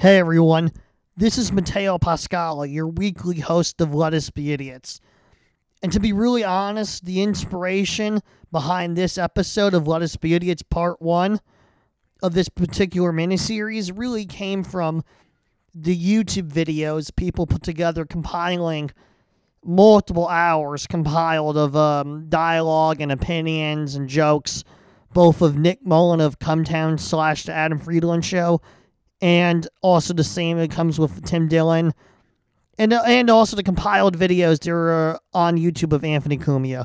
Hey everyone, this is Matteo Pascala, your weekly host of Let Us Be Idiots. And to be really honest, the inspiration behind this episode of Let Us Be Idiots Part 1 of this particular miniseries really came from the YouTube videos people put together compiling multiple hours compiled of um, dialogue and opinions and jokes, both of Nick Mullen of Cumtown slash the Adam Friedland show, and also the same that comes with Tim Dillon, and uh, and also the compiled videos that are uh, on YouTube of Anthony Cumia.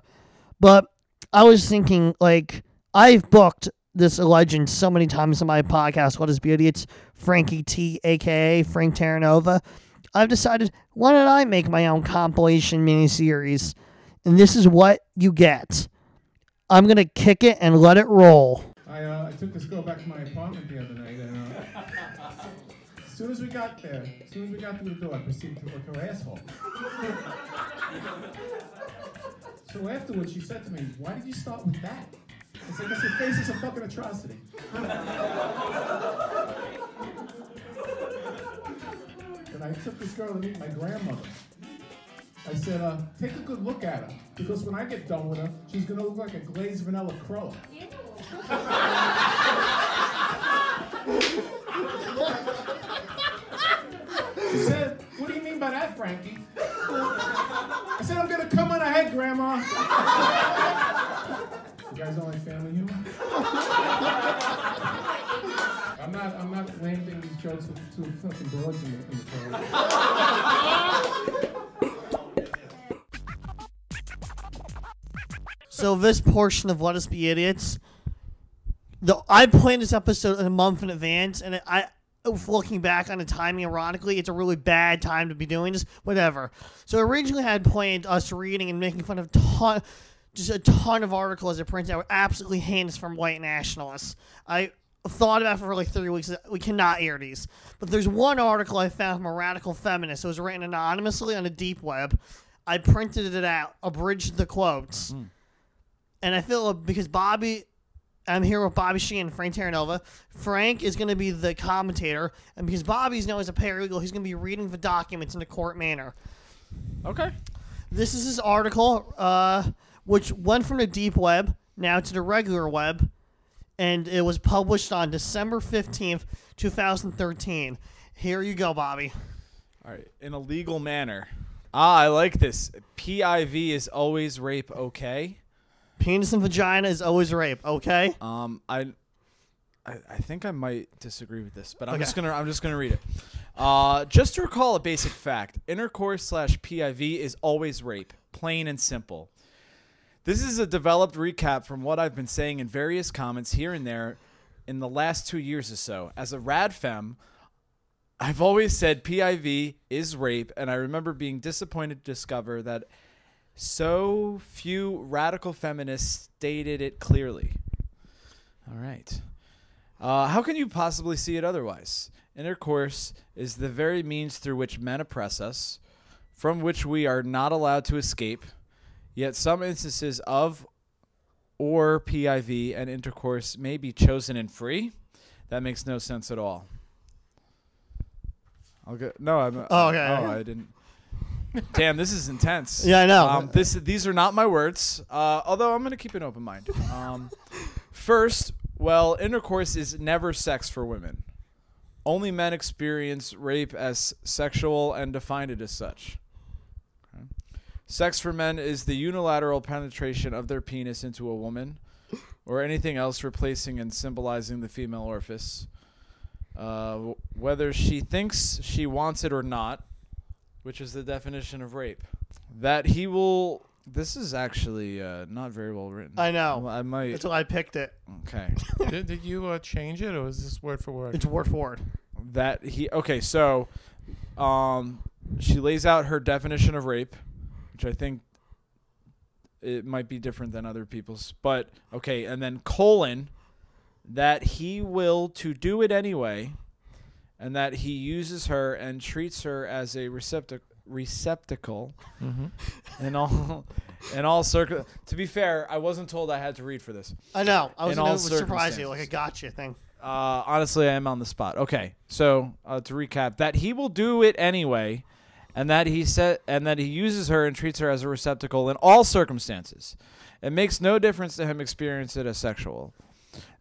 But I was thinking, like, I've booked this legend so many times on my podcast, What is Beauty? It's Frankie T, aka Frank Terranova. I've decided, why don't I make my own compilation miniseries? And this is what you get. I'm going to kick it and let it roll. I, uh, I took this girl back to my apartment the other night, and uh, as soon as we got there, as soon as we got through the door, I proceeded to lick her asshole. so afterwards, she said to me, "Why did you start with that?" I said, "Because your face is a fucking atrocity." and I took this girl to meet my grandmother. I said, uh, "Take a good look at her, because when I get done with her, she's gonna look like a glazed vanilla crow." She said, What do you mean by that, Frankie? I said, I'm gonna come on ahead, Grandma. You guys don't like family humor? I'm not, I'm not landing these jokes with two fucking broads in the, in the car. So this portion of Let Us Be Idiots, the I planned this episode a month in advance, and I, looking back on the timing, ironically, it's a really bad time to be doing this. Whatever. So originally, I had planned us reading and making fun of ton, just a ton of articles that printed that were absolutely heinous from white nationalists. I thought about it for like three weeks. We cannot air these, but there's one article I found from a radical feminist. It was written anonymously on the deep web. I printed it out, abridged the quotes and I feel because Bobby, I'm here with Bobby Sheehan, and Frank Terranova. Frank is going to be the commentator, and because Bobby's known as a paralegal, he's going to be reading the documents in a court manner. Okay. This is his article, uh, which went from the deep web now to the regular web, and it was published on December 15th, 2013. Here you go, Bobby. All right. In a legal manner. Ah, I like this. PIV is always rape. Okay. Penis and vagina is always rape, okay? Um, I, I, I think I might disagree with this, but I'm Okay. just gonna I'm just gonna read it. Uh, just to recall a basic fact: intercourse slash PIV is always rape, plain and simple. This is a developed recap from what I've been saying in various comments here and there in the last two years or so. As a rad femme, I've always said PIV is rape, and I remember being disappointed to discover that so few radical feminists stated it clearly. All right. Uh, how can you possibly see it otherwise? Intercourse is the very means through which men oppress us, from which we are not allowed to escape. Yet some instances of or PIV and intercourse may be chosen and free. That makes no sense at all. I'll go. No, I'm. Oh, okay. Oh, I didn't. Damn, this is intense. Yeah, I know. Um, this these are not my words. Uh, although I'm gonna keep an open mind. Um, first, well, intercourse is never sex for women. Only men experience rape as sexual and define it as such. Okay. Sex for men is the unilateral penetration of their penis into a woman or anything else replacing and symbolizing the female orifice. Uh, w- whether she thinks she wants it or not, which is the definition of rape. That he will. This is actually uh, not very well written. I know. I might. That's why I picked it. Okay. Did, did you uh, change it, or is this word for word? It's word for word. that he okay so um she lays out her definition of rape which i think it might be different than other people's but okay and then colon that he will to do it anyway and that he uses her and treats her as a receptac- receptacle in all in all circle to be fair i wasn't told i had to read for this I know. I was In all going to surprise you, like a circumstances. gotcha thing. Uh, honestly, I am on the spot. Okay, so uh, to recap, that he will do it anyway, and that he said, and that he uses her and treats her as a receptacle in all circumstances. It makes no difference to him experience it as sexual.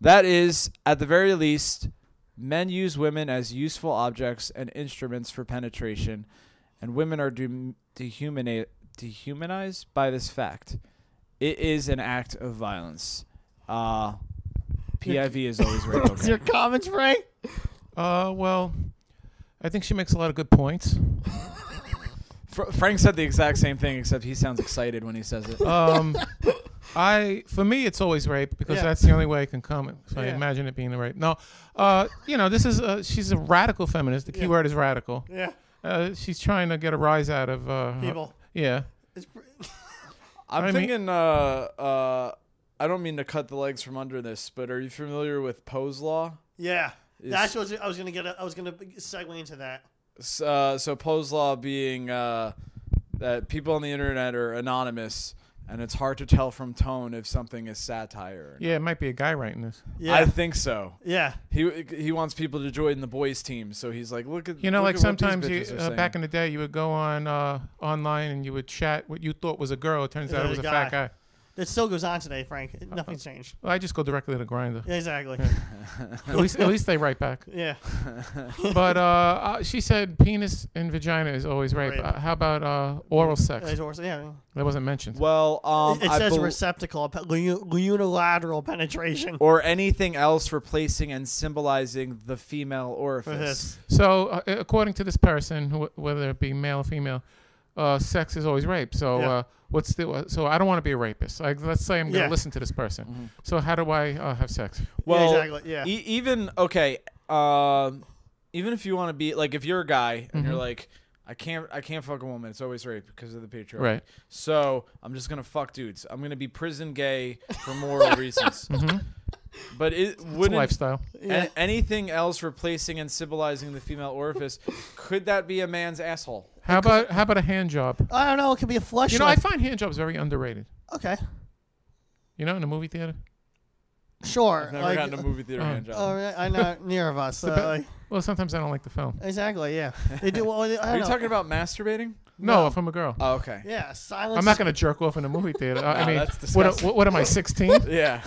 That is, at the very least, men use women as useful objects and instruments for penetration, and women are de- dehumana- dehumanized by this fact. It is an act of violence. Uh, PIV is always right. Is your Okay. comments, Frank? Uh, well, I think she makes a lot of good points. Fr- Frank said the exact same thing, except he sounds excited when he says it. Um, I for me it's always rape because Yeah. that's the only way it can come. So I Yeah. imagine it being a rape. No, uh, you know this is a, she's a radical feminist. The key word is radical. Yeah. Uh, she's trying to get a rise out of uh, her- People. yeah. It's pr- I'm I mean- thinking. uh, uh, I don't mean to cut the legs from under this, but are you familiar with Poe's law? yeah. Is- That's what I was- I was gonna get. I was gonna segue into that. S- uh, so Poe's law being uh, that people on the internet are anonymous, and it's hard to tell from tone if something is satire. or not. Yeah, it might be a guy writing this. Yeah. I think so. yeah. He he wants people to join the boys' team, so he's like, look at You know, look like at what these sometimes you bitches are uh, saying. back in the day, you would go on uh, online and you would chat what you thought was a girl. It turns Yeah, out it the was a guy. fat guy. That still goes on today, Frank. Nothing's changed. Well, I just go directly to the grinder. Yeah, exactly. At least, at least they write back. Yeah. But uh, uh, she said penis and vagina is always rape. Rape. Uh, how about uh, oral sex? It's worse, yeah. That wasn't mentioned. well, um, It I says bel- receptacle, pe- lu- unilateral penetration. or anything else replacing and symbolizing the female For orifice. this. So, uh, according to this person, wh- whether it be male or female, uh, sex is always rape. So, Yeah. uh, what's the? uh, so I don't want to be a rapist. Like, let's say I'm going to Yeah. listen to this person. So, how do I uh, have sex? Well, exactly, yeah. E- even okay, um, even if you want to be like, if you're a guy and Mm-hmm. you're like, I can't, I can't fuck a woman. It's always rape because of the patriarchy. Right. So I'm just gonna fuck dudes. I'm gonna be prison gay for moral reasons. Mm-hmm. But it It's a wouldn't lifestyle. a- Yeah. anything else replacing and symbolizing the female orifice. could that be a man's asshole? How about how about a hand job? I don't know. It could be a flush. You know, I find hand jobs very underrated. okay. You know, in the movie theater. Sure. Never like, gotten a movie theater uh, hand job. Oh, yeah, I know near of us. uh, But- like- well, sometimes I don't like the film. exactly. Yeah. They do. Well, they, I Are don't you know. talking about masturbating? No, if I'm a girl. Oh, okay. Yeah. Silence. I'm not going to jerk off in a movie theater. I- No, I mean, that's what, disgusting. what, what am I, 16? Yeah.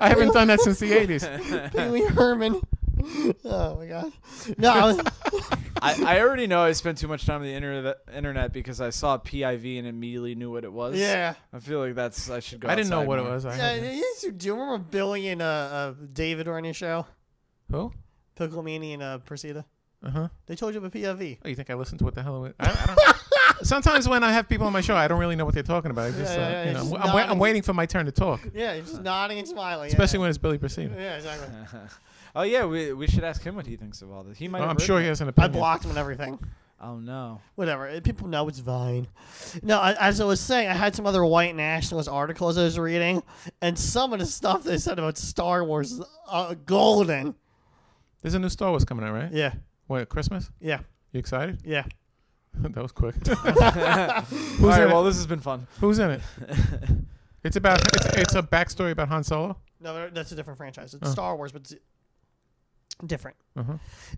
I haven't done that since the 80s. Pee Wee Herman. Oh my God. No. I was, I, I already know I spent too much time on the internet, internet because I saw PIV and immediately knew what it was. yeah. I feel like that's I should go. I didn't know outside what it more. was. I Yeah. had- You used to- Uh, do you remember Billy and uh, uh, David were on your show? Who? Piccolamini and uh, Persida. Uh huh. They told you about POV. Oh, you think I listen to what the hell it I, I don't. Sometimes when I have people on my show, I don't really know what they're talking about. I just, Yeah, yeah, uh, yeah, you it's know, just I'm, wai- not- I'm waiting for my turn to talk, Yeah. You're just nodding and smiling. yeah. especially when it's Billy Pacino. Yeah. Exactly. Oh yeah, we, we should ask him what he thinks of all this. He might. Well, have Oh, I'm written sure it. he has I an opinion. blocked him and everything. Oh no. whatever. eh, People know it's Vine. No, I, as I was saying, I had some other white nationalist articles I was reading, and some of the stuff they said about Star Wars is, uh, golden. There's a new Star Wars coming out, right? Yeah, What, Christmas? yeah, You excited? yeah. that was quick. All in right. it? Well, this has been fun. Who's in it? It's about it's, it's a backstory about Han Solo. No, that's a different franchise. It's Star Wars, but it's different. Uh-huh.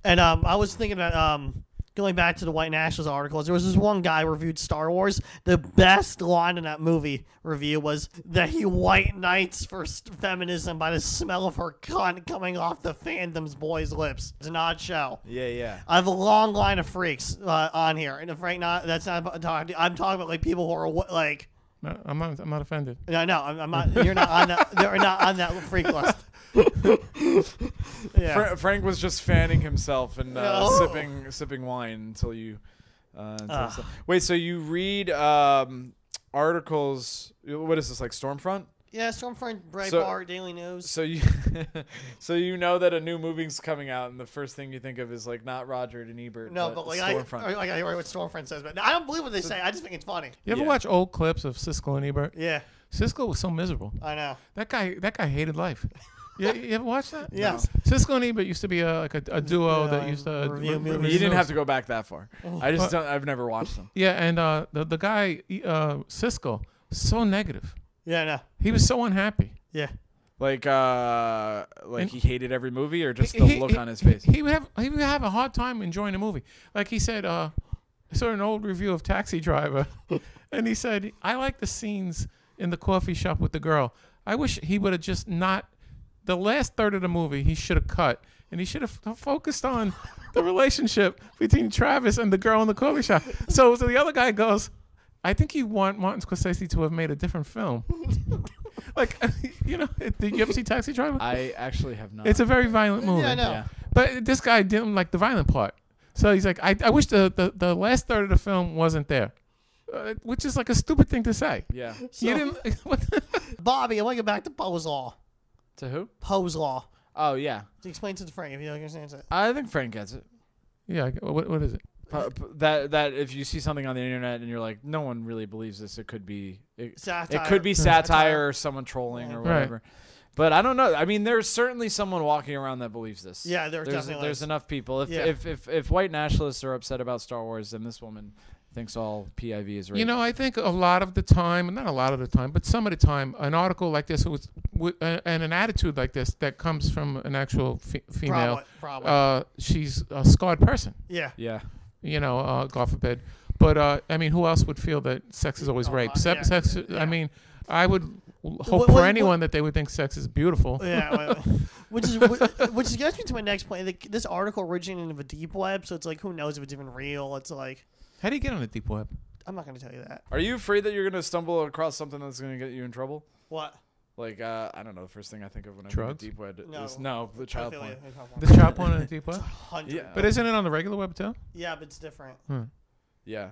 And um, I was thinking about um, going back to the white nationalist articles. There was this one guy who reviewed Star Wars. The best line in that movie review was that he white knights for st- feminism by the smell of her cunt coming off the fandom's boy's lips. It's an odd show. Yeah, yeah. I have a long line of freaks uh, on here, and if right now that's not about talking, to- I'm talking about like people who are wa- like. No, I'm not. I'm not offended. No, no, I'm, I'm not. You're not on that. They're not on that freak list. yeah. Fra- Frank was just fanning himself and uh, Oh. sipping sipping wine until you. Uh, until Ah. so- Wait. So you read um, articles? What is this like? Stormfront? Yeah, Stormfront, Breitbart, So- Daily News. So you, so you know that a new movie's coming out, and the first thing you think of is like not Roger and Ebert. no, but like I, Stormfront. I, like I hear what Stormfront says, but I don't believe what they say. I just think it's funny. You ever Yeah. watch old clips of Siskel and Ebert? Yeah, Siskel was so miserable. I know. That guy, that guy hated life. You, you ever watch that? Yes. Siskel and Ebert used to be a, like a, a duo that Yeah, used to uh, review re- movies. you review didn't films. have to go back that far. I just don't. I've never watched them. Yeah, and uh, the the guy e- uh, Siskel so negative. Yeah, I know. He was so unhappy. Yeah, Like, uh, like And- he hated every movie, or just He- the he- look he- on his face. He would have he would have a hard time enjoying a movie. Like he said, uh, I saw an old review of Taxi Driver, and he said, I like the scenes in the coffee shop with the girl. I wish he would have just not. The last third of the movie, he should have cut, and he should have f- focused on the relationship between Travis and the girl in the coffee shop. So, so the other guy goes, I think you want Martin Scorsese to have made a different film. like, you know, did you ever see Taxi Driver? I actually have not. It's a very violent movie. Yeah, I know. Yeah. But this guy didn't like the violent part. So he's like, I, I wish the, the, the last third of the film wasn't there. Uh, which is like a stupid thing to say. yeah. So- you didn't. What the- Bobby, I want to go back to Poe's Law. To who? Poe's Law. Oh yeah. To explain to the Frank if you don't understand it. I think Frank gets it. yeah, I- what, what is it? P- p- That that if you see something on the internet and you're like, no one really believes this, it could be it, Satire. It could Hmm. be satire or someone trolling or Right. whatever. But I don't know. I mean, there's certainly someone walking around that believes this. Yeah, there there's, definitely there's is. enough people. If, Yeah. if if if white nationalists are upset about Star Wars, then this woman thinks all PIV is racist. You know, I think a lot of the time, not a lot of the time, but some of the time, an article like this was, w- uh, and an attitude like this that comes from an actual fe- female, Probably. probably. uh, she's a scarred person. yeah. Yeah. you know, uh, God forbid. But uh, I mean, who else would feel that sex is always Oh, rape? uh, Se- yeah, sex. yeah. I mean, I would l- hope Wh- for wh- anyone that they would think sex is beautiful. Yeah, well, which is wh- which gets me to my next point. Like, this article originated of a deep web, so it's like who knows if it's even real. It's like How do you get on the deep web? I'm not gonna tell you that. Are you afraid that you're gonna stumble across something that's gonna get you in trouble? What? Like uh, I don't know. The first thing I think of when I Drugs? think of deep web No. is no the child I feel porn. like I have one. The chop on the deep web? Hundred. Yeah. But isn't it on the regular web too? Yeah, but it's different. Yeah.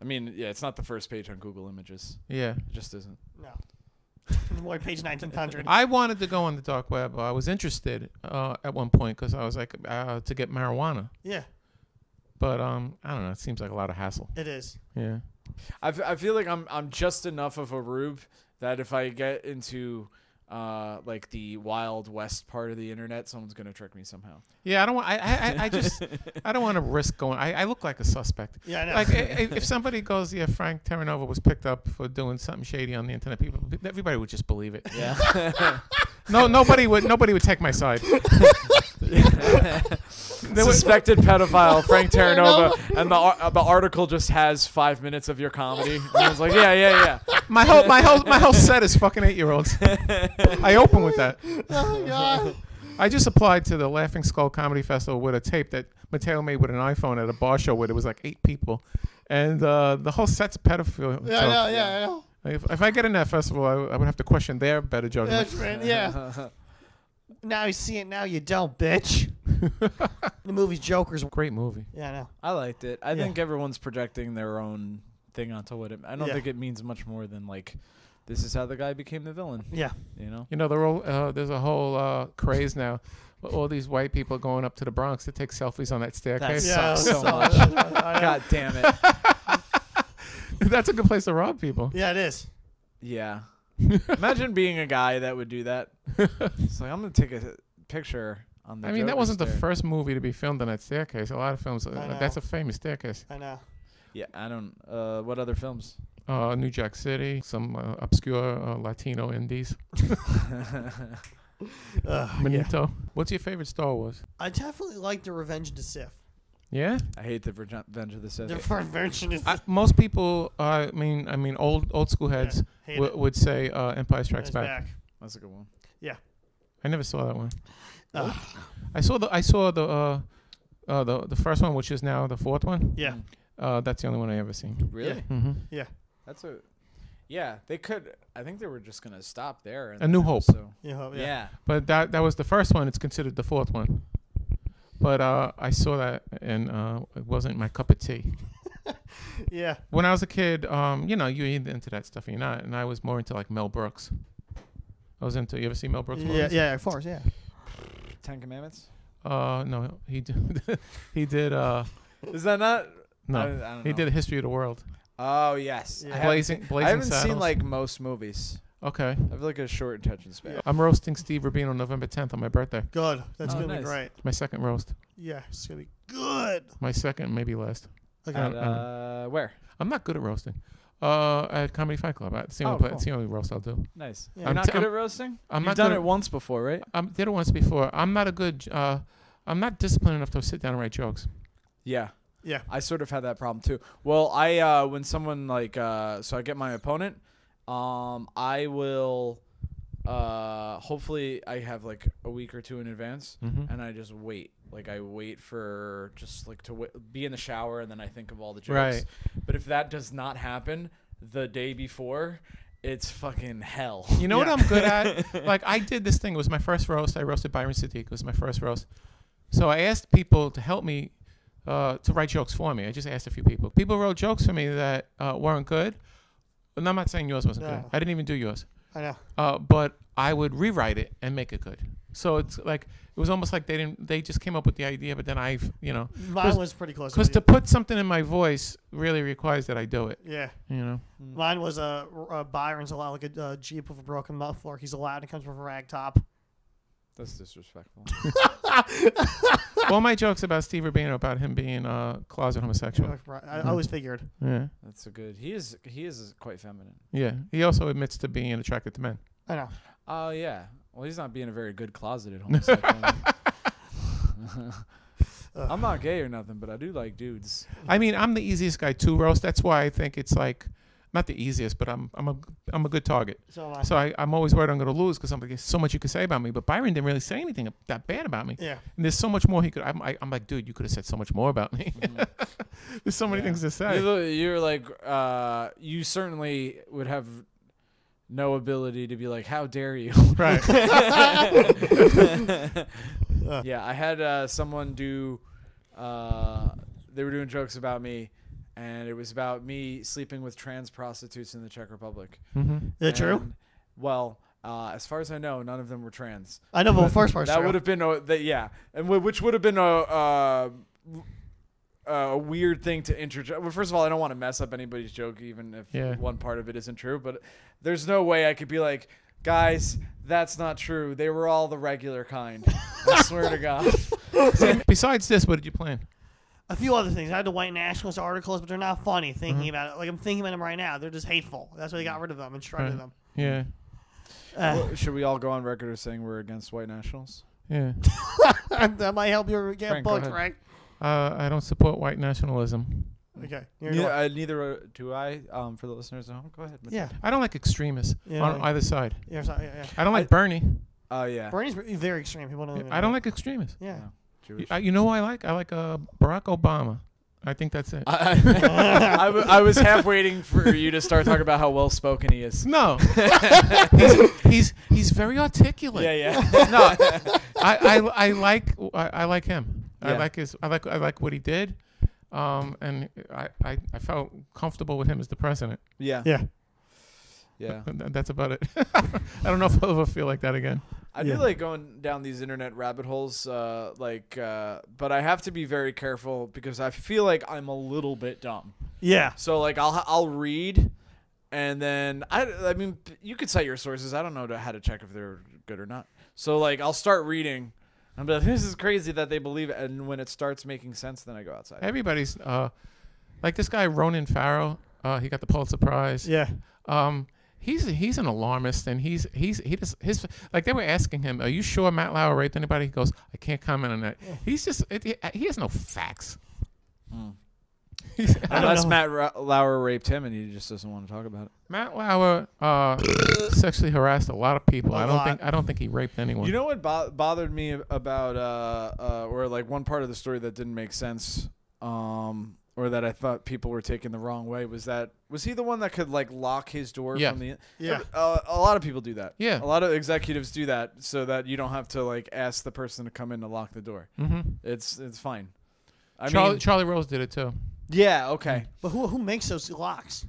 I mean, yeah, it's not the first page on Google Images. Yeah. It just isn't. No. More page nineteen hundred. I wanted to go on the dark web. I was interested uh, at one point because I was like uh, to get marijuana, Yeah, but um, I don't know. It seems like a lot of hassle. it is. Yeah. I, f- I feel like I'm I'm just enough of a rube that if I get into uh like the wild west part of the internet, someone's gonna trick me somehow. Yeah, I don't want. I, I, I- I just I don't want to risk going. I, I look like a suspect. Yeah, I know. Like i- i- if somebody goes, yeah, Frank Terranova was picked up for doing something shady on the internet, people, everybody would just believe it. Yeah. No, nobody would. Nobody would take my side. There was- Suspected pedophile Frank Terranova, and the ar- uh, the article just has five minutes of your comedy. And I was like, yeah, yeah, yeah. my whole my whole my whole set is fucking eight year olds. I open with that. oh god. I just applied to the Laughing Skull Comedy Festival with a tape that Mateo made with an iPhone at a bar show where there was like eight people, and uh, the whole set's pedophile. Yeah, I so- know. Yeah, I know. If, if I get in that festival, I, w- I would have to question their better judgment. That's right. Yeah. Now you see it. Now you don't, bitch. the movie's Joker's. Great movie. Yeah, I know. I liked it. I Yeah. think everyone's projecting their own thing onto what it. I don't Yeah. think it means much more than like, this is how the guy became the villain. Yeah. You know. You know, they're all, uh, there's a whole uh, craze now. where All these white people going up to the Bronx to take selfies on that That's- staircase. yeah. Sucks so much. I know. God damn it. That's a good place to rob people. Yeah, it is. Yeah. Imagine being a guy that would do that. It's like I'm gonna take a picture on the. I mean, that Joker's wasn't the there. first movie to be filmed on that staircase. A lot of films. Uh, know. that's a famous staircase. I know. Yeah, I don't. Uh, what other films? Uh, New Jack City, some uh, obscure uh, Latino indies. Ugh, Oh, yeah. Manito. What's your favorite Star Wars? I definitely like the Revenge of the Sith. Yeah. I hate the Revenge of the Sith. The Revenge of the Sith. I, most people, uh, I mean, I mean, old old school heads hate w- it. would say uh, Empire Strikes It's Back. back. That's a good one. I never saw that one. Ugh, I saw the I saw the uh, uh, the the first one, which is now the fourth one. yeah. Uh, that's the only one I ever seen. Really? Yeah. Mm-hmm. That's a. Yeah, they could. I think they were just gonna stop there. and A New that Hope. was So. You hope, Yeah. yeah. But that that was the first one. It's considered the fourth one. But uh, I saw that and uh, it wasn't my cup of tea. Yeah. When I was a kid, um, you know, you either into that stuff or you're not, and I was more into like Mel Brooks. I was into. You ever see Mel Brooks? Yeah, movies? yeah, of course, yeah. Ten Commandments. Uh, no, he did. he did. Uh, Is that not? no, I, I don't he know. did History of the World. Oh yes. Yeah. I haven't, Blazing, Blazing I haven't seen Saddles. like most movies. Okay, I have like a short attention span. I'm roasting Steve Rabino on November 10th on my birthday. Good. That's Oh, gonna nice. be great. My second roast. Yeah, it's gonna be good. My second, maybe last. Okay. I At, don't- I don't- uh, where? I'm not good at roasting. uh, at Comedy Fight Club. It's the only, Oh, pla- cool. it's the only roast I'll do. Nice. Yeah. You're I'm not t- good I'm- at roasting. I'm You've not done gonna- it once before, right? I did it once before. I'm not a good. Uh, I'm not disciplined enough to sit down and write jokes. Yeah. Yeah. I sort of had that problem too. Well, I uh, when someone like uh, so I get my opponent, um, I will uh, hopefully I have like a week or two in advance, Mm-hmm. and I just wait. Like I wait for just like to w- be in the shower, and then I think of all the jokes. Right. But if that does not happen the day before, it's fucking hell. You know what I'm good at? like I did this thing. It was my first roast. I roasted Byron Sadiq. It was my first roast. So I asked people to help me uh, to write jokes for me. I just asked a few people. People wrote jokes for me that uh, weren't good. And I'm not saying yours wasn't good. No. I didn't even do yours. I know. Uh, but I would rewrite it and make it good. So it's like it was almost like they didn't. They just came up with the idea, but then I, you know, Mine was pretty close. because with to you. put something in my voice really requires that I do it. yeah, You know. mine was uh, r- uh, Byron's a lot like a uh, jeep with a broken muffler. He's allowed and comes with a rag top. That's disrespectful. All my jokes about Steve Urbano about him being uh, closet homosexual. Right. I, I always figured. Yeah. That's a good. He is he is quite feminine. Yeah. He also admits to being attracted to men. I know. Oh yeah. Well, he's not being a very good closeted homosexual. I'm not gay or nothing, but I do like dudes. I mean, I'm the easiest guy to roast. That's why I think it's like not the easiest, but I'm I'm a I'm a good target. So am I. So I, I'm always worried I'm going to lose because I'm like, there's so much you could say about me. But Byron didn't really say anything that bad about me. yeah. And there's so much more he could. I'm, I, I'm like, dude, you could have said so much more about me. there's so many things to say. You look- You're like, uh, you certainly would have no ability to be like, how dare you? right. yeah, I had uh, someone do. Uh, they were doing jokes about me, and it was about me sleeping with trans prostitutes in the Czech Republic. Is it true? And, Well, uh, as far as I know, none of them were trans. I know, but the first part's that true. would have been a, that yeah, and w- which would have been a. Uh, a weird thing to interject. Well, first of all, I don't want to mess up anybody's joke, even if Yeah. one part of it isn't true. But there's no way I could be like, guys, that's not true. They were all the regular kind. I swear to God. Besides this, what did you plan? a few other things. I had the white nationalist articles, but they're not funny. Thinking about it, like I'm thinking about them right now, they're just hateful. That's why they got rid of them and shredded Right. them. Yeah. Well, Should we all go on record as saying we're against white nationals? Yeah. Mm. that might help you get Frank, go booked, ahead. right? Uh, I don't support white nationalism. Okay. You're Neither, going. uh, neither uh, do I. Um, for the listeners at home, go ahead. yeah. I don't like extremists Yeah, on like- either side. Yeah, so- yeah, yeah. I don't like Bernie. Oh yeah. Bernie's very extreme. People don't. even I don't know. like extremists. Oh, Yeah. Jewish. I, you know who I like? I like uh, Barack Obama. I think that's it. I, I, w- I was half waiting for you to start talking about how well spoken he is. no, he's, he's he's very articulate. Yeah, yeah. No, I, I, I like I, I like him. I Yeah. like his I like I like what he did, um, and I, I, I felt comfortable with him as the president. yeah. Yeah. Yeah. And th- That's about it. I don't know if I'll ever feel like that again. I do like going down these internet rabbit holes, uh, like, uh, but I have to be very careful because I feel like I'm a little bit dumb. Yeah. So like, I'll I'll read, and then I I mean you could cite your sources. I don't know to- how to check if they're good or not. So like, I'll start reading. I'm like, this is crazy that they believe it. And when it starts making sense, then I go outside. Everybody's uh, like this guy Ronan Farrow. Uh, he got the Pulitzer Prize. Yeah. Um, he's he's an alarmist, and he's he's he just his like they were asking him, "Are you sure Matt Lauer raped anybody?" He goes, "I can't comment on that." He's just it, he, he has no facts. He's- Unless Matt Ra- Lauer raped him, and he just doesn't want to talk about it. Matt Lauer uh, sexually harassed a lot of people. A I I don't lot. think I don't think he raped anyone. You know what bo- bothered me ab- about, uh, uh, or like one part of the story that didn't make sense, um, or that I thought people were taking the wrong way was that was he the one that could like lock his door Yeah. from the Yeah. Uh, a lot of people do that. Yeah. a lot of executives do that so that you don't have to like ask the person to come in to lock the door. Mm-hmm. It's it's fine. I Charlie mean, Charlie Rose did it too. yeah, okay. But who who makes those locks?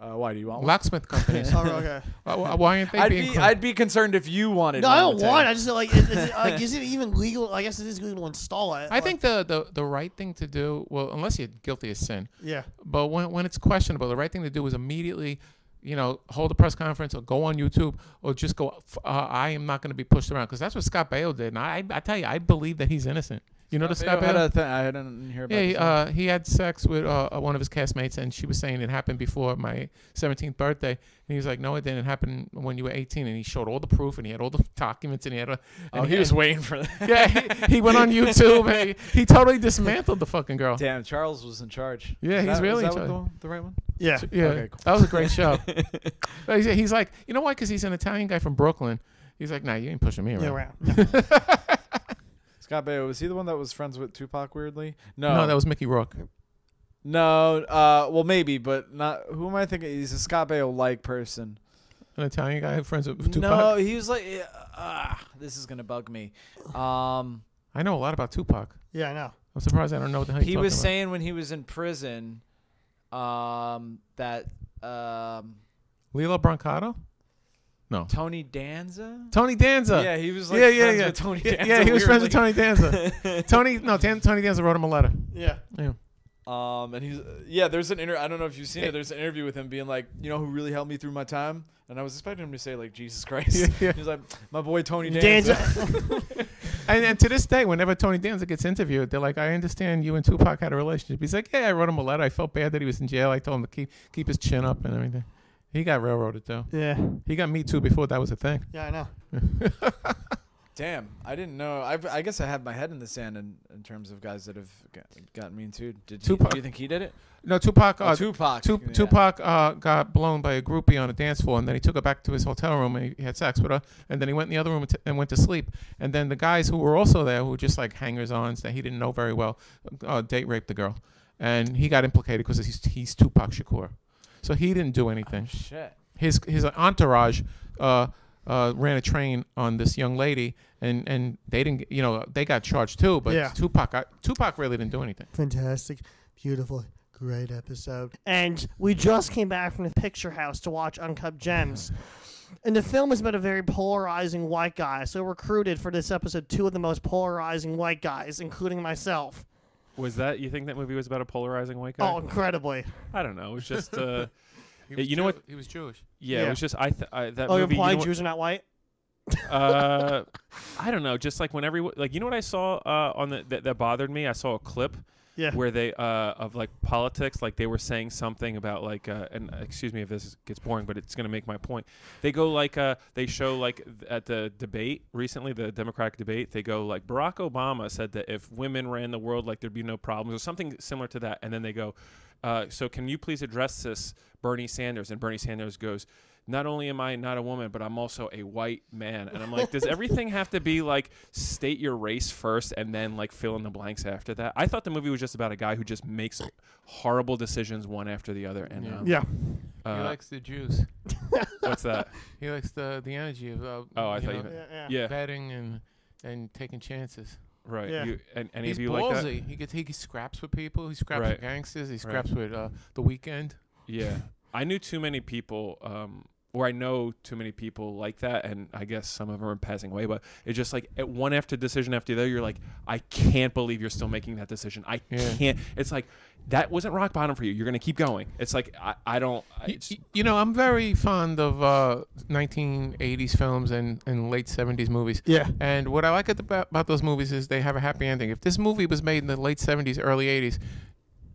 Uh, why do you want? One? Locksmith companies. Oh, okay. Why- why, why aren't they I'd being? be clean? I'd be concerned if you wanted. No, one I don't to take. want. it. I just like is, is, it, like is it even legal? I guess it is legal to install it. I think the, the the right thing to do, well, unless you're guilty of sin, Yeah. But when, when it's questionable, the right thing to do is immediately, you know, hold a press conference or go on YouTube or just go, uh, I am not going to be pushed around. Because that's what Scott Baio did. And I, I tell you, I believe that he's innocent. You know the Scott I, had Baio? a thing- I didn't hear about Yeah, he, this. uh, he had sex with uh, uh, one of his castmates, and she was saying it happened before my 17th birthday. And he was like, "No, it didn't. It happened when you were 18." And he showed all the proof, and he had all the documents, and he had. A, oh, and he was waiting for that. Yeah, he, he went on YouTube, and he, he totally dismantled the fucking girl. Damn, Charles was in charge. Is Yeah, he's that, really is in that what charge. The, the right one. Yeah. Yeah, Okay, cool. that was a great show. But he's, he's like, you know why? Because he's an Italian guy from Brooklyn. He's like, "Nah, you ain't pushing me around." Yeah, around. Scott Baio was he the one that was friends with Tupac? Weirdly, no, No, that was Mickey Rourke. no. Uh, well, maybe, but not. Who am I thinking? He's a Scott Baio like person. An Italian guy friends with Tupac. No, he was like, uh, this is gonna bug me. Um, I know a lot about Tupac. Yeah, I know. I'm surprised I don't know what the hell he you're was talking about. saying when he was in prison, um, that um, Lilo Brancato. No. Tony Danza. Tony Danza. Yeah, he was like yeah, yeah, friends yeah. with Tony yeah, Danza. yeah, he was friends with weirdly. Tony Danza. Tony, no, Dan, Tony Danza wrote him a letter. Yeah. Yeah. Um, and he's yeah. There's an inter. I don't know if you've seen it. There's an interview with him being like, you know, who really helped me through my time. And I was expecting him to say like Jesus Christ. Yeah, yeah. He's like, my boy Tony Danza. Danza. And, and to this day, whenever Tony Danza gets interviewed, they're like, "I understand you and Tupac had a relationship." He's like, "Yeah, I wrote him a letter. I felt bad that he was in jail. I told him to keep keep his chin up and everything." He got railroaded though. Yeah. He got me too before that was a thing. Yeah, I know. Damn, I didn't know. I I guess I have my head in the sand in, in terms of guys that have got, gotten mean too. Did you, Tupac. do you think he did it? No, Tupac. Oh, uh, Tupac. Tu- yeah. Tupac uh, got blown by a groupie on a dance floor, and then he took her back to his hotel room and he had sex with her. And then he went in the other room and, t- and went to sleep. And then the guys who were also there, who were just like hangers-ons that he didn't know very well, uh, date raped the girl, and he got implicated because he's he's Tupac Shakur, so he didn't do anything. Shit. His his entourage. Uh, uh, ran a train on this young lady, and, and they didn't, you know, they got charged too. But Yeah. Tupac, got, Tupac really didn't do anything. Fantastic. Beautiful. Great episode. And we just came back from the picture house to watch Uncut Gems. And the film is about a very polarizing white guy. So recruited for this episode two of the most polarizing white guys, including myself. Was that you think that movie was about a polarizing white guy? Oh, incredibly. I don't know. It was just uh, He was You know Jew- what- He was Jewish. yeah, Yeah. It was just I, th- I that Oh, you're movie. You implying know what- Jews are not white? uh, I don't know. Just like when everyone, like you know what I saw uh, on the that, that bothered me. I saw a clip Yeah. where they uh, of like politics, like they were saying something about like uh, and excuse me if this is- gets boring, but it's gonna make my point. They go like uh, they show like th- at the debate recently, the Democratic debate. They go like Barack Obama said that if women ran the world, like there'd be no problems or something similar to that, and then they go. Uh, so can you please address this, Bernie Sanders? And Bernie Sanders goes, not only am I not a woman, but I'm also a white man. And I'm like, does everything have to be like state your race first and then like fill in the blanks after that? I thought the movie was just about a guy who just makes horrible decisions one after the other. And Yeah. um, Yeah. uh, he likes the Jews. what's that? He likes the the energy of. Uh, Oh, I you thought know, you meant- Yeah. Yeah, betting and and taking chances. right. Yeah. You, and any He's of you ballsy. like that? He gets he scraps with people. He scraps Right. with gangsters. He Right. scraps with uh, the weekend. Yeah, I knew too many people, um, or I know too many people like that, and I guess some of them are passing away. But it's just like at one after decision after the other, you're like, I can't believe you're still making that decision. I Yeah. can't. It's like that wasn't rock bottom for you. You're gonna keep going. It's like I, I don't. I, Y- it's- y- you know, I'm very fond of uh, 1980s films and, and late 70s movies. Yeah. And what I like at the, about, about those movies is they have a happy ending. If this movie was made in the late 70s, early 80s,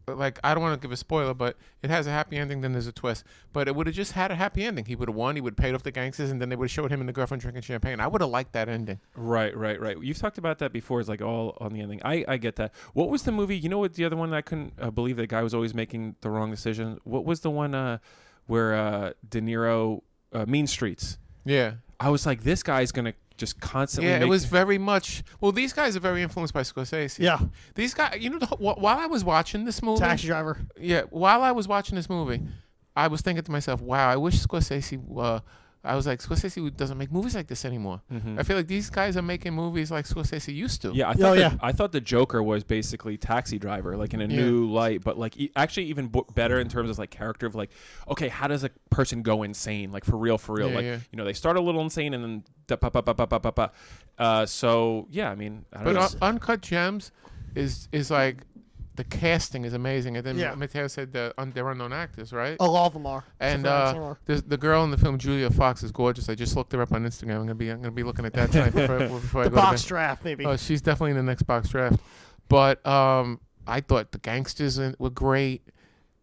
like I don't want to give a spoiler, but it has a happy ending. Then there's a twist. But it would have just had a happy ending. He would have won. He would have paid off the gangsters, and then they would have showed him and the girlfriend drinking champagne. I would have liked that ending. Right, right, right. You've talked about that before. It's like all on the ending. I, I get that. What was the movie? You know what? The other one I couldn't uh, believe the guy was always making the wrong decision. What was the one uh, where uh, De Niro, uh, Mean Streets? Yeah. I was like, this guy's gonna just constantly. Yeah, it make- was very much. Well, these guys are very influenced by Scorsese. Yeah. These guys, you know, the, wh- while I was watching this movie, Taxi driver. yeah, while I was watching this movie, I was thinking to myself, wow, I wish Scorsese. Uh, I was like, Scorsese doesn't make movies like this anymore. I feel like these guys are making movies like Scorsese used to. Mm-hmm. Yeah, I thought. Oh, the, yeah. I thought the Joker was basically Taxi Driver, like in a Yeah. new light, but like e- actually even bo- better in terms of like character of like, okay, how does a person go insane? Like for real, for real. Yeah, like yeah. you know, they start a little insane and then da- pa pa pa pa pa pa pa. Uh, so yeah, I mean, I But don't know. Un- Uncut Gems is is like the casting is amazing. And then Yeah. Mateo said the, un- they're unknown actors, right? Oh, all of them are. And Except for Adam uh, Sandler. the the girl in the film Julia Fox is gorgeous. I just looked her up on Instagram. I'm gonna be I'm gonna be looking at that tonight before, before I the go to bed. box draft, maybe. Oh, she's definitely in the next box draft. But um, I thought the gangsters in- were great.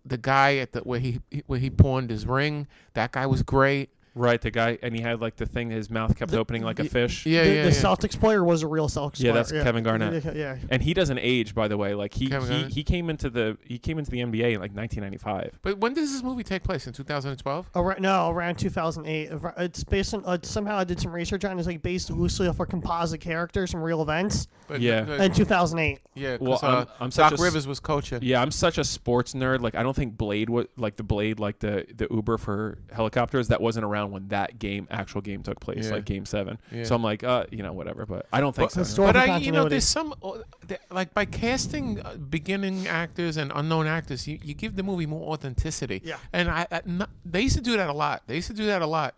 The guy at the where he where he pawned his ring, that guy was great. Right, the guy, and he had like the thing. His mouth kept opening like a fish. Yeah, the, yeah, the yeah. Celtics player was a real Celtics Yeah, player. that's Kevin Garnett. Yeah, yeah. And he doesn't age, by the way. Like he Kevin he, Garnett. he came into the he came into the NBA in like 1995. But when does this movie take place? In 2012? Around, no, around 2008. Ar- It's based on uh, somehow I did some research on. it. It's like based loosely off a composite character, some real events, But Yeah. the- and 2008. yeah. 'cause, Well, I'm- uh, I'm such Doc a s- Rivers was coaching. Yeah, I'm such a sports nerd. Like I don't think Blade was like the Blade like the the Uber for helicopters that wasn't around when that game actual game took place, Yeah. like Game Seven. Yeah. So I'm like, uh, you know, whatever. But I don't think Well, so. Historical but I, you know, continuity. there's some uh, th- like by casting uh, beginning actors and unknown actors, you, you give the movie more authenticity. Yeah. and I, I no- they used to do that a lot. They used to do that a lot.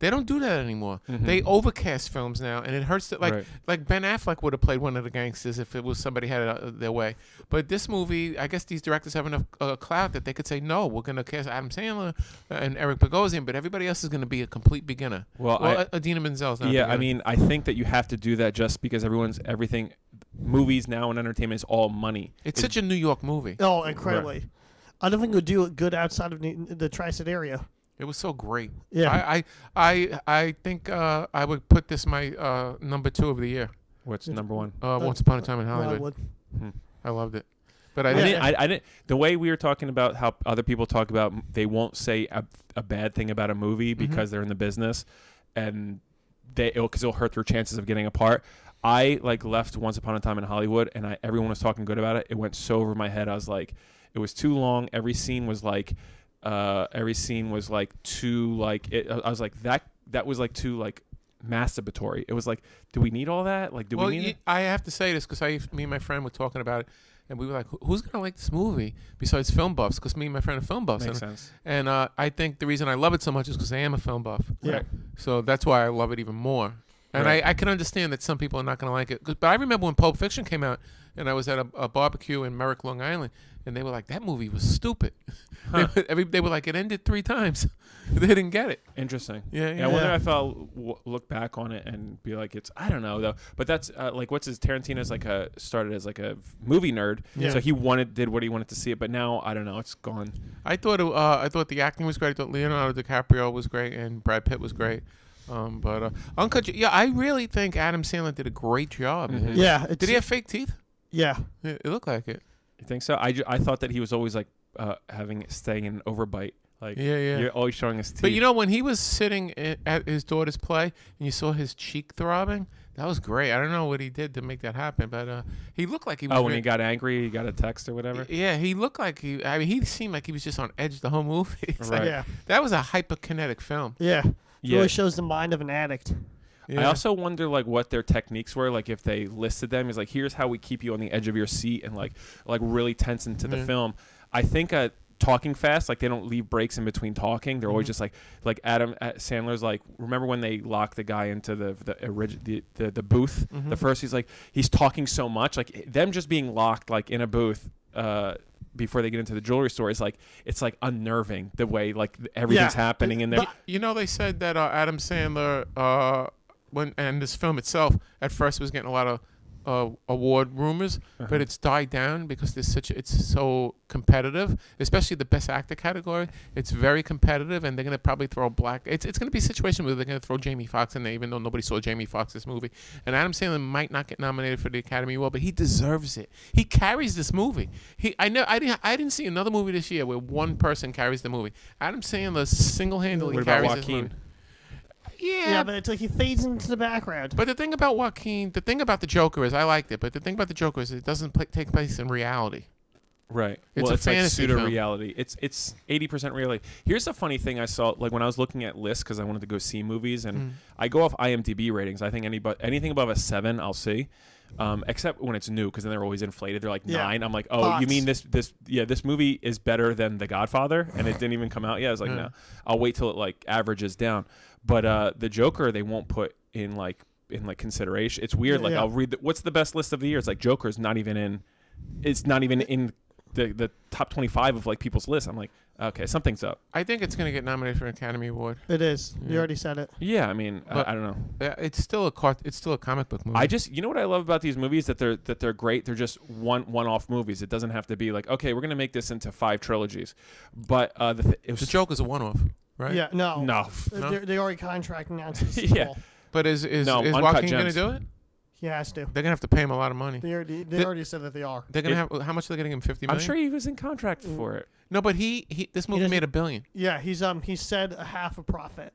They don't do that anymore. They overcast films now, and it hurts. That, like Mm-hmm. Right. like Ben Affleck would have played one of the gangsters if it was somebody had it uh, their way. But this movie, I guess these directors have enough uh, clout that they could say no. We're gonna cast Adam Sandler and Eric Bogosian, but everybody else is gonna be a complete beginner. Well, I- A- Adina Menzel's not. a Yeah, I beginner. mean, I think that you have to do that just because everyone's everything. Movies now and entertainment is all money. it's such a New York movie. Oh, incredibly. I don't think it would do it good outside of New- the tri-state area. It was so great. Yeah. I I I, I think uh, I would put this my uh, number two of the year. What's number one? Uh, Once upon a time in Hollywood. Would. I loved it, but I I didn't. didn't. I, I didn't. The way we were talking about how other people talk about, they won't say a, a bad thing about a movie because they're in the business, and they it'll because it'll hurt their chances of getting a part. I like left Once Upon a Time in Hollywood, and I everyone was talking good about it. It went so over my head. I was like, it was too long. Every scene was like, uh, every scene was like too like. It, I I was like that. That was like too like masturbatory. It was like, do we need all that? Like, do well, we need? you- it? I have to say this because I, me and my friend were talking about it, and we were like, "Who- "Who's gonna like this movie besides film buffs?" Because me and my friend are film buffs, Makes and, sense. and uh, I think the reason I love it so much is because I am a film buff. Right. So that's why I love it even more. And Right. I, I can understand that some people are not going to like it. 'Cause- But I remember when Pulp Fiction came out, and I was at a, a barbecue in Merrick, Long Island, and they were like, that movie was stupid. They were- every, they were like, it ended three times. they didn't get it. Interesting. Yeah, I yeah. wonder Yeah. if I'll w- look back on it and be like, it's I don't know though. But that's uh, like what's his Tarantino's like a started as like a v- movie nerd, Yeah. so he wanted did what he wanted to see it. But now I don't know, it's gone. I thought, it- uh, I thought the acting was great. I thought Leonardo DiCaprio was great, and Brad Pitt was great. Um, but uh, Uncut, Ge- yeah, I really think Adam Sandler did a great job. Mm-hmm. man. Yeah, it's, Did he have fake teeth? yeah. Yeah, it looked like it. You think so? I, ju- I thought that he was always like uh, having staying in an overbite. Like Yeah, yeah. you're always showing his teeth. But you know, when he was sitting i- at his daughter's play and you saw his cheek throbbing, that was great. I don't know what he did to make that happen, but uh, he looked like he was. oh, when re- he got angry, he got a text or whatever. Yeah, he looked like he. I mean, he seemed like he was just on edge the whole movie. It's like- Right. Yeah. That was a hyperkinetic film. Yeah. It Yeah. really shows the mind of an addict. Yeah. I also wonder like what their techniques were, like if they listed them. Is like here's how we keep you on the edge of your seat and like like really tense into the film. I think uh, talking fast, like they don't leave breaks in between talking. They're always just like like Adam uh, Sandler's like remember when they locked the guy into the the orig- the, the, the booth. The first he's like he's talking so much, like them just being locked like in a booth. Uh, before they get into the jewelry store, is like it's like unnerving the way like everything's happening in there. You know, they said that uh, Adam Sandler, uh, when and this film itself, at first was getting a lot of uh, award rumors, but it's died down because there's such it's so competitive, especially the best actor category. It's very competitive, and they're gonna probably throw black. It's it's gonna be a situation where they're gonna throw Jamie Foxx in there, even though nobody saw Jamie Foxx's movie. And Adam Sandler might not get nominated for the Academy Award, but he deserves it. He carries this movie. He I know I didn't I didn't see another movie this year where one person carries the movie. Adam Sandler single handedly What about carries this Joaquin? movie. Yeah, Yeah, but, but it's like he fades into the background. the thing about Joaquin, the thing about the Joker is I liked it, but the thing about the Joker is it doesn't pla take place in reality. Right. It's well, a it's like fantasy pseudo film. reality. It's it's eighty percent reality. Here's a funny thing I saw like when I was looking at lists because I wanted to go see movies and Mm. I go off IMDb ratings. I think any bu- anything above a seven I'll see, um, except when it's new because then they're always inflated. They're like Yeah. nine. I'm like, oh, you Thoughts. mean this this yeah this movie is better than The Godfather and it didn't even come out yet. I was like, no, I'll wait till it like averages down. But uh, the Joker they won't put in like in like consideration. It's weird. like yeah. I'll read the, what's the best list of the year. It's like Joker's not even in. It's not even in the the top 25 of like people's list. I'm like, okay, something's up. I think it's going to get nominated for an Academy Award. It is. You already said it. Yeah, I mean, But- I, I don't know. Yeah, It's still a car- it's still a comic book movie. I just you know what I love about these movies that they're that they're great. They're just one one off movies. It doesn't have to be like okay, we're gonna make this into five trilogies. But uh, the th- it was the joke is a one off, right? Yeah. No. no, No? They're, they already contract announced. the Yeah. sequel. But is is, No, is Uncut Joaquin going to Gems. do it? He has to. They're going to have to pay him a lot of money. They already. They The- already said that they are. They're going to It- have how much are they getting him? Fifty I'm million. sure he was in contract for it. No, but he, he this movie doesn't- made a billion. Yeah. He's um. He said a half a profit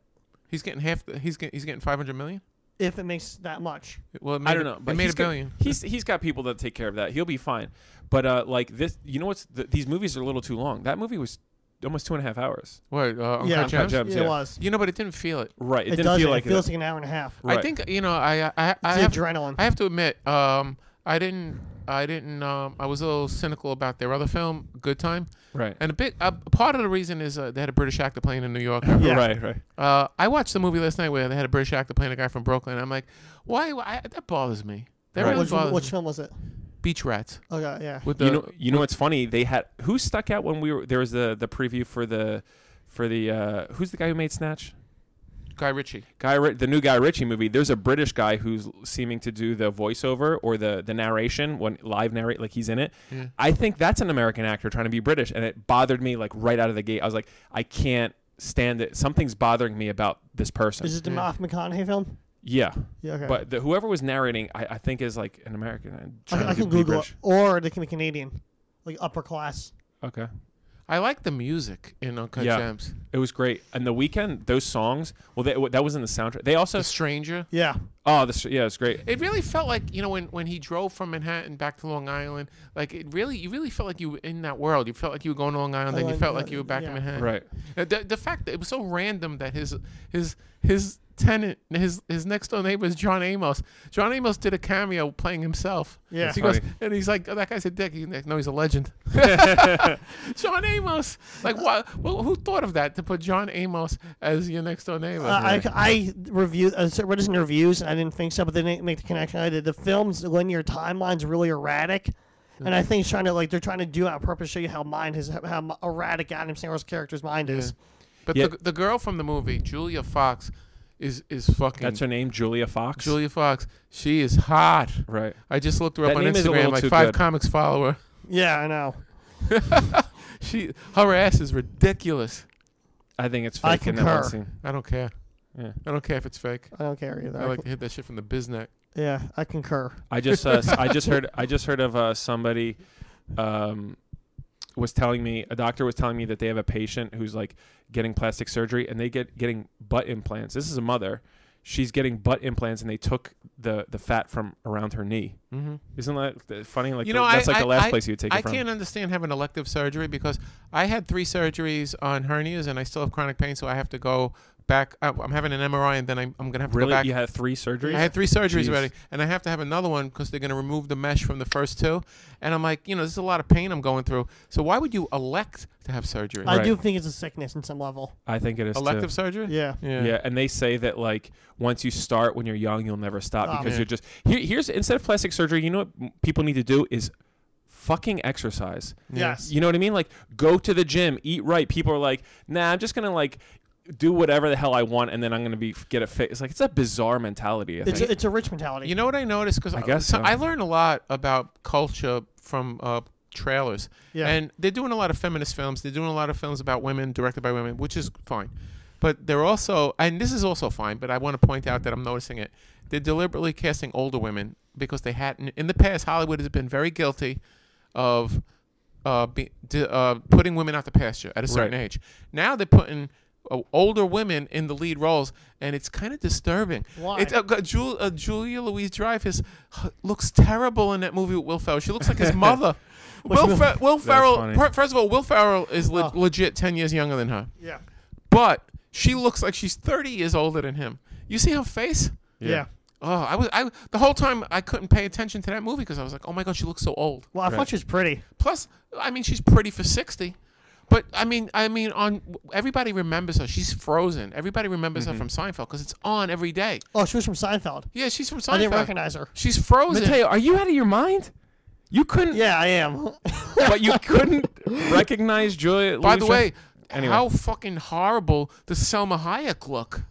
He's getting half. The, he's getting he's getting five hundred million. if it makes that much. Well, it made, I don't a- know. It But made he's a got- billion. he's he's got people that take care of that. He'll be fine. But uh, like this, you know what's th- these movies are a little too long. That movie was almost two and a half hours. What? Uh, Uncut Yeah, Uncut Gems? Gems, It yeah. was. You know, but it didn't feel it. Right. It, It, didn't does. feel it. like it feels like an hour and a half. Right. I think you know. I I I It's have, adrenaline. I have to admit. Um, I didn't. I didn't. Um, I was a little cynical about their other film, Good Time, right. and a big uh, part of the reason is uh, they had a British actor playing a New Yorker. Yeah. Right. Right. Uh, I watched the movie last night where they had a British actor playing a guy from Brooklyn. I'm like, why? why that bothers me. That Right. really Which, bothers which me. film was it? Beach Rats Okay. Yeah. with the you know, you know what's funny? They had who stuck out when we were there was the the preview for the for the uh, who's the guy who made Snatch? Guy Ritchie. Guy, Ri- the new Guy Ritchie movie. There's a British guy who's seeming to do the voiceover or the the narration when live narrate, like he's in it. Yeah. I think that's an American actor trying to be British, and it bothered me like right out of the gate. I was like, I can't stand it. Something's bothering me about this person. Is it the Moth McConaughey film? yeah, Yeah. Okay. but the, whoever was narrating, I, I think is like an American. and I, trying I to can be Google it, British. or they can be Canadian, like upper class. Okay, I like the music in Uncut Yeah. Gems. it was great. And the weekend, those songs. Well, they, that was in the soundtrack. They also. The Stranger. Yeah. Oh, this yeah, it's great. It really felt like you know when, when he drove from Manhattan back to Long Island, like it really you really felt like you were in that world. You felt like you were going to Long Island, then you Island, felt uh, like you were back in yeah. Manhattan. Right. Uh, The, the fact that it was so random that his his his tenant his his next door neighbor is John Amos. John Amos did a cameo playing himself. Yeah. So he goes, and he's like, oh, that guy's a dick. He's like, no, he's a legend. John Amos. Like, what? Well, who thought of that to put John Amos as your next door neighbor? Uh, I, I reviewed, uh, so read this in reviews, and I didn't think so, but they didn't make the connection. I did. The film's linear timeline's really erratic, and Hmm. I think it's trying to like they're trying to do it on purpose, show you how mind his how erratic Adam Sandler's character's mind is. But Yeah. the, the girl from the movie, Julia Fox, is is fucking That's her name, Julia Fox. Julia Fox. She is hot. Right. I just looked her up That on name is a Instagram. little Like too five good. comics follower. Yeah, I know. She her ass is ridiculous. I think it's fake I in that one concur. scene. I don't care. Yeah. I don't care if it's fake. I don't care either. I like to hit that shit from the biznet. yeah, I concur. I just uh, I just heard I just heard of uh, somebody um, was telling me a doctor was telling me that they have a patient who's like getting plastic surgery and they get getting butt implants. This is a mother. She's getting butt implants and they took the the fat from around her knee. Mm-hmm. Isn't that th- funny? Like You the- know, that's I- like the I- last I- place you would take I it from. can't understand having elective surgery because I had three surgeries on hernias and I still have chronic pain, so I have to go back. I- I'm having an MRI and then I'm, I'm gonna have to go really, back. you had three surgeries. I had three surgeries Jeez. already, and I have to have another one because they're going to remove the mesh from the first two. And I'm like, you know, this is a lot of pain I'm going through. So why would you elect to have surgery? I Right. do think it's a sickness in some level. I think it is too. Elective surgery? Yeah. Yeah. and they say that like once you start when you're young, you'll never stop Oh, because man. you're just here, here's instead of plastic surgery, you know what m- people need to do is fucking exercise. Yes. You know what I mean? Like go to the gym, eat right. People are like, nah, I'm just gonna like do whatever the hell I want, and then I'm gonna be get it fit. It's like it's a bizarre mentality. I It's think. a, it's a rich mentality. You know what I noticed? Because I guess so. I learn a lot about culture from uh, trailers. Yeah. And they're doing a lot of feminist films. They're doing a lot of films about women, directed by women, which is fine. But they're also, and this is also fine. But I want to point out that I'm noticing it. They're deliberately casting older women because they hadn't in the past. Hollywood has been very guilty of uh, be, d- uh, putting women out the pasture at a certain Right. age. Now they're putting uh, older women in the lead roles, and it's kind of disturbing. Why? It's, uh, g- Jul- uh, Julia Louise Dreyfus h- looks terrible in that movie with Will Ferrell. She looks like his mother. Will, Fer- Will Ferrell. funny. per- first of all, Will Ferrell is le- Oh. legit ten years younger than her, yeah. but she looks like she's thirty years older than him. You see her face? yeah. Oh, I was I the whole time I couldn't pay attention to that movie because I was like, oh my god, she looks so old. Well, I thought she was pretty. Plus, I mean, she's pretty for sixty. But I mean, I mean, on everybody remembers her. She's frozen. Everybody remembers Mm-hmm. her from Seinfeld because it's on every day. Oh, she was from Seinfeld. Yeah, she's from Seinfeld. I didn't recognize her. She's frozen. Mateo, are you out of your mind? You couldn't. Yeah, I am. But you couldn't recognize Julia. By the way, Anyway. how fucking horrible does Selma Hayek look?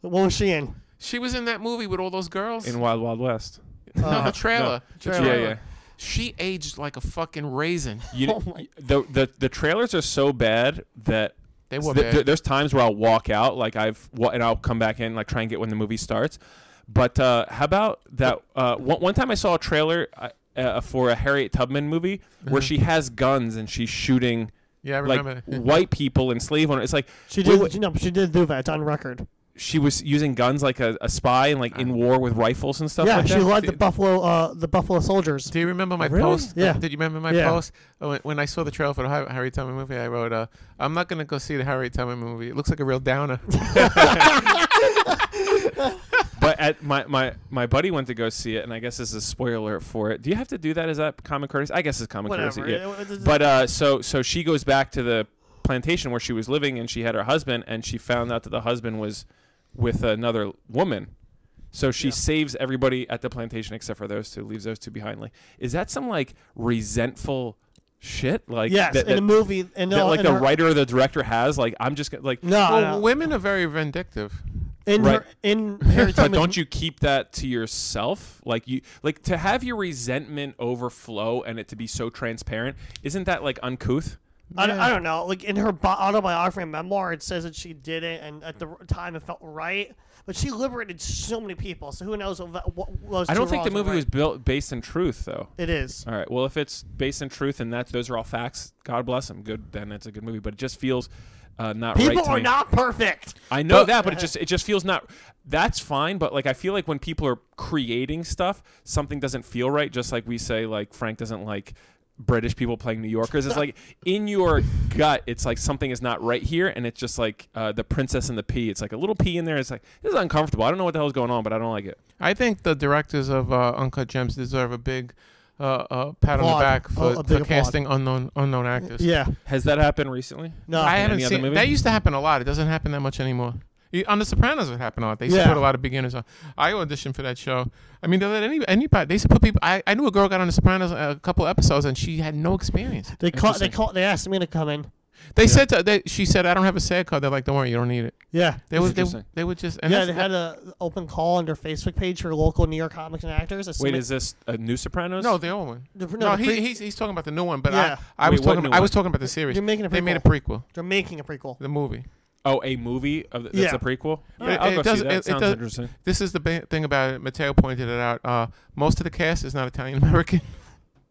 what was she in? She was in that movie with all those girls. in Wild Wild West. uh, no, Uh, Uh-huh. the trailer. The Yeah, trailer. yeah. She aged like a fucking raisin. Oh You, the, the the trailers are so bad that They were th- bad. th- there's times where I'll walk out like I've wa- and I'll come back in like try and get when the movie starts. But uh, how about that? Uh, one, one time I saw a trailer uh, uh, for a Harriet Tubman movie where she has guns and she's shooting Uh-huh. Yeah, I like remember. white people and slave owners. It's like She wait, did. wait, No, she did do that. It's on record. she was using guns like a, a spy and like in war with rifles and stuff. Yeah, like she that. led the Buffalo, uh, the Buffalo Soldiers. Do you remember my Really? post? Yeah. Did you remember my Yeah. post? Uh, When, when I saw the trailer for the Har- Harry Tubman movie, I wrote, uh, "I'm not gonna go see the Harry Tubman movie. It looks like a real downer." But at my, my my buddy went to go see it, and I guess this is a spoiler alert for it. Do you have to do that? Is that common courtesy? I guess it's common Whatever. courtesy. Yeah. It- it- it- But uh, so so she goes back to the plantation where she was living, and she had her husband, and she found out that the husband was with another woman. So she saves everybody at the plantation except for those two, leaves those two behind. Like, is that some like resentful shit? Like, yes, that, in that- the movie, and that, no, like in the her, writer or the director has. Like, I'm just gonna like. No, well, no. women are very vindictive. in right. her, in Harry but Tubman. don't you keep that to yourself like you like to have your resentment overflow and it to be so transparent isn't that like uncouth I, don't- I don't know. Like in her bi- autobiography and memoir, it says that she did it, and at the r- time it felt right. But she liberated so many people. So who knows what, what was i don't two think the wrongs and movie was right. built based in truth though It is. all right well if it's based in truth and that those are all facts god bless them good then it's a good movie but it just feels uh, not People right to are me. not perfect. I know that, but it just it just feels not. That's fine, but like I feel like when people are creating stuff, something doesn't feel right. Just like we say, like Frank doesn't like British people playing New Yorkers. It's like in your gut, it's like something is not right here, and it's just like uh, the princess and the pea. It's like a little pea in there. It's like this is uncomfortable. I don't know what the hell's going on, but I don't like it. I think the directors of uh, Uncut Gems deserve a big uh, uh, pat on Applaud. the back Oh, for, a big for applaud. casting unknown unknown actors. Yeah. Has that happened recently? No. I haven't Any other seen movie? that used to happen a lot. It doesn't happen that much anymore. You- on The Sopranos, it happened a lot. They used Yeah. to put a lot of beginners on. I auditioned for that show. I mean, they let any anybody. They used to put people. I, I knew a girl got on The Sopranos uh, a couple episodes and she had no experience. they call. They call. They asked me to come in. They said to, they, she said, "I don't have a SAG card." They're like, "Don't worry, you don't need it." Yeah. They would they, interesting. they would just and yeah, that's- they had an open call on their Facebook page for local New York comics and actors. I Wait, submit- is this a new Sopranos? no the old one. The pre- no, no, the he, pre- he's he's talking about the new one, but Yeah. I, I Wait, was what talking new about, I one? was talking about the series. You're making a they made a prequel. prequel, they're making a prequel. the movie. Oh, a movie of the, that's Yeah. a prequel. But Yeah, I'll go see doesn't- that. Sounds doesn't- interesting. This is the ba- thing about it. Matteo pointed it out. Uh, most of the cast is not Italian American.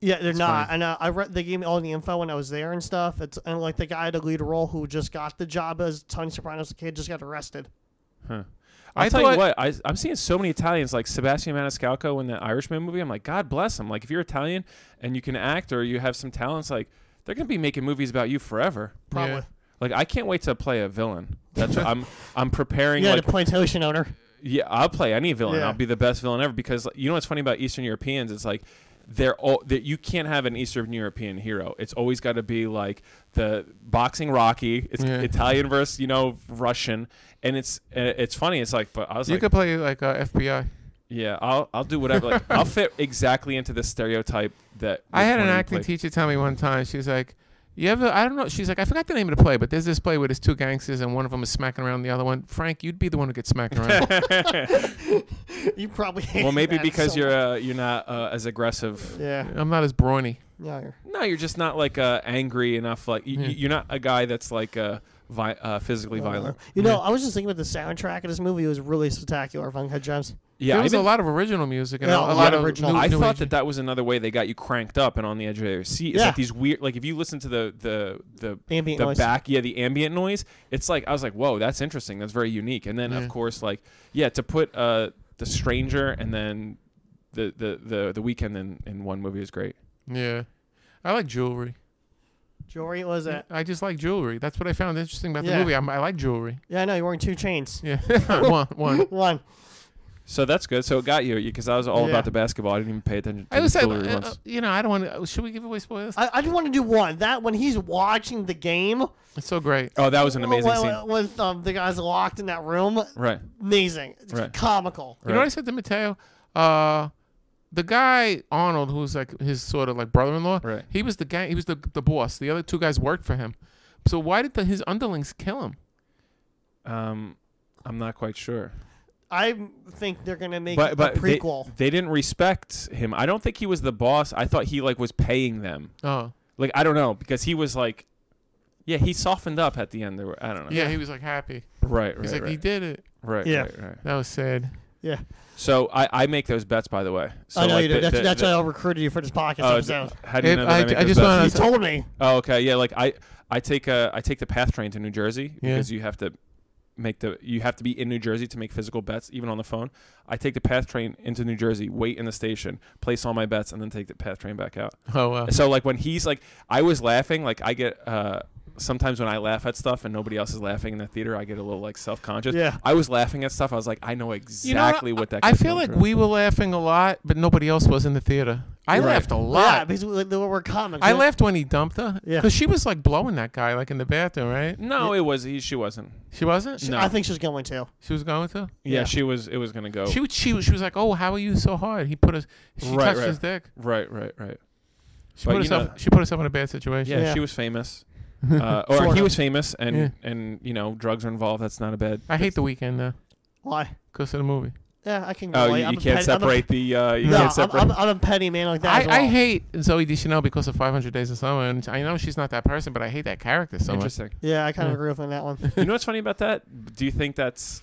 Yeah, they're not. funny. And uh, I read. They gave me all the info when I was there and stuff. It's and like the guy had a lead role who just got the job as Tony Soprano's kid just got arrested. I'll I tell you thought- what, I, I'm seeing so many Italians like Sebastian Maniscalco in the Irishman movie. I'm like, God bless him. Like, if you're Italian and you can act or you have some talents, like, they're going to be making movies about you forever. Probably. Yeah. Like, I can't wait to play a villain. That's what I'm, I'm preparing. Yeah, like, the plantation owner. yeah, I'll play any villain. Yeah. I'll be the best villain ever because like, you know what's funny about Eastern Europeans? It's like they're all that you can't have an Eastern European hero. It's always got to be like the boxing Rocky. It's Yeah. Italian versus you know Russian, and it's uh, it's funny. It's like, but I was You like, could play like uh, FBI. Yeah, I'll I'll do whatever. Like I'll fit exactly into the stereotype that I had an which one we acting played. teacher tell me one time. She's like, "You ever? I don't know." She's like, "I forgot the name of the play, but there's this play where there's two gangsters and one of them is smacking around the other one. Frank, you'd be the one who gets smacked around. You probably. Well, hated maybe that because so you're much. uh, you're not uh, as aggressive. yeah. I'm not as brawny. Yeah. You're, No, you're just not like uh, angry enough. Like you, Yeah. you're not a guy that's like uh, vi- uh, physically violent. you know, I was just thinking about the soundtrack of this movie. It was really spectacular. If Uncut Gems. Yeah, there I, was a didn't- lot of original music and Yeah, a, a a lot lot of of original. New, I new thought age- that that was another way they got you cranked up and on the edge of your seat. It's Yeah. like these weird, like if you listen to the the the Ambient the noise. back, yeah, the ambient noise. It's like I was like, whoa, that's interesting. That's very unique. And then of course, like yeah, to put uh the stranger and then the the the the weekend in in one movie is great. Yeah, I like jewelry. Jory was that? I just like jewelry. That's what I found interesting about Yeah. the movie. I'm, I like jewelry. Yeah, I know. You're wearing two chains. Yeah, one one. One. So that's good. So it got you because I was all Yeah. about the basketball. I didn't even pay attention. To I was the said, jewelry uh, once. you know, I don't want to. Should we give away spoilers? I, I just want to do one. That when he's watching the game It's so great. Oh, that was an amazing with, scene. with um, the guys locked in that room, Right. amazing, It's Right. comical. You know what I said to Mateo? Uh, the guy Arnold, who's like his sort of like brother-in-law, Right. he was the guy. He was the the boss. The other two guys worked for him. So why did the, his underlings kill him? Um, I'm not quite sure. I think they're gonna make But but a they, prequel. they didn't respect him. I don't think he was the boss. I thought he like was paying them. Oh, Like I don't know because he was like, yeah, he softened up at the end. There were, I don't know. yeah, he was like happy. Right. Right. He's like right, he did it. right, Yeah. right. Right. That was sad. So I, I make those bets by the way. So I know like, you the- did. That's, the- that's the- how I recruited you for this podcast oh, d- episode. how do you If know that I- I, make I those just bets? wanna- You told me. Oh, okay. Yeah, like I I take a I take the path train to New Jersey Yeah. because you have to make the you have to be in New Jersey to make physical bets even on the phone. I take the path train into New Jersey, wait in the station, place all my bets and then take the path train back out. Oh wow. So like when he's like I was laughing, like I get uh sometimes when I laugh at stuff and nobody else is laughing in the theater, I get a little like self-conscious. Yeah. I was laughing at stuff. I was like I know exactly what that I guy's feel going like through. we were laughing a lot, but nobody else was in the theater. I Right. laughed a Yeah, lot. because we, they were comics. I We- laughed when he dumped her. Yeah. Because she was like blowing that guy like in the bathroom, right? No, it was he she wasn't. She wasn't. No. I think she's going to. She was going to. Yeah, Yeah. she was it was going to go. She was. She was. She was like, "Oh, how are you so hard?" He put us. She Right, touched right. his dick. right, right, right. She But put you know- herself. she put herself in a bad situation. Yeah, Yeah. she was famous. Uh, or Sort he of. was famous, and Yeah. and you know drugs are involved. That's not a bad. I hate the weekend though, Why? because of the movie. Yeah, I can. Oh, relate. you, I'm you a can't petty- I'm a- separate the. Uh, you no, can't separate. I'm, I'm, I'm a petty man like that. as I, I well. hate Zoe Deschanel because of 500 Days of Summer, and I know she's not that person, but I hate that character so much. Interesting. Yeah, I kind of Yeah. agree with you on that one. you know what's funny about that? Do you think that's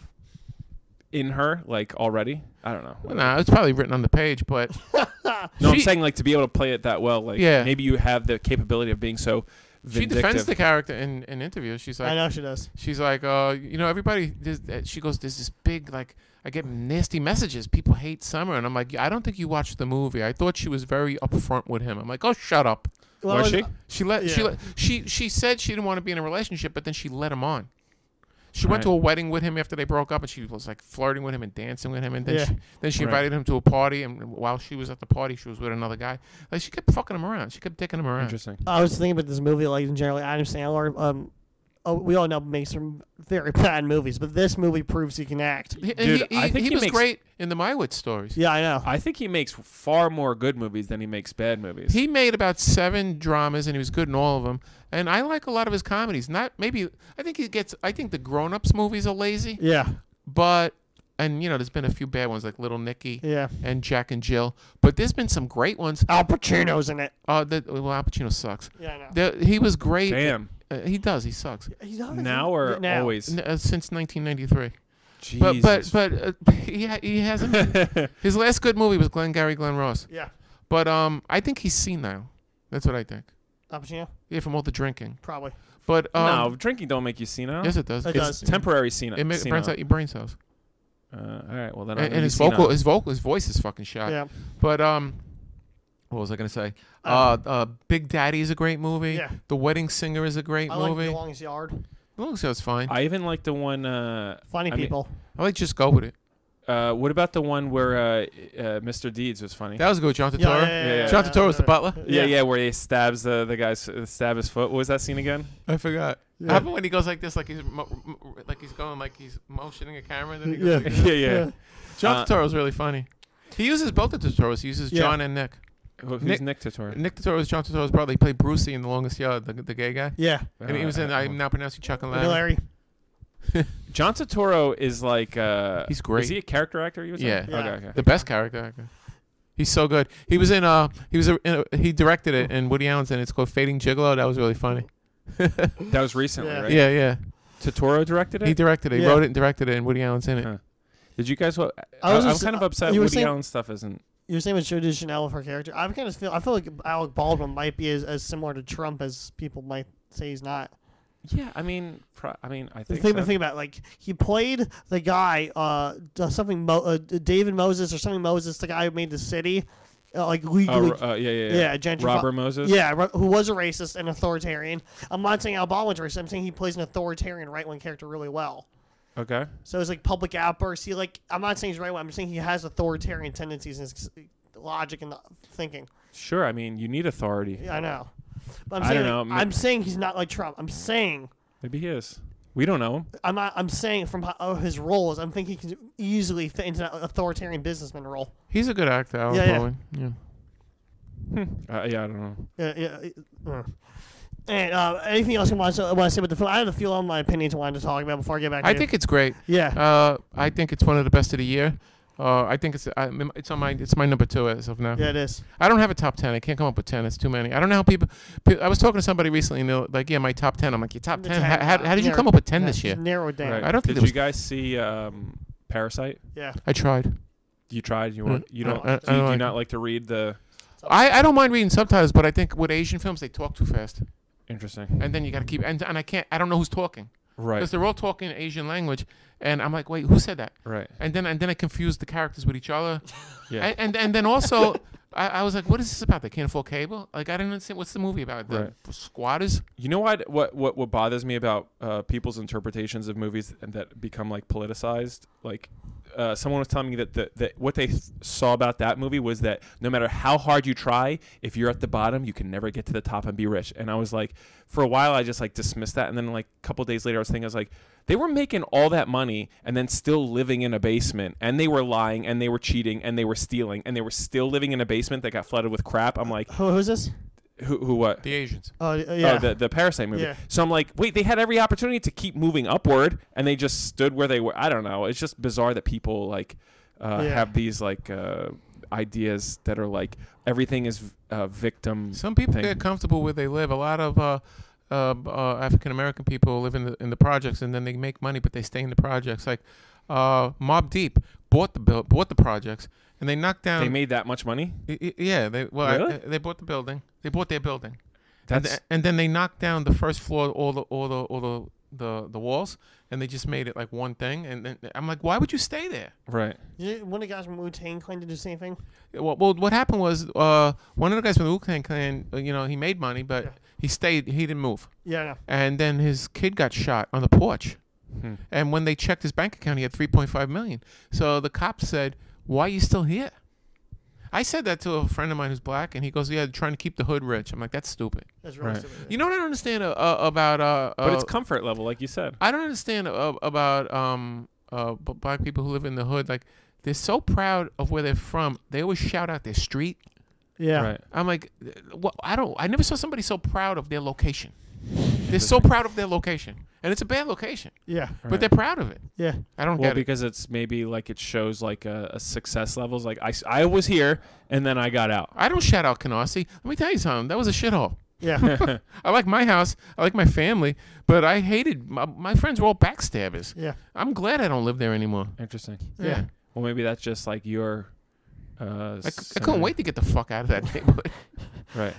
in her like already? I don't know. Well, nah, it's probably written on the page, but No, I'm She- saying like to be able to play it that well. Like Yeah. maybe you have the capability of being so she vindictive. defends the character in, in interviews. She's like, I know she does. She's like, uh, you know, everybody. There's, uh, she goes, there's this big like. I get nasty messages. People hate Summer, and I'm like, I don't think you watched the movie. I thought she was very upfront with him. I'm like, oh, shut up. Well, Was I she? She let she Yeah. let, she she said she didn't want to be in a relationship, but then she let him on. She went Right. to a wedding with him after they broke up, and she was like flirting with him and dancing with him, and then Yeah. she, then she Right. invited him to a party, and while she was at the party, she was with another guy. Like she kept fucking him around. She kept dicking him around. Interesting. I was thinking about this movie, like in general, Adam Sandler. Um, oh, we all know makes some very bad movies, but this movie proves he can act. He, and Dude, he, I he- think he he was makes- great in the Mywitz stories. Yeah, I know. I think he makes far more good movies than he makes bad movies. He made about seven dramas, and he was good in all of them. And I like a lot of his comedies. Not maybe I think he gets. I think the Grown Ups movies are lazy, Yeah, but and you know there's been a few bad ones like Little Nicky yeah. and Jack and Jill. But there's been some great ones. Al Pacino's in it. Uh, that well, Al Pacino sucks. Yeah, I know. The, he was great. Damn. Uh, he does. He sucks. He's not- Now or Now. always? N- uh, since 1993, Jesus. but but but uh, he ha- he hasn't. his last good movie was Glengarry Glen Ross. Yeah, But um, I think he's senile. That's what I think. Al Pacino, Yeah, from all the drinking. probably. But um, no, drinking don't make you senile. Yes, it does. It It, does. It's temporary sena- ma- senile. burns out your brain cells. Uh, all right. Well, then. And, I'm and gonna his be senile. vocal, his vocal, his voice is fucking shot. yeah, But um, what was I gonna say? Uh, Uh, uh, Big Daddy is a great movie. Yeah. The Wedding Singer is a great I like movie. The Longest Yard. Long Shot's fine. I, I even like the one. Uh, Funny I mean- people. like just go with it. uh, what about the one where uh, uh, Mr. Deeds was funny? That was good. John Turturro. yeah, yeah, yeah, yeah. John Turturro was the butler. yeah, yeah, where he stabs the the guy's uh, stab his foot. What was that scene again? I forgot. How about when he goes like this, like he's mo- mo- like he's going like he's motioning a camera? Then he goes Yeah. like this? yeah, yeah. John Uh, Turturro's really funny. He uses both the Turturros. He uses Yeah. John and Nick. Who- Who's Nick- Nick, Turturro? Nick Turturro is John Turturro's brother. He played Brucey in The Longest Yard, the, the gay guy. Yeah, And he was in Uh, I'm now pronouncing Chuck and Larry. Larry. John Turturro is like uh, He's great. Is he a character actor? You were saying? Yeah. Yeah. Okay. Okay. The best character. actor. He's so good. He was in uh he was a, in a, he directed it in Woody Allen's and it's called Fading Gigolo. That was really funny. That was recently, Yeah. right? Yeah, yeah. Turturro directed it. He directed it. He Yeah. wrote it and directed it and Woody Allen's in it. Huh. Did you guys? What, I I was I, am just- kind of upset. you were Woody saying- Allen stuff isn't. You were saying with Joe Chanel for her character. I kind of feel I feel like Alec Baldwin might be as, as similar to Trump as people might say he's not. Yeah, I mean, pro- I mean, I The think. thing, so. the thing about it, like he played the guy, uh, d- something Mo- uh, D- David Moses or something Moses, the guy who made the city, uh, like legally, Oh, uh, yeah, yeah, yeah. yeah, gentrifi- Robert Moses. yeah, ro- who was a racist and authoritarian. I'm not saying Al Baldwin's racist. I'm saying he plays an authoritarian right wing character really well. Okay. So it's like public outbursts. He like I'm not saying he's right wing. I'm saying he has authoritarian tendencies and s- logic and the thinking. Sure. I mean, you need authority. Yeah, I know. But I'm I saying, like, don't know. I'm saying he's not like Trump. I'm saying Maybe he is. We don't know him. I'm oh, not, I'm saying from how, his roles, I'm thinking he can easily fit into an authoritarian businessman role. He He's a good actor, Alec Yeah, yeah. Baldwin. Yeah. Hmm. Uh, yeah, I don't know. Yeah, yeah. it- uh. And uh, anything else you want to, want to say about the film? I have a few on my opinions I wanted to talk about before I get back. to I you. think it's great. Yeah. Uh, I think it's one of the best of the year. Uh, I think it's I, it's on my it's my number two as of now. yeah, it is. I don't have a top ten. I can't come up with ten. It's too many. I don't know how people. pe- I was talking to somebody recently, and they're like, "Yeah, my top ten. I'm like, "Your top The ten? 10, How, how, how did you yeah. come up with ten this Yeah, year? just Narrow it down. Right. I don't think Did there was- you guys see um, Parasite? Yeah. I tried. You tried. You weren't. You I- don't. Hmm. I- I do you, don't do you like not like to read the? I, I don't mind reading subtitles, but I think with Asian films they talk too fast, Interesting. and then you got to keep and and I can't. I don't know who's talking Right. because they're all talking Asian language, and I'm like, wait, who said that? Right. And then and then I confused the characters with each other. Yeah. And, and and then also, I, I was like, "What is this about? They can't afford cable. Like, I didn't understand. What's the movie about? The squatters? You know what? What what what bothers me about uh, people's interpretations of movies and that become like politicized? Like, uh, someone was telling me that the, that what they th- saw about that movie was that no matter how hard you try, if you're at the bottom, you can never get to the top and be rich. And I was like, for a while, I just like dismissed that, and then like a couple days later, I was thinking, I was like, they were making all that money and then still living in a basement, and they were lying, and they were cheating, and they were stealing, and they were still living in a basement that got flooded with crap. I'm like, Who, who's this? who who what? The Asians. Oh, uh, yeah. Oh, the, the Parasite movie. Yeah. So I'm like, wait, they had every opportunity to keep moving upward, and they just stood where they were. I don't know. It's just bizarre that people like uh, Yeah. have these like uh, ideas that are like everything is uh, victim. Some people thing. get comfortable where they live. A lot of uh, uh, uh, African American people live in the in the projects, and then they make money, but they stay in the projects. Like uh, Mob Deep bought the build, bought the projects, and they knocked down. they made that much money. Y- y- yeah, they well, I- Really? I- they bought the building. They bought their building. And, That's th- and then they knocked down the first floor, all the all the all the the, the walls, and they just made it like one thing. And then I'm like, why would you stay there? right. You- one of the guys from Wu Tang claimed to do the same thing. Well, well what happened was uh, one of the guys from the Wu Tang Clan, uh, you know, he made money, but he stayed. He didn't move. Yeah, I know. And then his kid got shot on the porch. Hmm. And when they checked his bank account, he had 3.5 million. So the cop said, "Why are you still here?" I said that to a friend of mine who's black, and he goes, "Yeah, trying to keep the hood rich." I'm like, "That's stupid." That's really Right. stupid. You know what I don't understand uh, uh, about uh, But it's uh, comfort level, like you said. I don't understand uh, about um uh b- black people who live in the hood. Like they're so proud of where they're from. They always shout out their street. yeah. Right. I'm like, uh, well, I don't. I never saw somebody so proud of their location. They're so proud of their location, and it's a bad location, Yeah. but they're proud of it. Yeah. I don't Well, get it. because it's maybe like it shows like a, a success levels. Like I, s- I was here and then I got out. I don't shout out Canarsie. Let me tell you something. That was a shithole. Yeah. I like my house. I like my family, but I hated my, my friends were all backstabbers. Yeah. I'm glad I don't live there anymore. Interesting. Yeah. Well, maybe that's just like your. Uh, I, c- I couldn't wait to get the fuck out of that neighborhood. Right.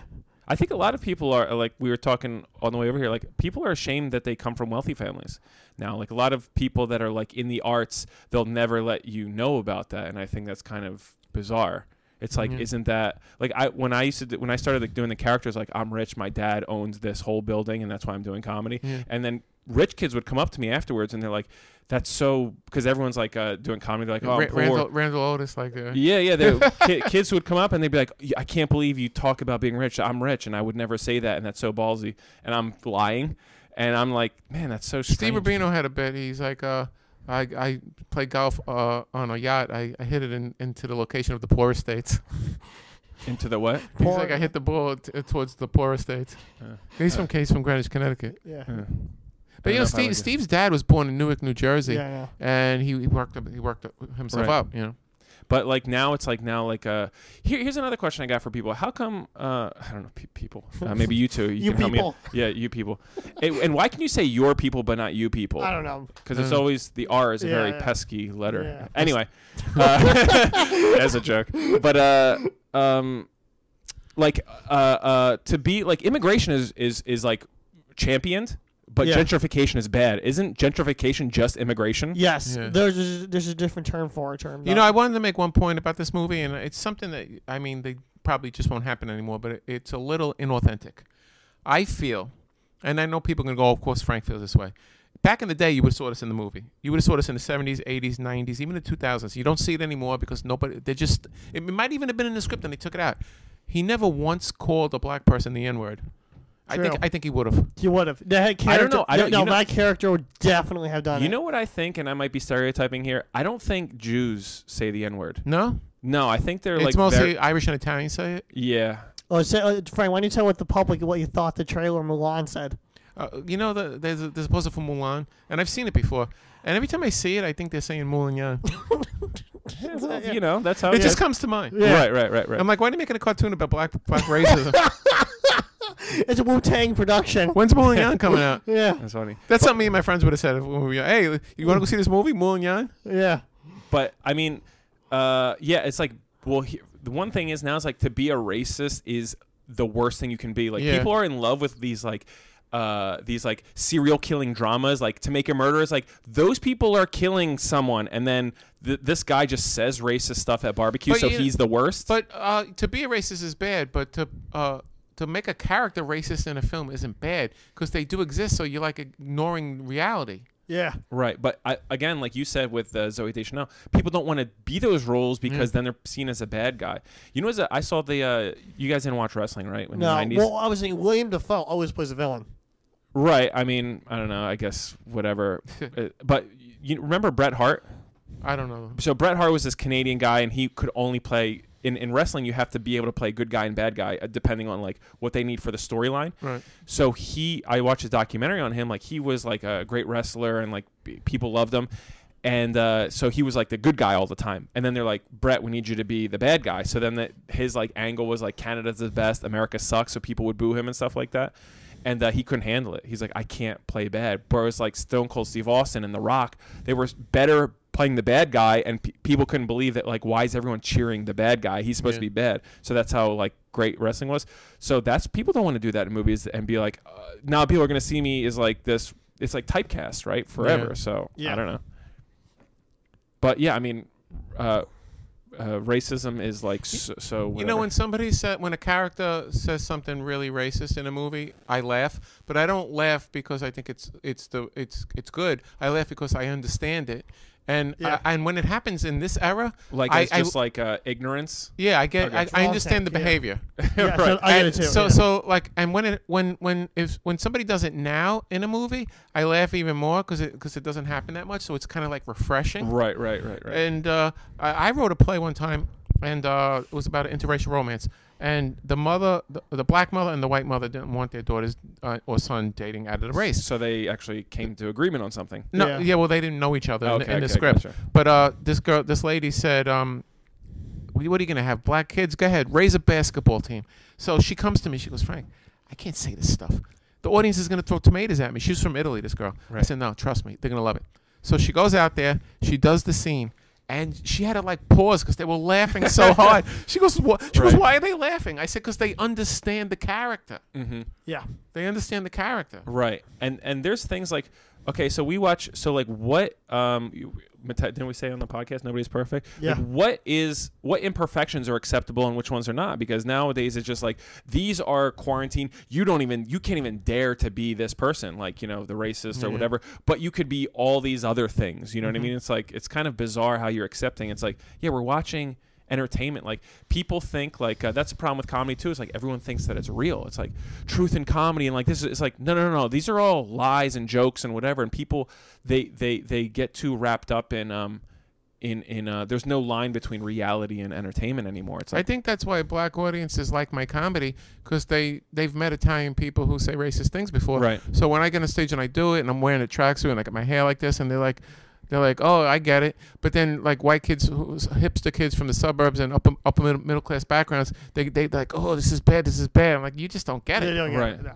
I think a lot of people are like we were talking on the way over here. Like people are ashamed that they come from wealthy families now. Like a lot of people that are like in the arts, they'll never let you know about that, and I think that's kind of bizarre. It's like, Yeah. isn't that like I when I used to do, when I started like doing the characters like I'm rich, my dad owns this whole building, and that's why I'm doing comedy. Yeah. And then rich kids would come up to me afterwards, and they're like, "That's so," because everyone's like uh, doing comedy, they're like, "Oh, I'm Ra- poor." Randall, Randall Otis, like uh, that. Yeah, yeah. They, ki- kids would come up and they'd be like, "Y- "I can't believe you talk about being rich. I'm rich, and I would never say that, and that's so ballsy." And I'm lying, and I'm like, "Man, that's so Steve strange." Rubino had a bet. He's like, uh, I I play golf uh, on a yacht. I, I hit it in, into the location of the poor states. into the what? He's Poor- like, I hit the ball t- uh, towards the poor states. Uh, he's from Case from Greenwich, Connecticut. Yeah. Uh, But you know, if I like Steve, it. Steve's dad was born in Newark, New Jersey, Yeah, I know. and he, he worked up, he worked up himself Right. up. You know, But like now, it's like now like uh, here, here's another question I got for people. How come uh, I don't know pe- people? Uh, maybe you two, you, You can help people. me. out. Yeah, you people. It- and why can you say your people but not you people? I don't know. because it's Uh. always the R is a Yeah, very yeah. pesky letter. Yeah. Anyway, uh, as a joke, but uh, um, like uh, uh, to be like immigration is is is like championed, but Yeah. gentrification is bad. Isn't gentrification just immigration? Yes. Yeah. There's a, there's a different term for it. Term. you know, I wanted to make one point about this movie, and it's something that I mean, they probably just won't happen anymore. But it, it's a little inauthentic. I feel, and I know people can go, "Oh, of course, Frank feels this way. Back in the day, you would have saw this in the movie. You would have saw this in the 70s, 80s, 90s, even the 2000s. You don't see it anymore because nobody, they just, it might even have been in the script and they took it out. He never once called a black person the N word. I think True. I think he would have. you would have. That character, I don't know. I don't- No, you know- that character would definitely have done You it. know what I think, and I might be stereotyping here. I don't think Jews say the N word. No? No, I think they're It's like mostly ver- Irish and Italian say it. yeah. Oh, so, uh, Frank, why don't you tell what the public what you thought the trailer Mulan said? Uh, you know, the, there's, a, there's a poster for Mulan, and I've seen it before. And every time I see it, I think they're saying Mulan. it Yeah, well, You know, that's how it just comes to mind. Right, right, right, right. I'm like, why are they making a cartoon about black black racism? It's a Wu Tang production. When's Mulan Yan coming out? Yeah, that's funny. That's something me and my friends would have said. If we were, young. hey, you want to go see this movie, Mulan Yan? yeah. But I mean, uh, yeah, it's like well, he, the one thing is now is like to be a racist is the worst thing you can be. Like Yeah. people are in love with these like. Uh, these like serial killing dramas, like to make a murder is like those people are killing someone, and then th- this guy just says racist stuff at barbecue, But so you- he's the worst. But uh, to be a racist is bad, but to uh, to make a character racist in a film isn't bad because they do exist. So you're like ignoring reality. Yeah. Right, but I, again, like you said with uh, Zoe Deschanel, people don't want to be those roles Mm. because then they're seen as a bad guy. You know, as a, I saw the uh, you guys didn't watch wrestling, right? In No. the 90s? Well, I was thinking William Defoe always plays a villain. right. I mean, I don't know. I guess whatever. Uh, but you remember Bret Hart? I don't know. So Bret Hart was this Canadian guy, and he could only play in, in wrestling. You have to be able to play good guy and bad guy, uh, depending on like what they need for the storyline. Right. So he, I watched a documentary on him. Like he was like a great wrestler, and like p- people loved him. And uh, so he was like the good guy all the time. And then they're like, Brett, we need you to be the bad guy. So then the, his like angle was like Canada's the best, America sucks, so people would boo him and stuff like that. And uh, he couldn't handle it. He's like, I can't play bad. Whereas like Stone Cold Steve Austin and The Rock, they were better playing the bad guy, and pe- people couldn't believe that. Like, why is everyone cheering the bad guy? He's supposed to be bad. So that's how like great wrestling was. So that's people don't want to do that in movies and be like, uh, now people are gonna see me as like this. It's like typecast, right? Forever. Yeah. So I Yeah. don't know. But yeah, I mean, uh, uh, racism is like so. so You know, whatever. when somebody said when a character says something really racist in a movie, I laugh, but I don't laugh because I think it's it's the it's it's good. I laugh because I understand it, and I, and when it happens in this era, like I, it's I- just like uh, ignorance. yeah, I get I, I Long understand the take, yeah. behavior. Yeah, so I get it And too. So yeah. so like and when it when when if when somebody does it now in a movie, I laugh even more because it because it doesn't happen that much, so it's kind of like refreshing. Right, right, right, right. And uh, I, I wrote a play one time, and uh, it was about an interracial romance. And the mother, the, the black mother and the white mother didn't want their daughters uh, or son dating out of the race. so they actually came to agreement on something. No, Yeah. yeah. well, they didn't know each other in, Okay, the, in the okay, script. gotcha. But uh, this girl, this lady said, um, "We- "What are you gonna have? Black kids? Go ahead, raise a basketball team." So she comes to me. She goes, "Frank, I can't say this stuff. The audience is gonna throw tomatoes at me." She's from Italy. This girl. I Right. said, "No, trust me. They're gonna love it." So she goes out there. She does the scene. And she had to like pause because they were laughing so hard. She goes, "Wha- she goes, Right. why are they laughing? I said, because they understand the character. Mm-hmm. yeah. They understand the character. Right. And and there's things like okay, so we watch so like what um you- Mate- didn't we say on the podcast nobody's perfect? Yeah. Like what is what imperfections are acceptable and which ones are not? Because nowadays it's just like these are quarantine. You don't even you can't even dare to be this person, like, you know, the racist or whatever, but you could be all these other things. You know what I mean? It's like it's kind of bizarre how you're accepting. It's like, yeah, we're watching entertainment like people think like uh, that's the problem with comedy too is like everyone thinks that it's real it's like truth in comedy and like this is it's like no no no no these are all lies and jokes and whatever and people they they they get too wrapped up in um in in uh there's no line between reality and entertainment anymore it's I like think that's why black audiences like my comedy because they they've met Italian people who say racist things before. Right. So when I get on stage and I do it and I'm wearing a tracksuit and I got my hair like this and they're like. They're like, oh, I get it. But then, like white kids, who's hipster kids from the suburbs and upper upper middle, middle class backgrounds, they they like, oh, this is bad, this is bad. I'm like, you just don't get it. They don't get Right. it, no.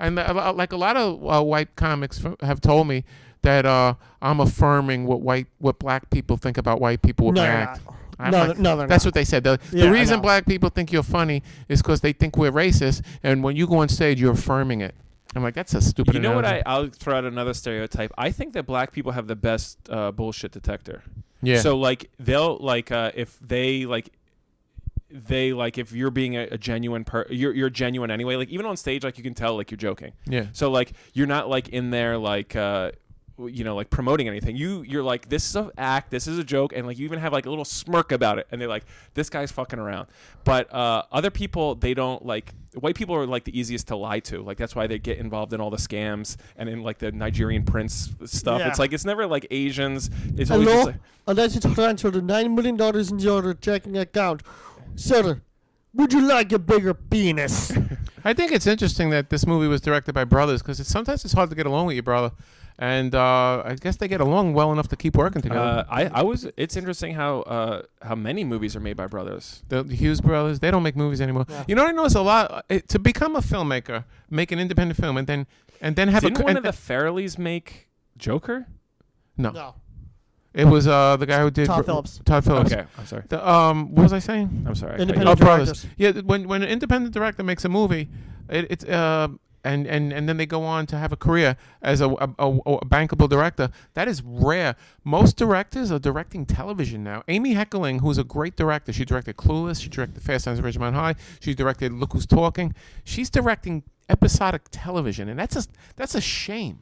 And uh, uh, like a lot of uh, white comics f- have told me that uh, I'm affirming what white what black people think about white people with No, my they're act. not. I'm No, like, they're- no, they're That's what they said. The, the Yeah, I reason know. black people think you're funny is because they think we're racist, and when you go on stage, you're affirming it. I'm like, that's a stupid. you know what i analogy. i'll throw out another stereotype i think that black people have the best uh bullshit detector Yeah. So like they'll like uh, if they like they like if you're being a, a genuine per you're you're genuine anyway. Like even on stage, like you can tell like you're joking. Yeah. So like you're not like in there like uh you know like promoting anything you you're like this is a act this is a joke and like you even have like a little smirk about it and they're like this guy's fucking around but uh, other people they don't like white people are like the easiest to lie to like that's why they get involved in all the scams and in like the nigerian prince stuff Yeah. it's like it's never like asians it's always just, Hello? like, Unless it's transferred $9 million in your checking account. Sir, would you like a bigger penis? I think it's interesting that this movie was directed by brothers because it's, sometimes it's hard to get along with your brother, and uh, I guess they get along well enough to keep working together. Uh, I, I was. It's interesting how uh, how many movies are made by brothers. the, the Hughes brothers, they don't make movies anymore. You know what I notice a lot Uh, it, to become a filmmaker, make an independent film, and then and then have Didn't a co- one and- of the Farrellys make Joker? no, No. it was uh, the guy who did Todd Phillips. Todd Phillips. Okay, I'm sorry. The, um, what was I saying? I'm sorry. I cut you Independent Oh, off. brothers. directors. Yeah, th- when when an independent director makes a movie, it, it's uh, and, and and then they go on to have a career as a a, a, a bankable director. That is rare. Most directors are directing television now. Amy Heckerling, who's a great director, she directed Clueless, she directed Fast Times at Ridgemont High, she directed Look Who's Talking. She's directing episodic television, and that's a that's a shame.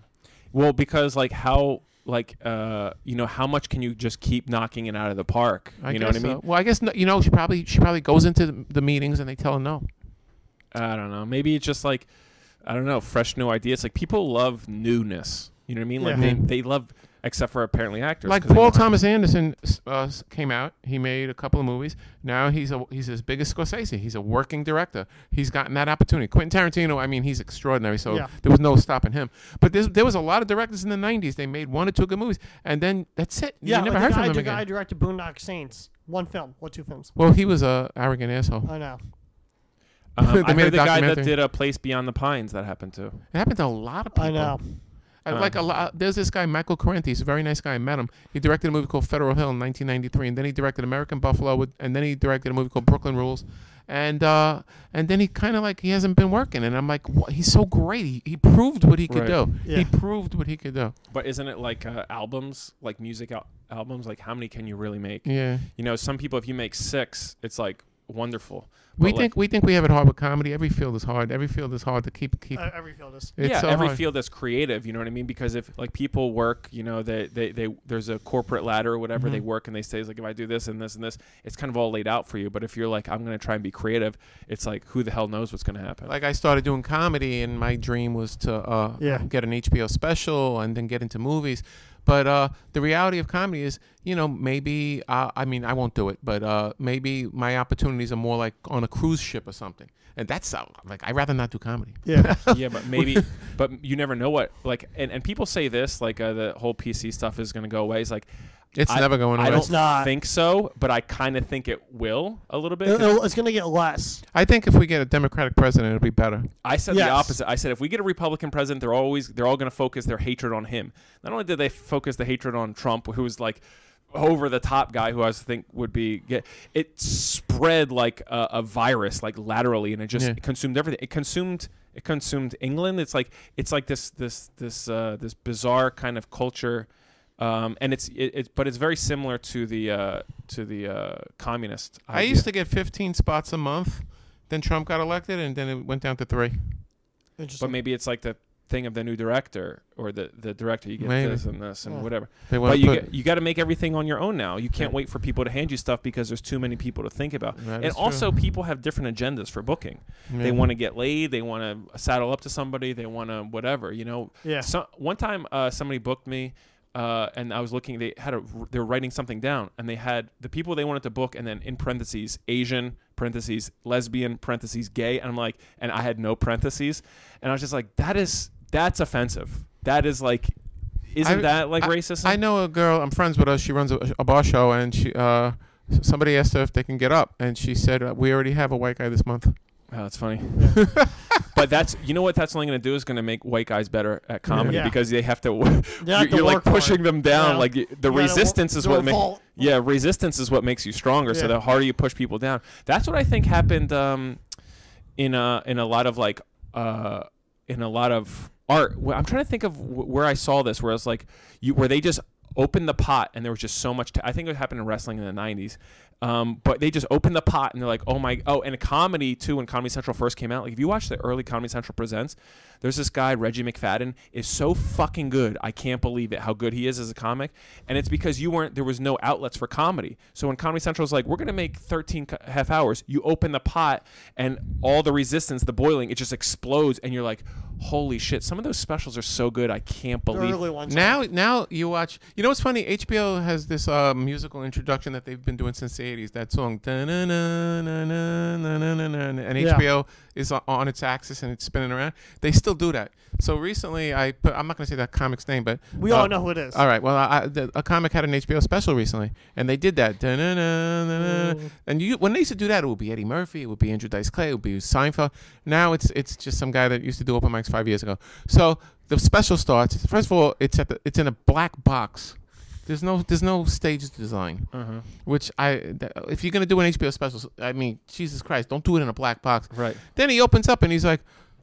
Well, because like how like uh you know how much can you just keep knocking it out of the park? I you know what I guess, mean? uh, well, I guess no, you know she probably she probably goes into the, the meetings and they tell her no. I don't know. Maybe it's just like I don't know, fresh new ideas. Like people love newness. You know what I mean? Like Yeah. Mm-hmm. they, they love except for apparently actors. like 'cause they Paul don't- Thomas Anderson s- uh, s- came out. He made a couple of movies. Now he's a, he's as big as Scorsese. He's a working director. He's gotten that opportunity. Quentin Tarantino. I mean, he's extraordinary. So Yeah. there was no stopping him. But there's, there was a lot of directors in the '90s. They made one or two good movies, and then that's it. Yeah, you never but heard the guy, from him the again. guy directed Boondock Saints. One film. What two films? well, he was a arrogant asshole. I know. Um, They I made a heard the guy that documentary. did a place beyond the pines that happened to. It happened to a lot of people. I know. I Uh. like a lot. There's this guy, Michael Correnti. He's a very nice guy. I met him. He directed a movie called Federal Hill in 1993, and then he directed American Buffalo, with, and then he directed a movie called Brooklyn Rules, and uh, and then he kind of like he hasn't been working. And I'm like, what? he's so great. He, he proved what he could Right. do. Yeah. He proved what he could do. But isn't it like uh, albums, like music al- albums? Like how many can you really make? Yeah. You know, some people if you make six, it's like wonderful. We But, like, think we think we have it hard with comedy. Every field is hard. Every field is hard to keep keep. Uh, every field is. it's uh, yeah, so every hard. field that's creative, you know what I mean? Because if like people work, you know, they they, they there's a corporate ladder or whatever Mm-hmm. they work and they say like if I do this and this and this, it's kind of all laid out for you. But if you're like I'm gonna try and be creative, it's like who the hell knows what's gonna happen? Like I started doing comedy, and my dream was to uh, Yeah. get an HBO special and then get into movies. But uh, the reality of comedy is, you know, maybe uh, I mean I won't do it, but uh, maybe my opportunities are more like on a cruise ship or something, and that's uh, like I'd rather not do comedy. Yeah. yeah, but maybe, but you never know what like and and people say this like uh, the whole PC stuff is gonna go away. It's like It's I- never going I away. don't It's not. think so, but I kind of think it will a little bit. It- 'cause it'll- it's going to get less. I think if we get a Democratic president, it'll be better. I said Yes. the opposite. I said if we get a Republican president, they're always they're all going to focus their hatred on him. Not only did they focus the hatred on Trump, who was like over the top guy, who I was think would be get it spread like a, a virus, like laterally, and it just Yeah. consumed everything. It consumed it consumed England. It's like it's like this this this uh, this bizarre kind of culture. Um, and it's it, it's but it's very similar to the uh, to the uh, communist. I idea. used to get 15 spots a month, then Trump got elected, and then it went down to three. Interesting. but maybe it's like the thing of the new director or the, the director you get Maybe. this and this and Yeah. whatever They but want you to put. get, you got to make everything on your own now you can't wait for people to hand you stuff because there's too many people to think about That and is true. also people have different agendas for booking Yeah. they want to get laid they want to saddle up to somebody they want to whatever you know Yeah. so, one time uh, somebody booked me uh, and I was looking. They had a. They were writing something down, and they had the people they wanted to book, and then in parentheses Asian parentheses lesbian parentheses gay, and I'm like, and I had no parentheses, and I was just like, that is that's offensive. That is like, isn't I- that like I- racist? I know a girl. I'm friends with her. She runs a, a bar show, and she uh, s- somebody asked her if they can get up, and she said, uh, "We already have a white guy this month." Oh, that's funny. but that's you know what that's only going to do is going to make white guys better at comedy Yeah. because they have to. They you're have to you're work like for it. pushing them down. Yeah. Like y- the wo- resistance is the what makes. revolt. Yeah, resistance is what makes you stronger. Yeah. So the harder you push people down, that's what I think happened um, in a in a lot of like uh, in a lot of art. Wh- I'm trying to think of wh- where I saw this, where it's like you where they just opened the pot and there was just so much. ta- I think it happened in wrestling in the '90s, um, but they just opened the pot and they're like, "Oh my!" Oh, and a comedy too. When Comedy Central first came out, like if you watch the early Comedy Central presents, there's this guy Reggie McFadden is so fucking good. I can't believe it how good he is as a comic, and it's because you weren't there was no outlets for comedy. So when Comedy Central's like, "We're gonna make 13 co- half hours," you open the pot and all the resistance, the boiling, it just explodes, and you're like, "Holy shit!" Some of those specials are so good. I can't The believe. early ones. Now, now you watch. You know what's funny? HBO has this uh, musical introduction that they've been doing since the '80s. That song, "Da-na-na-na-na-na-na-na-na," and Yeah. HBO is o- on its axis and it's spinning around. They still do that. So recently, I put, I'm not going to say that comic's name, but we uh, all know who it is. All right. Well, I, I- the, a comic had an HBO special recently, and they did that. Da-na-na-na-na-na. And you, when they used to do that, it would be Eddie Murphy, it would be Andrew Dice Clay, it would be Seinfeld. Now it's it's just some guy that used to do open mics five years ago. So the special starts. First of all, it's at the, it's in a black box. There's no there's no stage design, Uh-huh. which I th- if you're gonna do an HBO special, I mean Jesus Christ, don't do it in a black box. Right. Then he opens up and he's like,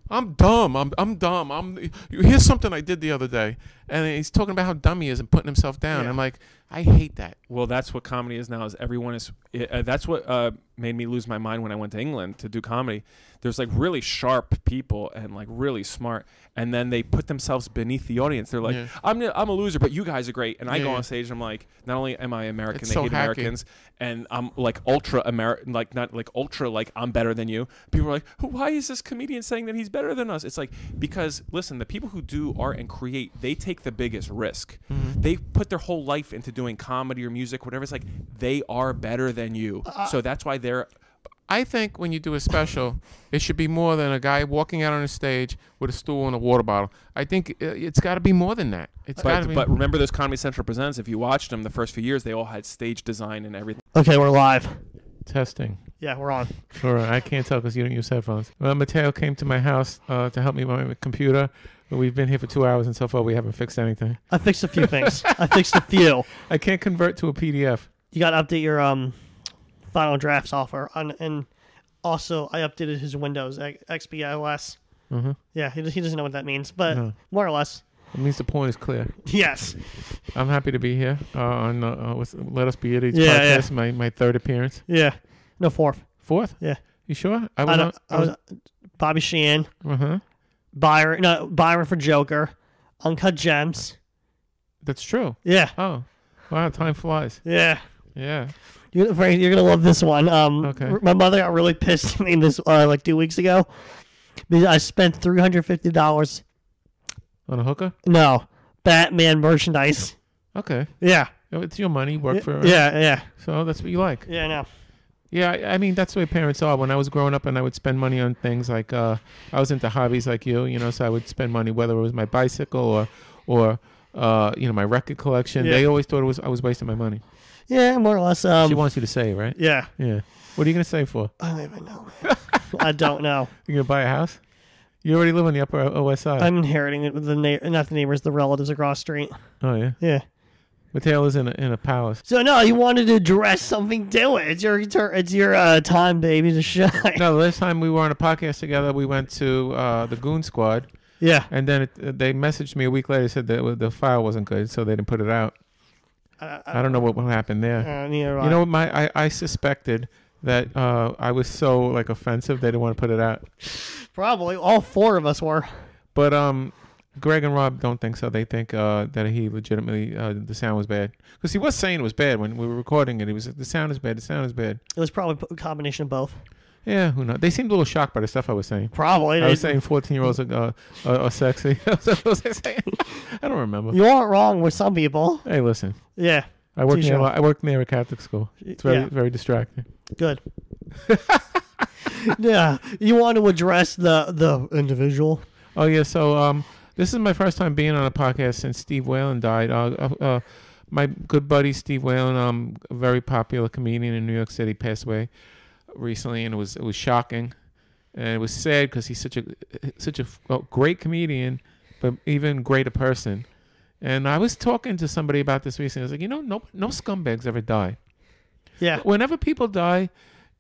"I'm dumb. I'm I'm dumb. I'm." Here's something I did the other day, and he's talking about how dumb he is and putting himself down. Yeah. I'm like, I hate that. Well, that's what comedy is now. Is everyone is it, uh, that's what uh, made me lose my mind when I went to England to do comedy. There's like really sharp people and like really smart, and then they put themselves beneath the audience. They're like, Yeah. "I'm n- I'm a loser, but you guys are great." And I Yeah, go yeah. on stage, and I'm like, not only am I American, It's they so hate hacky. Americans, and I'm like ultra American, like not like ultra, like I'm better than you. People are like, "Why is this comedian saying that he's better than us?" It's like because listen, the people who do art and create, they take the biggest risk they put their whole life into doing comedy or music, whatever. It's like they are better than you, so that's why they're. I think when you do a special, it should be more than a guy walking out on a stage with a stool and a water bottle. I think uh, it's got to be more than that. It's got But, to be. but remember those Comedy Central presents. If you watched them the first few years, they all had stage design and everything. Okay, we're live. testing. Yeah, we're on. All right, I can't tell because you don't use headphones. Well, Mateo came to my house uh, to help me with my computer. We've been here for two hours, and so far we haven't fixed anything. I fixed a few things. I fixed a few. I can't convert to a PDF. You got to update your um, final draft software, on, and also I updated his Windows X- XP OS. Mm-hmm. Uh-huh. Yeah, he, he doesn't know what that means, but No. more or less, It means the point is clear. yes. I'm happy to be here uh, on uh, uh, with Let Us Be Idiots Yeah, yeah. podcast. My my third appearance, Yeah, no fourth. fourth. Yeah. You sure? I, don't, I was Bobby Sheehan, Uh huh. Byron, no Byron for Joker, Uncut Gems. That's true. Yeah, Oh, wow! Time flies. yeah. Yeah. You're, Frank, you're gonna love this one. Um, Okay. r- my mother got really pissed at me this uh, like two weeks ago because I spent three hundred fifty dollars. On a hooker. No, Batman merchandise. Okay. Yeah, Oh, It's your money. You work for it. yeah, yeah, So that's what you like. yeah. No, Yeah, I, I mean that's the way parents are. When I was growing up, and I would spend money on things like uh, I was into hobbies like you, you know, so I would spend money whether it was my bicycle or or uh, you know my record collection. Yeah. They always thought it was I was wasting my money. yeah, more or less. she Um, wants you to save, right? yeah. Yeah. What are you gonna save for? I don't even know. man. I don't know. You gonna buy a house? You already live on the Upper O- West Side. I'm inheriting it with the na- not the neighbors, the relatives across the street. oh yeah. Yeah. Mateo is in a, in a palace. So no, you wanted to address something. Do it. It's your turn. It's your uh, time, baby, to shine. No, the last time we were on a podcast together, we went to uh, the Goon Squad, Yeah. and then it, uh, they messaged me a week later said that the file wasn't good, so they didn't put it out. Uh, I don't know what, what happened there. Uh, neither do I. You know, my I, I suspected that uh, I was so like offensive they didn't want to put it out. probably all four of us were. But um, Greg and Rob don't think so. They think uh, that he legitimately uh, the sound was bad because he was saying it was bad when we were recording it. He was the sound is bad. The sound is bad. It was probably a combination of both. Yeah, who knows? They seemed a little shocked by the stuff I was saying. Probably. I was saying fourteen year olds are, uh, are, are sexy. That's what I was saying. I don't remember. you aren't wrong with some people. Hey, listen. Yeah. I worked near T-shirt. I worked near a Catholic school. It's very Yeah. very distracting. Good. yeah. You want to address the the individual. Oh yeah, so um, this is my first time being on a podcast since Steve Whalen died. Uh, uh, uh, my good buddy Steve Whalen, um, a very popular comedian in New York City, passed away recently, and it was it was shocking, and it was sad because he's such a such a well, great comedian, but even greater person. And I was talking to somebody about this recently. I was like, you know, no no scumbags ever die. Yeah. Whenever people die,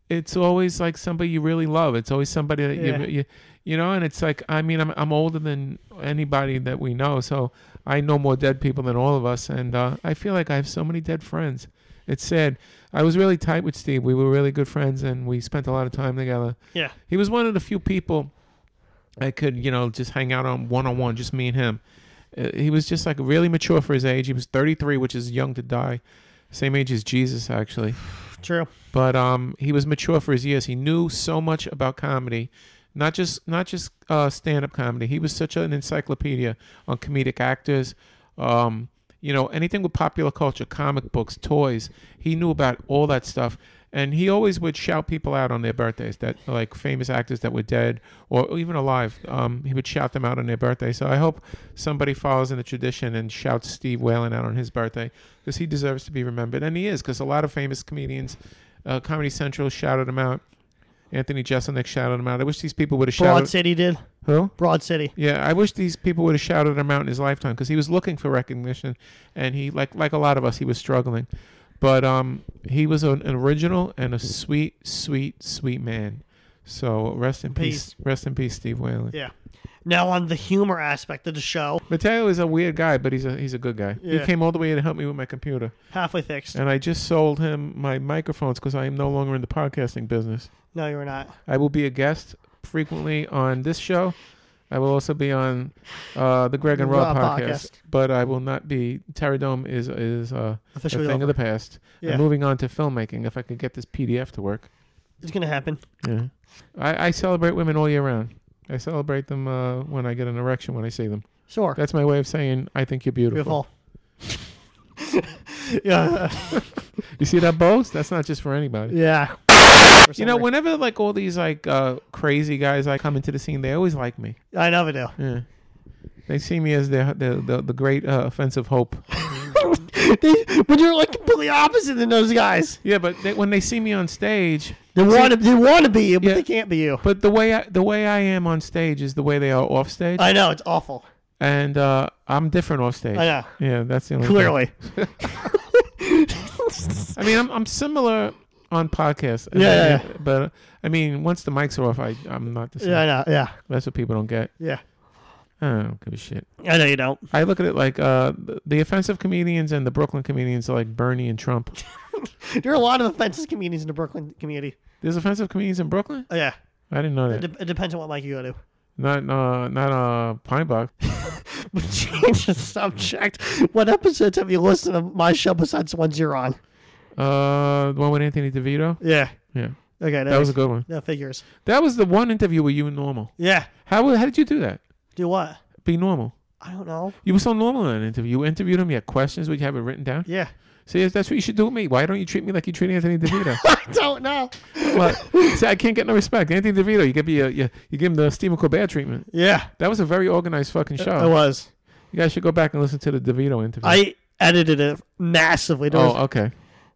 it's always like somebody you really love. It's always somebody that Yeah. you, you you know, and it's like I mean I'm I'm older than anybody that we know, so I know more dead people than all of us, and uh, I feel like I have so many dead friends. It's sad. I was really tight with Steve. We were really good friends, and we spent a lot of time together. Yeah. he was one of the few people I could you know just hang out on one on one, just me and him. Uh, he was just like really mature for his age. He was 33, which is young to die, same age as Jesus actually True. but um, he was mature for his years. He knew so much about comedy, not just not just uh, stand up comedy. He was such an encyclopedia on comedic actors. Um, you know anything with popular culture, comic books, toys. He knew about all that stuff, and he always would shout people out on their birthdays that like famous actors that were dead or even alive. Um, he would shout them out on their birthday. So I hope somebody follows in the tradition and shouts Steve Whalen out on his birthday because he deserves to be remembered, and he is because a lot of famous comedians uh, Comedy Central shouted him out. Anthony Jeselnik shouted him out. I wish these people would have Broad shouted. City did. Who? Broad City. Yeah, I wish these people would have shouted him out in his lifetime because he was looking for recognition, and he like like a lot of us, he was struggling. But um, he was an, an original and a sweet, sweet, sweet man. So rest in peace. Rest in peace, Steve Whalen. Yeah. Now on the humor aspect of the show, Mateo is a weird guy, but he's a he's a good guy. Yeah. He came all the way here to help me with my computer, halfway fixed. and I just sold him my microphones because I am no longer in the podcasting business. No, you were not. I will be a guest frequently on this show. I will also be on uh, the Greg and Rob, Rob podcast, podcast. but I will not be. Terry Dome is is uh, a Officially thing over. of the past. Yeah. I'm moving on to filmmaking. If I could get this PDF to work, It's gonna happen. yeah. I, I celebrate women all year round. I celebrate them uh, when I get an erection when I see them. Sure. That's my way of saying I think you're beautiful. Beautiful. yeah. You see that boast? That's not just for anybody. Yeah. you know, whenever like all these like uh, crazy guys I come into the scene, they always like me. I never do. Yeah. They see me as the the, the, the great uh, offensive hope. They- but you're like completely opposite than those guys. Yeah, but they, when they see me on stage, They want to. They want to be you, but Yeah. they can't be you. but the way I, the way I am on stage is the way they are off stage, I know it's awful. and uh, I'm different off stage. I know. Yeah, that's the only thing. Clearly. I mean, I'm I'm similar on podcasts. and Yeah, then- yeah, But uh, I mean, once the mics are off, I I'm not the same. Yeah, I know. Yeah. That's what people don't get. Yeah. I don't give a shit. I know you don't. I look at it like uh, the- the offensive comedians and the Brooklyn comedians are like Bernie and Trump. There are a lot of offensive comedians in the Brooklyn community. There's offensive comedians in Brooklyn. Oh, yeah. I didn't know It, that. de- it depends on what mic you go to. Not uh, not uh, Pinebox. But change the subject. What episodes have you listened to my show besides the ones you're on? Uh, the one with Anthony DeVito. Yeah. Yeah, Okay. that was a good one. No figures. That was the one interview where you were normal. Yeah. How how did you do that? Do what? Be normal. I don't know. You were so normal in an interview. You interviewed him. You had questions. Would you have it written down? Yeah. See, that's what you should do with me. Why don't you treat me like you treat Anthony DeVito? I don't know. well, see, I can't get no respect. Anthony DeVito, you give me a, you, you give him the Stephen Colbert treatment. Yeah. That was a very organized fucking I show. was. You guys should go back and listen to the DeVito interview. Uh, oh, I edited it massively. There was, oh, Uh. okay.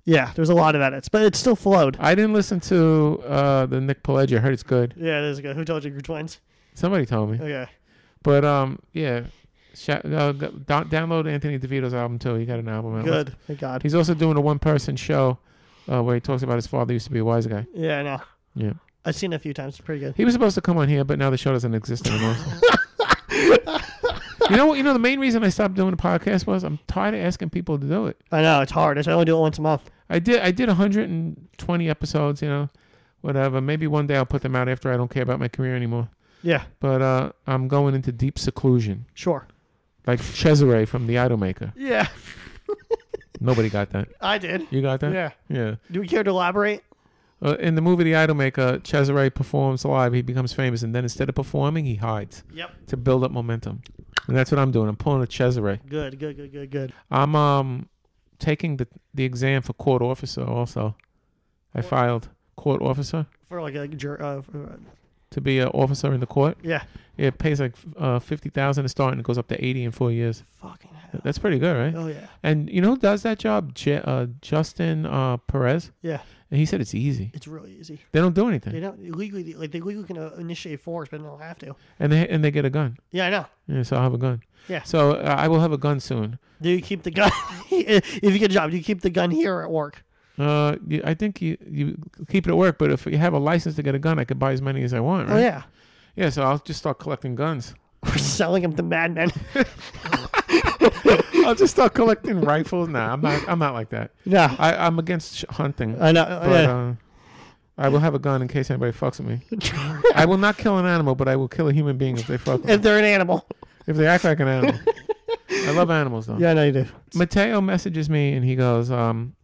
yeah, there was a lot of edits, but it still flowed. I didn't listen to uh, the Nick Pileggi. I heard it's good. Yeah, it is good. Who told you you're twins? Somebody told me. Okay. But um, yeah, Sh- uh, g- down download Anthony DeVito's album too. He got an album out. Good. Thank God. He's also doing a one-person show uh, where he talks about his father used to be a wise guy. Yeah, I know. Yeah, I've seen it a few times. It's pretty good. he was supposed to come on here, but now the show doesn't exist anymore. you know what? You know the main reason I stopped doing the podcast was I'm tired of asking people to do it. I know. It's hard. I should only do it once a month. I did I did 120 episodes. You know, whatever. Maybe one day I'll put them out after I don't care about my career anymore. Yeah, But uh, I'm going into deep seclusion, sure. like Cesare from The Idolmaker. Yeah, Nobody got that. I did. You got that? Yeah. Yeah. Do we care to elaborate? Uh, in the movie The Idolmaker, Cesare performs live. He becomes famous, and then instead of performing, he hides. Yep. To build up momentum, and that's what I'm doing. I'm pulling a Cesare. Good, good, good, good, good. I'm um taking the the exam for court officer. Also, I filed court officer For like a jur- uh, for- to be an officer in the court. yeah. It pays like uh, fifty thousand to start, and it goes up to eighty in four years. Fucking hell. That's pretty good, right? Oh yeah, And you know who does that job? J- uh, Justin uh, Perez. yeah. And he said it's easy. It's really easy. They don't do They anything, don't legally like they legally can uh, initiate force, but they don't have to. and they and they get a gun. Yeah, I know. Yeah, so I'll have a gun. Yeah. So uh, I will have a gun soon. Do you keep the gun? if you get a job, do you keep the gun here or at work? Uh, you- I think you, you keep it at work, but if you have a license to get a gun, I could buy as many as I want, right? Oh yeah, Yeah, so I'll just start collecting guns. we're selling him to Mad Men. I'll just start collecting rifles. Nah, I'm not. I'm not like that. yeah, I, I'm against sh- hunting, I know. but yeah. uh, I will have a gun in case anybody fucks with me. I will not kill an animal, but I will kill a human being if they fuck with me. if they're an animal. if they act like an animal. I love animals though. Yeah, I know you do. Mateo messages me and he goes, um,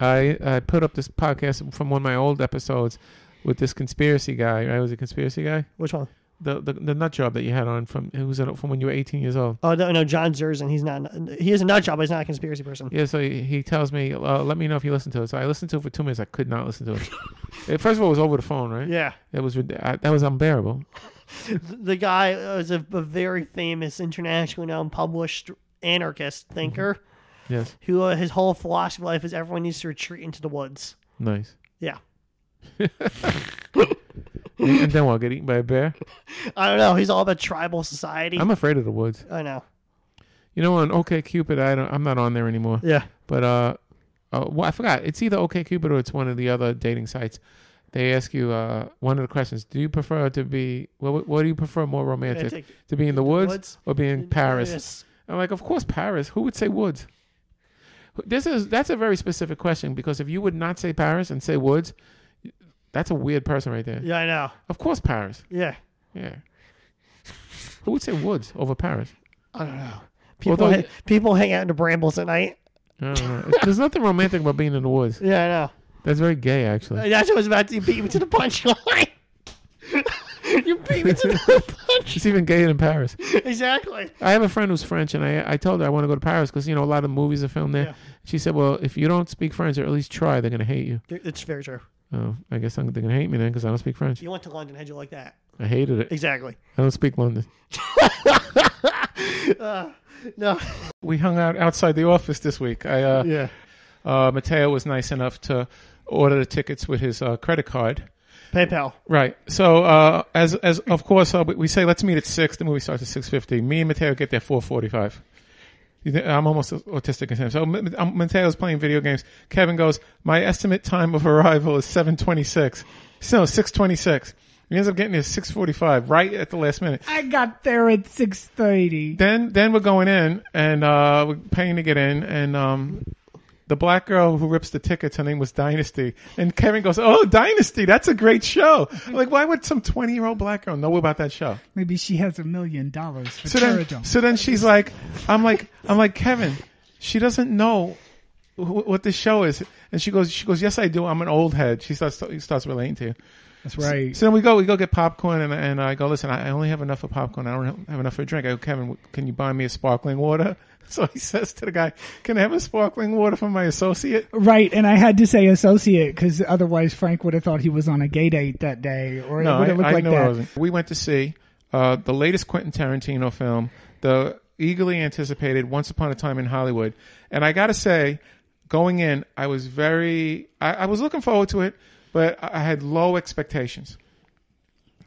I, I put up this podcast from one of my old episodes with this conspiracy guy. Right? Was a conspiracy guy? Which one? The, the the nut job that you had on from who was it from when you were 18 years old. Oh no, no, John Zerzan. He's not. He is a nut job, but he's not a conspiracy person. Yeah, so he, he tells me, uh, let me know if you listen to it. So I listened to it for two minutes. I could not listen to it. It- First of all, it was over the phone, right? Yeah, That was rid- I, that was unbearable. the guy was a, a very famous, internationally known, published anarchist thinker Yes, who uh, his whole philosophy of life is everyone needs to retreat into the woods. nice. Yeah, And, and then what? Get eaten by a bear? I don't know. He's all about tribal society. I'm afraid of the woods. I know. You know, on OK Cupid, I don't, I'm not on there anymore. Yeah. But uh, uh well, I forgot. It's either OkCupid or it's one of the other dating sites. They ask you uh, one of the questions: Do you prefer to be what? What do you prefer more romantic, Romantic. to be in the woods, or be in Paris? Yes. I'm like, of course Paris. Who would say woods? This is that's a very specific question because if you would not say Paris and say woods, that's a weird person right there. Yeah, I know. Of course Paris. Yeah, Yeah. Who would say woods over Paris? I don't know. People Although- ha- people hang out in the brambles at night. I don't know. There's nothing romantic about being in the woods. Yeah, I know. That's very gay, actually. That's what I was about to you beat me to the punchline. you beat me to the punch. It's even gayer than Paris. exactly. I have a friend who's French, and I I told her I want to go to Paris because you know a lot of movies are filmed there. Yeah. She said, "Well, if you don't speak French, or at least try, they're gonna hate you." It's very true. Oh, I guess I'm, they're gonna hate me then because I don't speak French. You went to London, how'd you like that? I hated it. Exactly. I don't speak London. Uh, No. We hung out outside the office this week. I uh, Yeah. uh, Mateo was nice enough to order the tickets with his uh, credit card. PayPal. Right. So uh, as as of course uh, we- we say, let's meet at six. The movie starts at six fifty. Me and Mateo get there four forty five. I'm almost autistic as him. So Ma- Ma- Mateo's playing video games. Kevin goes, my estimate time of arrival is seven twenty six. So six twenty six. He ends up getting there six forty five, right at the last minute. I got there at 6.30. Then then we're going in and uh, we're paying to get in and um. The black girl who rips the tickets, her name was Dynasty. And Kevin goes, Oh, Dynasty, that's a great show. I'm like, why would some 20 year old black girl know about that show? Maybe she has a million dollars for So then, Terradome. so then she's like, I'm like, I'm like, Kevin, she doesn't know wh- what this show is. And she goes, she goes, yes, I do. I'm an old head. She starts, starts relating to you. That's right. So then we go, we go get popcorn, and, and I go, listen, I only have enough for popcorn. I don't have enough for a drink. I go, Kevin, can you buy me a sparkling water? So he says to the guy, can I have a sparkling water for my associate? Right, and I had to say associate because otherwise Frank would have thought he was on a gay date that day, or it would have looked like know that. I wasn't. We went to see uh, the latest Quentin Tarantino film, the eagerly anticipated Once Upon a Time in Hollywood. And I got to say, going in, I was very, I, I was looking forward to it, but I I had low expectations.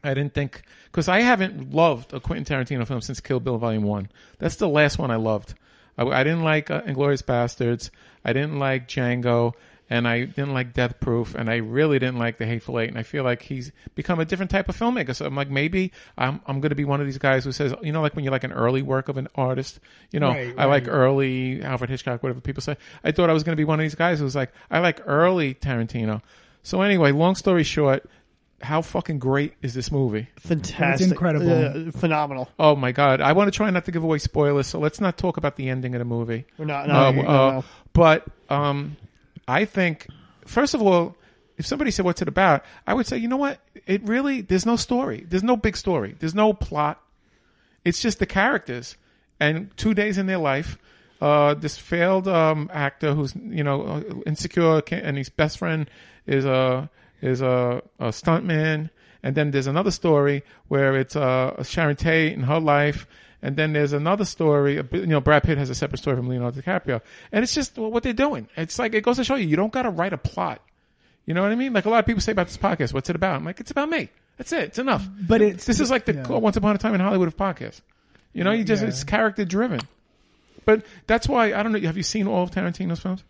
I didn't think because I haven't loved a Quentin Tarantino film since Kill Bill Volume One. That's the last one I loved. I, I didn't like uh, Inglorious Bastards. I didn't like Django, and I didn't like Death Proof, and I really didn't like The Hateful Eight. And I feel like he's become a different type of filmmaker. So I'm like, maybe I'm I'm going to be one of these guys who says, you know, like when you like an early work of an artist, you know, Right, I like right. early Alfred Hitchcock, whatever people say. I thought I was going to be one of these guys who was like, I like early Tarantino. So anyway, long story short. How fucking great is this movie? Fantastic. incredible. Uh, phenomenal. Oh my god! I want to try not to give away spoilers, so let's not talk about the ending of the movie. We're not. No, Uh, no, uh, no. But um, I think, first of all, if somebody said what's it about, I would say, you know what? It really there's no story. There's no big story. There's no plot. It's just the characters and two days in their life. Uh, this failed um, actor who's you know uh, insecure, can't, and his best friend is a is a, a stuntman. And then there's another story where it's uh, Sharon Tate and her life. And then there's another story. a bit- You know, Brad Pitt has a separate story from Leonardo DiCaprio, and it's just what they're doing. It's like it goes to show you, you don't got to write a plot. You know what I mean? Like a lot of people say about this podcast, what's it about? I'm like, it's about me. That's it. It's enough. But it's- this is like the yeah. Once Upon a Time in Hollywood of podcast. You know, you just Yeah. it's character driven. But that's why I don't know. Have you seen all of Tarantino's films?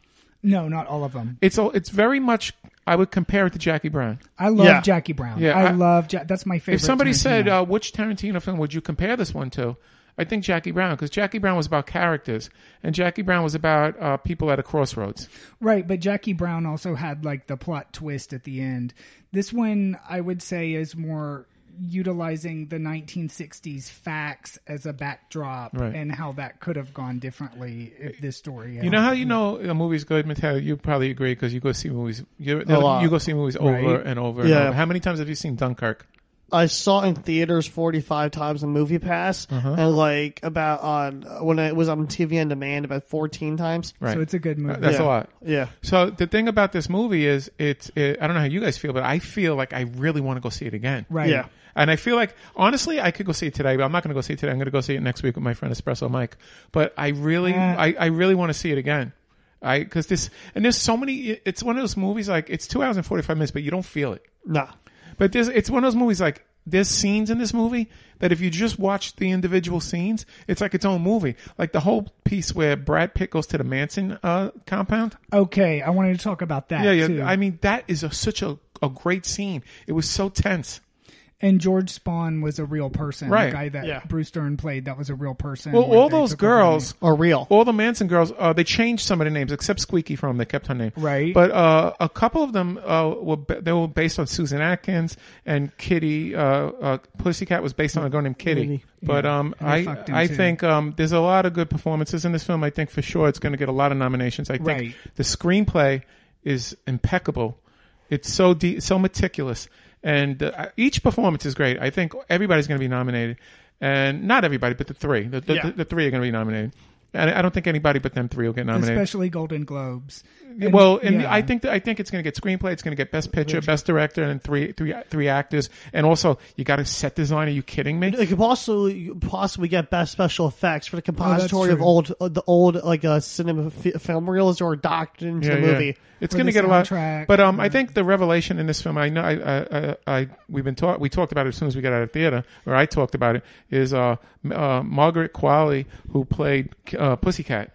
No, not all of them. It's all. It's very much. I would compare it to Jackie Brown. I love Yeah. Jackie Brown. Yeah, I, I- love ja- that's my favorite. If somebody Tarantino. said, uh, "Which Tarantino film would you compare this one to?" I think Jackie Brown, because Jackie Brown was about characters, and Jackie Brown was about uh, people at a crossroads. Right, but Jackie Brown also had like the plot twist at the end. This one I would say is more utilizing the 1960s facts as a backdrop Right. and how that could have gone differently if this story. You know how you know a movie's good, Mateo? You probably agree because you go see movies. You, lot. you go see movies over Right. and over. And Yeah. over. How many times have you seen Dunkirk? I saw it in theaters 45 times on Movie Pass, Uh-huh. and like about on when it was on TV on demand about 14 times. Right. So it's a good movie. That's Yeah. a lot. Yeah, So the thing about this movie is, it's. It, I don't know how you guys feel, but I feel like I really want to go see it again. right. yeah. And I feel like honestly, I could go see it today, but I'm not going to go see it today. I'm going to go see it next week with my friend Espresso Mike. But I really, Yeah. I, I really want to see it again. I because this and there's so many. It's one of those movies like it's two hours and forty five minutes, but you don't feel it. Nah. But there's it's one of those movies like there's scenes in this movie that if you just watch the individual scenes, it's like its own movie. Like the whole piece where Brad Pitt goes to the Manson uh, compound. Okay, I wanted to talk about that yeah, yeah. too. I mean, that is a, such a, a great scene. It was so tense. and George Spawn was a real person. Right. The guy that Yeah. Bruce Dern played that was a real person. Well, when all they those took over the girls, Or real. all the Manson girls, uh, they changed some of the names except Squeaky from. They kept her name. Right. But uh, a couple of them uh, were ba- they were based on Susan Atkins and Kitty. Uh, uh, Pussycat was based on a girl named Kitty. But um, And they I fucked him, I too. think um, there's a lot of good performances in this film. I think for sure it's going to get a lot of nominations. I think Right. the screenplay is impeccable. It's so de- so meticulous, and uh, each performance is great. I think everybody's going to be nominated, and not everybody, but the three. The, the, the, three are going to be nominated. And I don't think anybody but them three will get nominated. especially Golden Globes. And- well, and yeah. I think that, I think it's going to get screenplay. It's going to get best picture, best director, and three three three actors. And also, you got a set design. Are you kidding me? It could possibly possibly get best special effects for the compository of Oh, old true. uh, the old like uh, cinema f- film reels or docked into the movie. It's Or going to the get a lot, soundtrack, but um, I think the revelation in this film, I know, I, I, I, I we've been taught, we talked about it as soon as we got out of theater, or I talked about it, is uh, M- uh Margaret Qualley who played uh, Pussycat.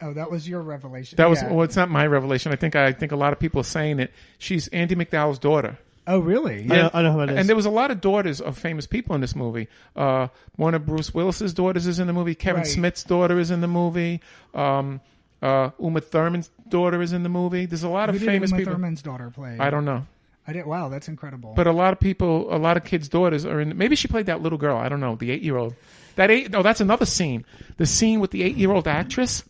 Oh, that was your revelation. That was Yeah. well, it's not my revelation. I think I think a lot of people are saying it. She's Andy McDowell's daughter. Oh, really? I know- I know who it is. And there was a lot of daughters of famous people in this movie. Uh, one of Bruce Willis's daughters is in the movie. Kevin Right. Smith's daughter is in the movie. Um, uh, Uma Thurman's daughter is in the movie. There's a lot Who of did famous Uma people. Thurman's daughter play? I don't know. I did. Wow, that's incredible. But a lot of people, a lot of kids' daughters are in. Maybe she played that little girl. I don't know. The eight-year-old. That eight. No, that's another scene. The scene with the eight-year-old actress.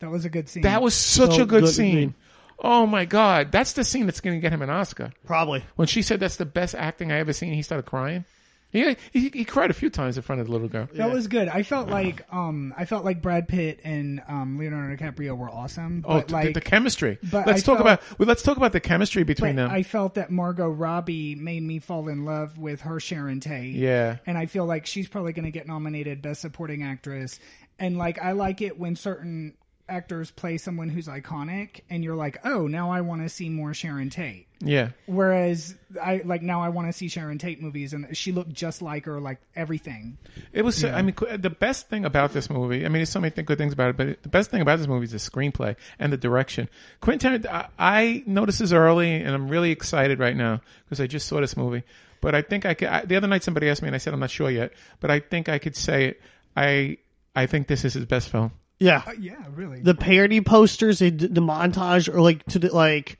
that was a good scene. That was such So a good, good scene. scene. Oh my god, that's the scene that's going to get him an Oscar. Probably. When she said that's the best acting I ever seen, he started crying. He he, he cried a few times in front of the little girl. That was good. I felt like um I felt like Brad Pitt and um Leonardo DiCaprio were awesome. Oh, But the- like the, chemistry. but let's I talk felt- about well, let's talk about the chemistry between but them. I felt that Margot Robbie made me fall in love with her Sharon Tate. Yeah. And I feel like she's probably gonna get nominated Best Supporting Actress. And like I like it when certain actors play someone who's iconic and you're like, Oh, now I wanna see more Sharon Tate. yeah. Whereas I like now I want to see Sharon Tate movies and she looked just like her, like everything. It was. So, I mean, qu- the best thing about this movie. I mean, there's so many th- good things about it, but the best thing about this movie is the screenplay and the direction. Quentin. Tarant- I, I know this is early, and I'm really excited right now because I just saw this movie. But I think I could. I, the other night, somebody asked me, and I said I'm not sure yet. But I think I could say it. I I think this is his best film. Yeah. Yeah, really. the parody posters, they did the montage, or like to the like,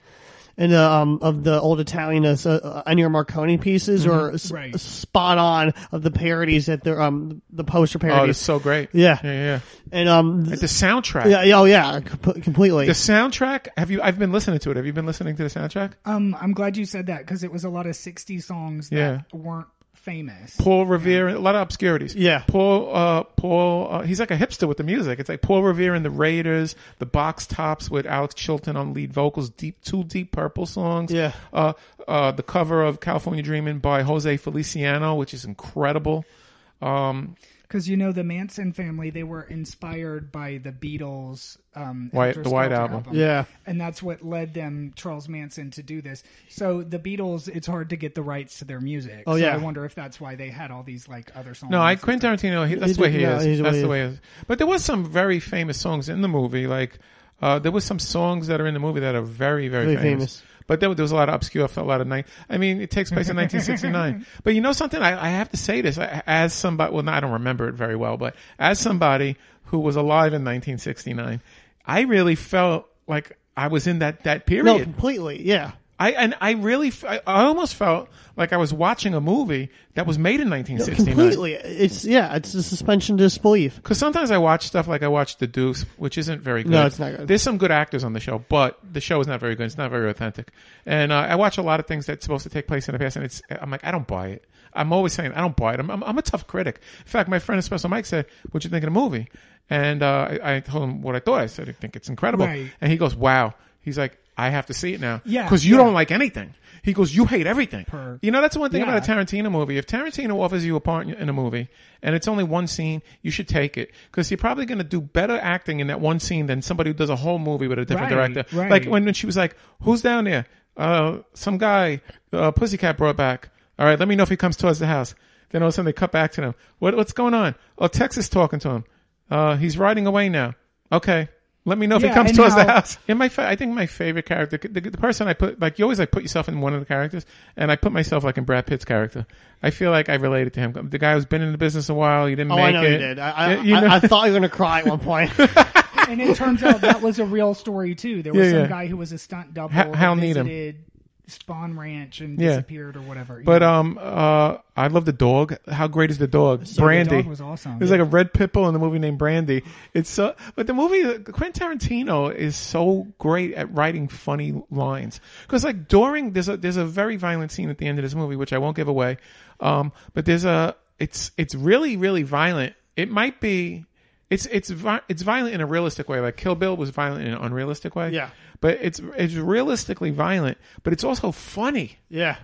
and the, um of the old Italian uh, uh, Ennio Marconi pieces, or s- Right. spot on of the parodies that they're um the poster Oh, it's parodies, so great. Yeah. yeah, yeah. and um The soundtrack. yeah, yeah, oh yeah, com- completely. The soundtrack. Have you? I've been listening to it. Have you been listening to the soundtrack? Um, I'm glad you said that because it was a lot of '60s songs that Yeah. weren't famous. Paul Revere, a lot of obscurities. Yeah. Paul, uh, Paul, uh, he's like a hipster with the music. It's like Paul Revere and the Raiders, the Box Tops with Alex Chilton on lead vocals, deep, two deep purple songs. Yeah. Uh, uh, the cover of California Dreamin' by Jose Feliciano, which is incredible. Because you know the Manson family, they were inspired by the Beatles. Um, White- Helter the White Skelter Album. Yeah. and that's what led them Charles Manson to do this. So the Beatles, it's hard to get the rights to their music. Oh yeah. I wonder if that's why they had all these like other songs. No, I Quentin Tarantino. Um, He, that's the way he yeah, is. he's the That's way the he way he is. But there was some very famous songs in the movie, like Uh, there was some songs that are in the movie that are very, very, Very famous. famous. But there, there was a lot of obscure, a lot of night. I mean, it takes place in 1969. But you know something? I, I have to say this I- as somebody. Well, no, I don't remember it very well, but as somebody who was alive in 1969, I really felt like I was in that that No, period. completely. Yeah. I and I really, f- I I almost felt like I was watching a movie that was made in 1969. Completely. It's yeah. It's a suspension of disbelief. Because sometimes I watch stuff like I watched The Deuce, which isn't very good. No, it's not good. There's some good actors on the show, but the show is not very good. It's not very authentic. And uh, I watch a lot of things that's supposed to take place in the past, and it's I'm like, I don't buy it. I'm always saying I don't buy it. I'm, I'm, I'm a tough critic. In fact, my friend Espresso Mike said, "What you think of the movie?" And uh, I, I told him what I thought. I said, "I think it's incredible." Right. And he goes, "Wow." He's like, "I have to see it now." Yeah, Because you yeah. don't like anything. He goes, "You hate everything." Per- You know, that's the one thing Yeah. about a Tarantino movie. If Tarantino offers you a part in a movie and it's only one scene, you should take it because you're probably going to do better acting in that one scene than somebody who does a whole movie with a different Right, director. right. Like when, when she was like, "Who's down there? Uh, some guy, uh, Pussycat brought back. All right, let me know if he comes towards the house." Then all of a sudden they cut back to him. What, what's going on? Oh, Texas talking to him. Uh, he's riding away now. Okay. Let me know if he Yeah, comes and towards the how- house. In my, fa- I think my favorite character, the, the person I put, like you always, like put yourself in one of the characters, and I put myself like in Brad Pitt's character. I feel like I related to him. The guy who's been in the business a while, he didn't Oh, make I know it. you did. I I, Yeah, you know- I, I thought you were gonna cry at one point. and it turns out that was a real story too. There was Yeah, some yeah. guy who was a stunt double. Ha- that Hal Needham. visited Spawn Ranch and Yeah. disappeared or whatever. But um, uh, I love the dog. How great is the dog? Brandy. The dog was awesome. There's like a red pit bull in the movie named Brandy. It's so, but the movie Quentin Tarantino is so great at writing funny lines because like during there's a there's a very violent scene at the end of this movie which I won't give away, um, but there's a it's it's really really violent. It might be. It's it's vi- it's violent in a realistic way. Like Kill Bill was violent in an unrealistic way. Yeah. but it's it's realistically violent, but it's also funny. yeah.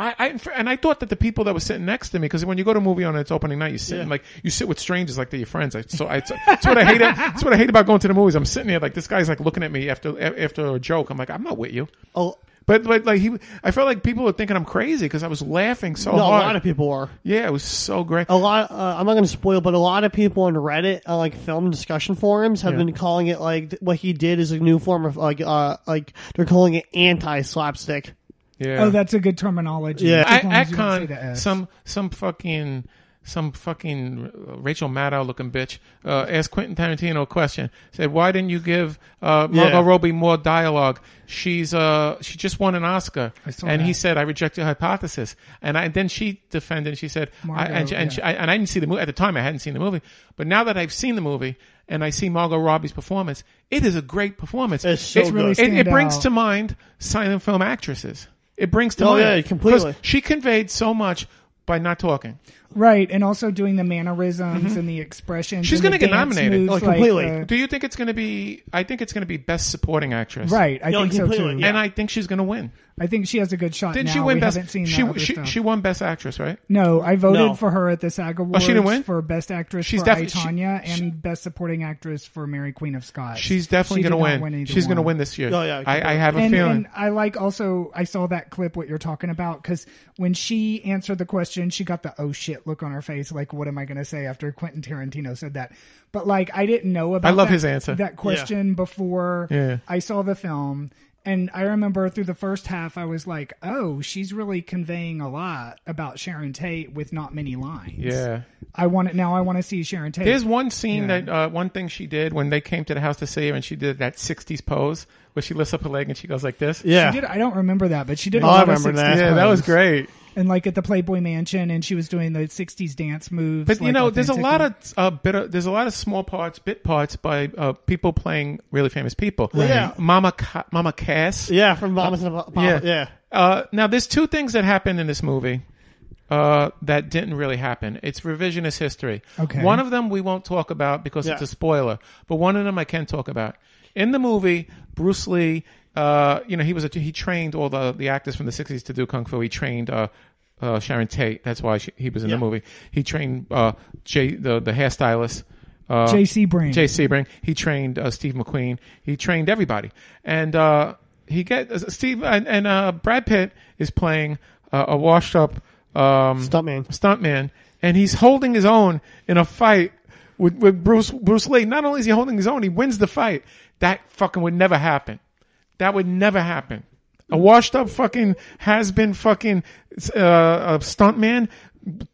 I, I and I thought that the people that were sitting next to me because when you go to a movie on its opening night, you sit and like you sit with strangers like they're your friends. I, so I, that's what I hate. That's what I hate about going to the movies. I'm sitting there like this guy's like looking at me after after a joke. I'm like I'm not with you. Oh But but like he, I felt like people were thinking I'm crazy because I was laughing so no, a hard. lot of people were. yeah, it was so great. a lot. Uh, I'm not going to spoil, but a lot of people on Reddit, uh, like film discussion forums, have Yeah. been calling it like th- what he did is a new form of like uh like they're calling it anti slapstick. yeah. oh, that's a good terminology. Yeah. As long I, as you don't say the Atcon, S. some some fucking some fucking Rachel Maddow looking bitch uh, asked Quentin Tarantino a question. Said, "Why didn't you give uh, Margot Yeah. Robbie more dialogue? She's uh she just won an Oscar." saw And he that. said, "I reject your hypothesis." And I then she defended. and She said, I, "And, Margot, she, and, yeah. she, I, and I didn't see the movie at the time. I hadn't seen the movie, but now that I've seen the movie." And I see Margot Robbie's performance. It is a great performance. It's so it, good. It, it Stand brings out. to mind silent film actresses. It brings to Oh, mind yeah, completely. 'Cause she conveyed so much by not talking. right, and also doing the mannerisms and the expressions. Mm-hmm. She's going gonna to get nominated. Oh, completely. uh, Do you think it's going to be? I think it's going to be best supporting actress. right, I No, think so completely, too. yeah. And I think she's going to win. I think she has a good shot. Didn't now. she win we best? Haven't seen she that other she, stuff. she won best actress, right? No, I voted No. for her at the SAG Awards Oh, didn't win? for Best Actress She's for defi- I, she- Tonya she- and Best Supporting Actress for Mary Queen of Scots. She's definitely She did going to not win. either she's going to one. win this year. Oh, yeah, I, I have a and, feeling. and I like also I saw that clip what you're talking about because when she answered the question, she got the oh shit look on her face, like what am I gonna say after Quentin Tarantino said that? But like I didn't know about I love that- his answer. that question before Yeah. I saw the film. And I remember through the first half, I was like, "Oh, she's really conveying a lot about Sharon Tate with not many lines." yeah. I want it now. I want to see Sharon Tate. There's one scene Yeah. that uh, one thing she did when they came to the house to see her, and she did that '60s pose where she lifts up her leg and she goes like this. Yeah, she did, I don't remember that, but she did. a Oh, I lot of remember that. 60s yeah, that was pose. great. and like at the Playboy Mansion, and she was doing the '60s dance moves. But you like, know, there's a lot of authentically. uh, bit of, there's a lot of small parts, bit parts by uh, people playing really famous people. Yeah. Mama Ca- Mama Cass. yeah, from Mamas and Papas. Yeah. Uh, now there's two things that happened in this movie uh, that didn't really happen. It's revisionist history. Okay. One of them we won't talk about because it's Yeah. a spoiler, but one of them I can talk about. In the movie, Bruce Lee, uh, you know, he was a, he trained all the the actors from the '60s to do kung fu. He trained. Uh, uh, Sharon Tate. That's why she, he was in the Yeah. movie. He trained uh, Jay, the the hairstylist. Uh, J.C. Brand. Jay Sebring. He trained uh, Steve McQueen. He trained everybody, and uh, he get uh, Steve and, and uh, Brad Pitt is playing uh, a washed up um, Stuntman. stuntman, and he's holding his own in a fight with, with Bruce Bruce Lee. Not only is he holding his own, he wins the fight. That fucking would never happen. That would never happen. A washed up fucking has been fucking uh, a stuntman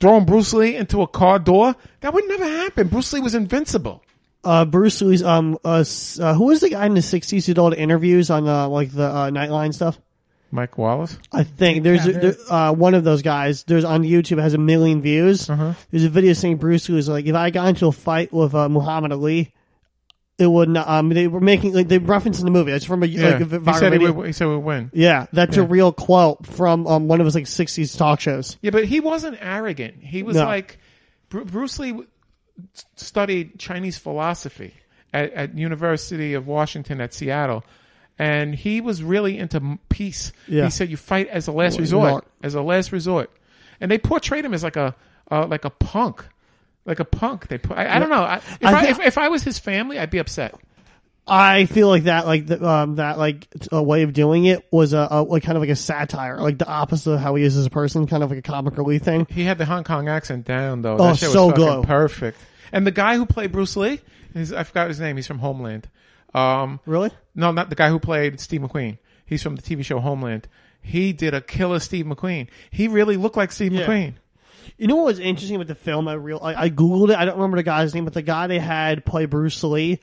throwing Bruce Lee into a car door. That would never happen. Bruce Lee was invincible. Uh, Bruce Lee's um uh, s- uh who was the guy in the '60s who did all the interviews on uh, like the uh, Nightline stuff? Mike Wallace. I think there's a, there, uh, one of those guys. There's on YouTube has a million views. Uh-huh. There's a video saying Bruce Lee was like, if I got into a fight with uh, Muhammad Ali, it would not. Um, they were making like they referenced in the movie. It's from a Yeah. like a he viral said he video. would. He said he would win. Yeah, that's a real quote from um, one of his like '60s talk shows. Yeah, but he wasn't arrogant. He was No. like Bru- Bruce Lee w- s- studied Chinese philosophy at, at University of Washington at Seattle, and he was really into m- peace. Yeah. He said you fight as a last Well, resort, not- as a last resort, and they portrayed him as like a uh, like a punk. Like a punk, they put. I, I don't know. I, if, I I thi- if, if I was his family, I'd be upset. I feel like that, like the, um, that, like t- a way of doing it was a, a like kind of like a satire, like the opposite of how he is as a person, kind of like a comic relief thing. He had the Hong Kong accent down though. Oh, that shit so was fucking good. perfect. And the guy who played Bruce Lee, his, I forgot his name. He's from Homeland. Um, Really? No, not the guy who played Steve McQueen. He's from the TV show Homeland. He did a killer Steve McQueen. He really looked like Steve McQueen. You know what was interesting with the film? I real I, I googled it. I don't remember the guy's name, but the guy they had play Bruce Lee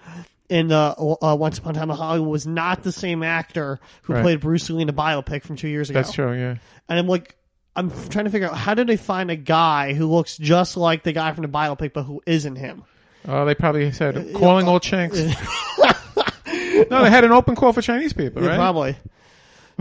in uh, uh, Once Upon a Time in Hollywood was not the same actor who Right. played Bruce Lee in the biopic from two years ago. That's true, yeah. And I'm like, I'm f- trying to figure out how did they find a guy who looks just like the guy from the biopic, but who isn't him? Oh, they probably Uh, said calling all chinks. no, they had an open call for Chinese people, Yeah, right? Probably.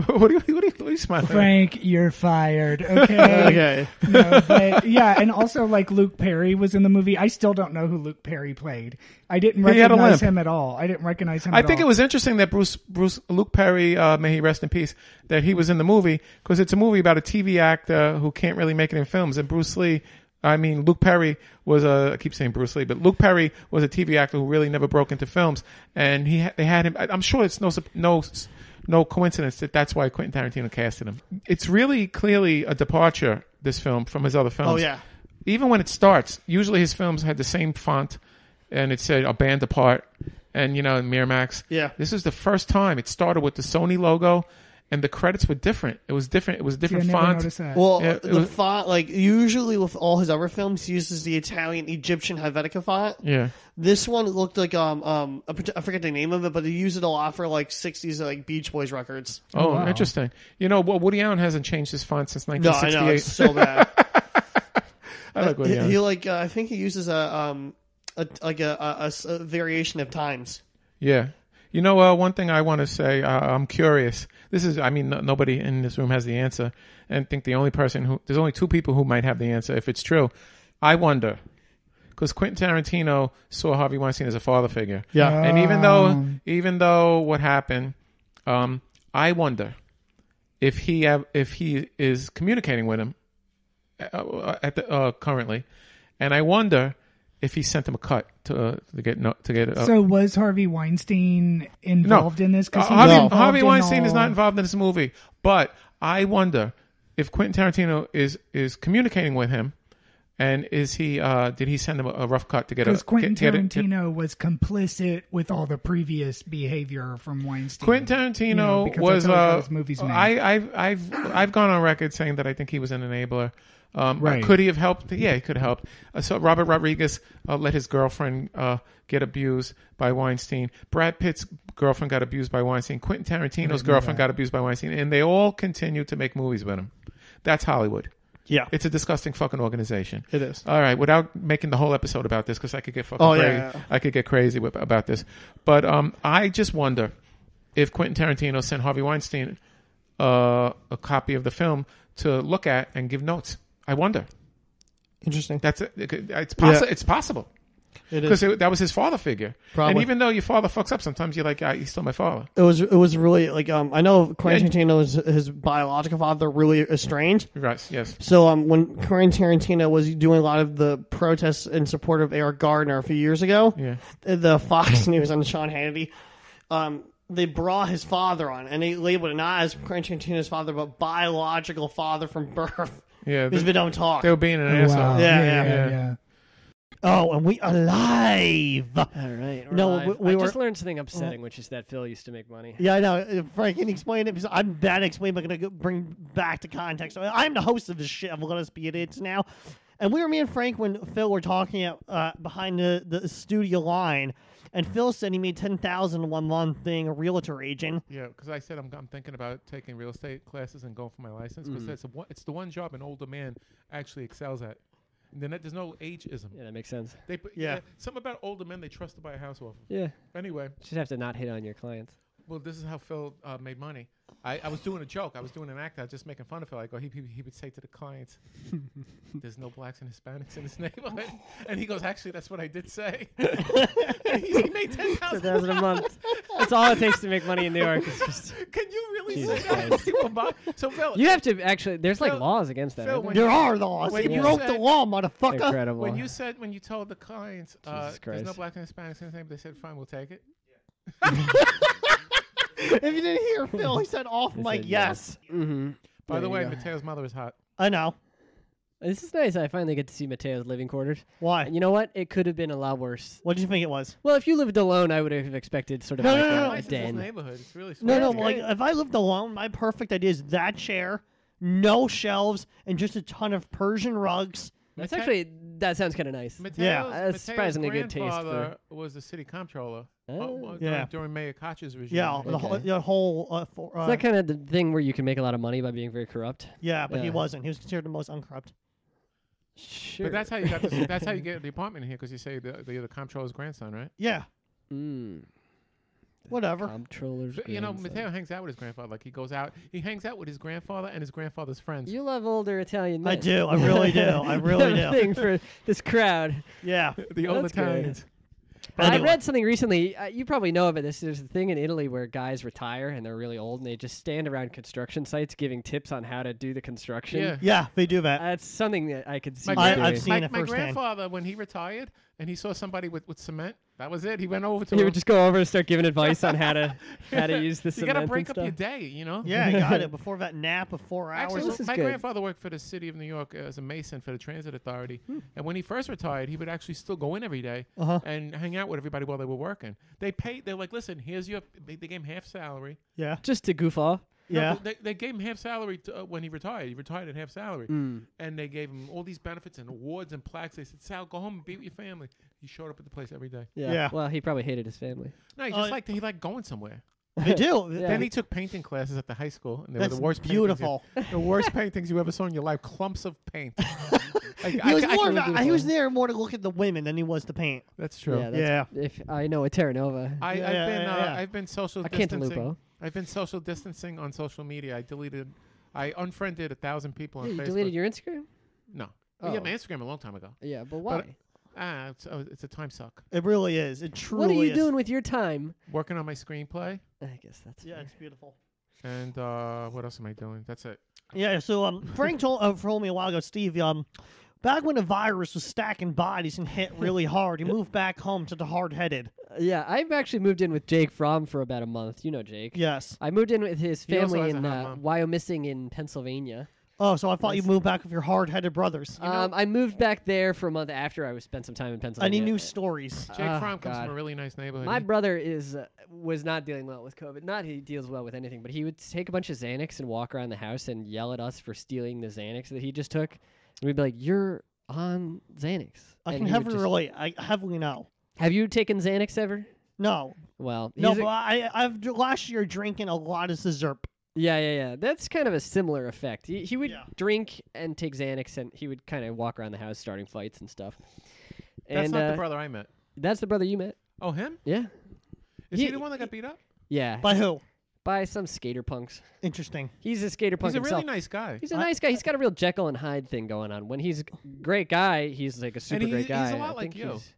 what, are you, what, are you, what are you smiling? at? Frank, you're fired. Okay. Okay. No, but yeah, and also like Luke Perry was in the movie. I still don't know who Luke Perry played. I didn't He had a recognize limp. him at all. I didn't recognize him. I at think all. it was interesting that Bruce Bruce Luke Perry, uh, may he rest in peace, that he was in the movie because it's a movie about a TV actor who can't really make it in films. And Bruce Lee, I mean Luke Perry was a I keep saying Bruce Lee, but Luke Perry was a TV actor who really never broke into films. And he ha- they had him. I- I'm sure it's no sup- no no coincidence that that's why Quentin Tarantino casted him. It's really clearly a departure this film from his other films Oh yeah. even when it starts, usually his films had the same font, and it said "A Band Apart," and you know, and Miramax. Yeah. this is the first time it started with the Sony logo, and the credits were different. It was different. It was See, I different never font. noticed that. Well, Yeah, it the was- font, like usually with all his other films, he uses the Italian Egyptian Helvetica font. Yeah, This one looked like um um I pret- I forget the name of it, but they use it a lot for like '60s like Beach Boys records. Oh, interesting. You know, well, Woody Allen hasn't changed his font since No, I know 1968. it's so bad. I like Woody he, Allen. he, like uh, I think he uses a um a, like a, a- a s- a variation of times. Yeah. You know, uh, one thing I want to say, uh, I'm curious. This is, I mean, n- nobody in this room has the answer. And I think the only person who, there's only two people who might have the answer if it's true. I wonder. Because Quentin Tarantino saw Harvey Weinstein as a father figure. Yeah. And even though, even though what happened, um, I wonder if he, have, if he is communicating with him uh, at the, uh, currently. And I wonder if he sent him a cut to, uh, to get, no, to get, uh, so was Harvey Weinstein involved in this? uh, Because Harvey, No. Harvey Weinstein is not involved in this movie, but I wonder if Quentin Tarantino is is communicating with him, and is he? Uh, did he send him a, a rough cut to get a Because Quentin get- get it- Tarantino was complicit with all the previous behavior from Weinstein. Quentin Tarantino You know, because was. that's how Uh, those movies made. I, I've I've I've gone on record saying that I think he was an enabler. Um, Right. Could he have helped? Yeah, he could have helped. Uh, so Robert Rodriguez uh, let his girlfriend uh, get abused by Weinstein. Brad Pitt's girlfriend got abused by Weinstein. Quentin Tarantino's girlfriend got abused by Weinstein, and they all continue to make movies with him. That's Hollywood. Yeah. It's a disgusting fucking organization. It is. All right, without making the whole episode about this, because I could get fucking Oh, yeah, crazy. yeah. I could get crazy with, about this. But um, I just wonder if Quentin Tarantino sent Harvey Weinstein uh, a copy of the film to look at and give notes. I wonder. Interesting. That's uh, it. It's possible. Yeah. It's possible It because is. It, that was his father figure. And Probably. even though your father fucks up, sometimes you're like, ah, he's still my father. was it was really like um I know Quentin Yeah. Tarantino is his biological father really estranged. Right? Yes. So um, when Corinne Tarantino was doing a lot of the protests in support of Eric Gardner a few years ago, Yeah. the- the Fox News on Sean Hannity, um, they brought his father on, and they labeled it not as Corinne Tarantino's father, but biological father from birth. Yeah. Because They, we don't talk. they were being an Wow. asshole. Yeah, yeah, yeah. yeah. Yeah. Oh, and we alive. All right. No, alive. we- we I were- just learned something upsetting, which is that Phil used to make money. Yeah, I know. Uh, Frank, can you explain it? Because I'm bad at explaining, but I'm going to bring back to context. I- I'm the host of this shit. of Let Us Be Idiots now. And we were, me and Frank, when Phil were talking at, uh, behind the, the studio line, and Phil said he made 10000 in one month being a realtor agent. Yeah, because I said I'm, I'm thinking about taking real estate classes and going for my license Mm. because that's the one, it's the one job an older man actually excels at. And then that, there's no ageism. Yeah, that makes sense. They put, Yeah. yeah. something about older men they trust to buy a house off. of. Yeah. Anyway, Just have to not hit on your clients. well, this is how Phil uh, made money. I, I was doing a joke. I was doing an act. I was just making fun of Phil. I go, he, he, he would say to the clients, "There's no blacks and Hispanics in this neighborhood," and he goes, "Actually, that's what I did say." And he, he made ten thousand. thousand a month. That's all it takes to make money in New York. It's just, Can you really Jesus say that? Christ. People buy- So Phil, you have to actually. There's like Phil- laws against that. Phil, aren't when There you- are laws. Wait, You, yeah. broke the law, there? motherfucker. Incredible. When you said when you told the clients uh, Jesus there's no Christ. black and Hispanics in his name, they said fine, we'll take it. if you didn't hear Phil, he said off They mic, said yes. hmm By There the you way, go. Mateo's mother is hot. I know. This is nice. I finally get to see Mateo's living quarters. Why? And you know what? It could have been a lot worse. What do you think it was? Well, if you lived alone, I would have expected sort of No, like no, no, a- no. a Nice in this den. neighborhood. It's really No, no. swanky. Like, if I lived alone, my perfect idea is that chair, no shelves, and just a ton of Persian rugs. That's Mate- actually that sounds kind of nice. Mateo's, Yeah. That's Mateo's Uh, surprisingly good taste for- grandfather was the city comptroller. Oh. uh, well, Yeah. during, during Mayor Koch's regime. Yeah, the, Okay. whole, the whole. Uh, for, uh, Is that kind of the thing where you can make a lot of money by being very corrupt? yeah, but he yeah. wasn't. He was considered the most uncorrupt. Sure. But that's how you got. This, that's how you get the apartment here because you say the, the the comptroller's grandson, right? Yeah, Mm. whatever. Comptroller's But, you know, grandson. Matteo hangs out with his grandfather. Like he goes out, he hangs out with his grandfather and his grandfather's friends. You love older Italian men. I do. I really do. I You really have a do. Thing for this crowd. Yeah. the old That's good. Italians. I Anyway. read something recently. Uh, you probably know about this. There's a thing in Italy where guys retire and they're really old and they just stand around construction sites giving tips on how to do the construction. Yeah. Yeah, they do that. That's something that I could see. My, I- you gran- I've doing. seen my, it my firsthand. grandfather when he retired and he saw somebody with, with cement. That was it. He went over to He him. would just go over and start giving advice on how to how to use this. you gotta break up your day, you know. yeah, I got it. Before that nap of four hours. Actually, This is my good. grandfather worked for the city of New York as a mason for the transit authority, and when he first retired, he would actually still go in every day Uh-huh. and hang out with everybody while they were working. They paid. They're like, listen, here's your. They, they gave him half salary. yeah, Just to goof off. No, yeah. th- they, they gave him half salary to, uh, when he retired. He retired at half salary, and they gave him all these benefits and awards and plaques. They said, Sal, go home and be with your family. He showed up at the place every day. Yeah. Yeah. Well, he probably hated his family. No, he just Uh, liked he liked going somewhere. They do. Yeah. Then he took painting classes at the high school, and they That's were the worst. paintings you- beautiful. the worst paintings you ever saw in your life. Clumps of paint. Like, I He was, ca- I more can about- only do he it was one. there more to look at the women than he was to paint. That's true. Yeah. That's, If I know a Terra Nova. I, Yeah, I've yeah, been yeah, uh, yeah. I've been social A distancing. cantaloupe. I've been social distancing on social media. I deleted, I unfriended a thousand people on you Facebook. deleted your Instagram. no, oh. yeah, Oh. my Instagram a long time ago. Yeah, but why? Ah, it's, oh, it's a time suck. It really is. It truly what are you is. doing with your time? Working on my screenplay, I guess that's. Yeah, fair. it's beautiful. and uh, what else am I doing? That's it. Yeah, so um, Frank told, uh, told me a while ago, Steve, um, back when the virus was stacking bodies and hit really hard, he moved back home to the hard headed. Yeah, I've actually moved in with Jake Fromm for about a month. You know Jake. Yes. I moved in with his He also family has a in hot uh, mom. Wyomissing in Pennsylvania. Oh, so I thought you moved back with your hard headed brothers. um, I moved back there for a month after I was spent some time in I Pennsylvania. need new stories. Jake Ah, Fromm comes God. from a really nice neighborhood. My He- brother is uh, was not dealing well with COVID. Not he deals well with anything, but he would take a bunch of Xanax and walk around the house and yell at us for stealing the Xanax that he just took. And we'd be like, "You're on Xanax." I can And he would heavily just- relate. I heavily know. Have you taken Xanax ever? No, Well, no, he's a- but I, I've d- last year drinking a lot of Zerp. Yeah, yeah, yeah. That's kind of a similar effect. He, he would Yeah. drink and take Xanax, and he would kind of walk around the house starting fights and stuff. that's and not uh, the brother I met. that's the brother you met. Oh, him? Yeah, Is he- he the one that got beat up? yeah. By who? By some skater punks. Interesting. He's a skater punk He's a himself. really nice guy. He's a nice guy. He's got a real Jekyll and Hyde thing going on. When he's a great guy, he's like a super he- great he's a guy. lot I like think you. he's-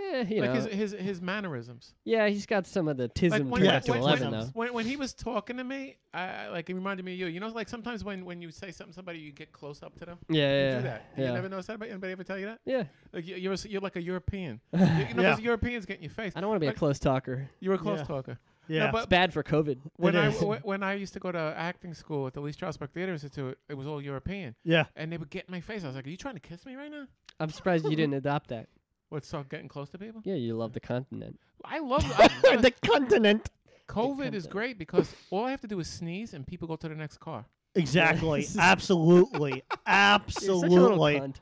Eh, you like know. his, his his mannerisms. yeah, he's got some of the tism Like turned yeah, up to when- eleven when- though. when when he was talking to me, I I- like it reminded me of you. You know, like sometimes when when you say something to somebody, you get close up to them. Yeah, yeah, You yeah. do that. yeah. You never noticed that about anybody ever tell you that? yeah. Like you- you're s- you're like a European. you know, 'cause Europeans get in your face. I don't want to be a Like, close talker. You're a close Yeah. talker. Yeah. No, It's but bad for COVID. when It I is. w- when I used to go to acting school at the Lee Strasberg Theater Institute, it was all European, Yeah. and they would get in my face. I was like, "Are you trying to kiss me right now?" I'm surprised you didn't adopt that. What, start getting close to people? Yeah, you love the continent. I love I, the continent. COVID is great because all I have to do is sneeze and people go to the next car. Exactly. Absolutely. Absolutely.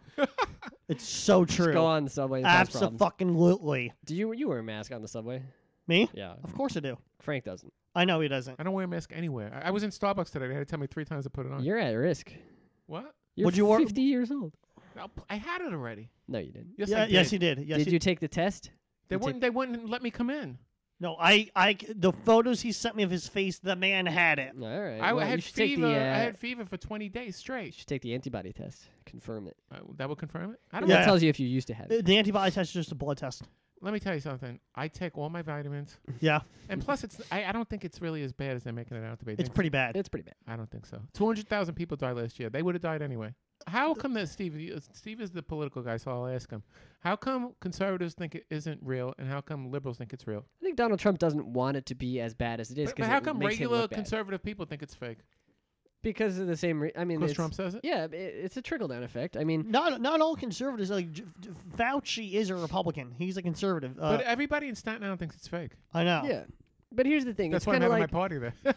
It's so true. Go on the subway. That's problem. Absolutely. Do you you wear a mask on the subway? Me? Yeah. Of course I do. Frank doesn't. I know he doesn't. I don't wear a mask anywhere. I, I was in Starbucks today. They had to tell me three times to put it on. You're at risk. What? You're Would you wear- 50 years old. No, p- I had it already. No, you didn't. Yes, yeah, I did. yes, he did. Yes, Did he you take the test? They You take- wouldn't. They wouldn't let me come in. No, I, I, the photos he sent me of his face, the man had it. All right. I well, you had should take the, fever. I uh, had fever for 20 days you straight. should take the antibody test. Confirm it. Uh, that would confirm it. I I don't don't. know Yeah. It tells you if you used to have Uh, it. The antibody test is just a blood test. Let me tell you something. I take all my vitamins, Yeah, and plus, it's. I, I don't think it's really as bad as they're making it out to be. it's They- pretty bad. It's pretty bad. I don't think so. 200,000 people died last year. They would have died anyway. How come that Steve? you- Steve is the political guy, so I'll ask him. How come conservatives think it isn't real, and how come liberals think it's real? I think Donald Trump doesn't want it to be as bad as it is. But, but 'cause how it come makes him regular look bad. conservative people think it's fake? Because of the same. Re- I mean, Because it's- Trump says it. Yeah, it, it's a trickle down effect. I mean, Not, not all conservatives. Like J- J- Fauci is a Republican. He's a conservative. Uh, But everybody in Staten Island thinks it's fake. I know. yeah. But here's the thing. That's It's why I'm kind of having like my party there.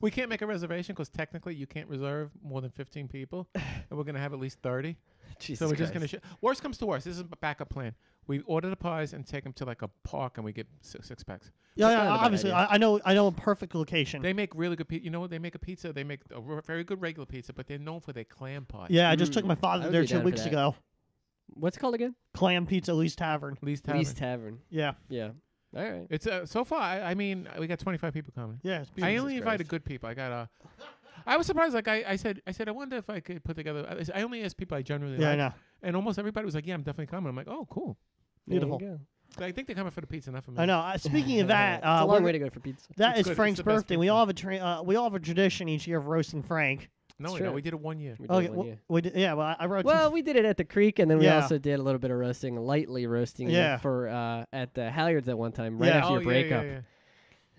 we can't make a reservation because technically you can't reserve more than 15 people, and we're gonna have at least 30. Jesus so we're just Christ. gonna. Sh- worst comes to worst, this is a backup plan. We order the pies and take them to like a park, and we get six, six packs. yeah, not yeah a bad obviously, idea. I, I know. I know a perfect Mm. location. They make really good pizza. You know what? They make a pizza. They make a re- very good regular pizza, but they're known for their clam pie. yeah, I just Mm, took my I father would there be two down for weeks that. ago. What's it called again? Clam Pizza Lee's Tavern. Lee's Tavern. Lee's Tavern. Yeah, Yeah. All right. It's uh, so far. I, I mean, we got 25 people coming. yeah, it's beautiful. I only invited Christ. good people. I got a. I was surprised. Like I, I said, I said, I wonder if I could put together. I s- I only asked people I generally yeah, I like, know. and almost everybody was like, "Yeah, I'm definitely coming." I'm like, "Oh, cool." There you Beautiful. go. But I think they're coming for the pizza, not for me. I know. Uh, speaking of that, it's uh, a we're- long way to go for pizza. that It's is good. It's Frank's the best birthday. We pizza. all have a tra- uh, we all have a tradition each year of roasting Frank. No, It's no, true. we did it one year. We did Okay, one well, year. we did, yeah. Well, I- I wrote. some- Well, we did it at the creek, and then we Yeah. also did a little bit of roasting, lightly roasting Yeah. for uh, at the Halyards at one time, right Yeah. after oh, your breakup. Yeah, yeah,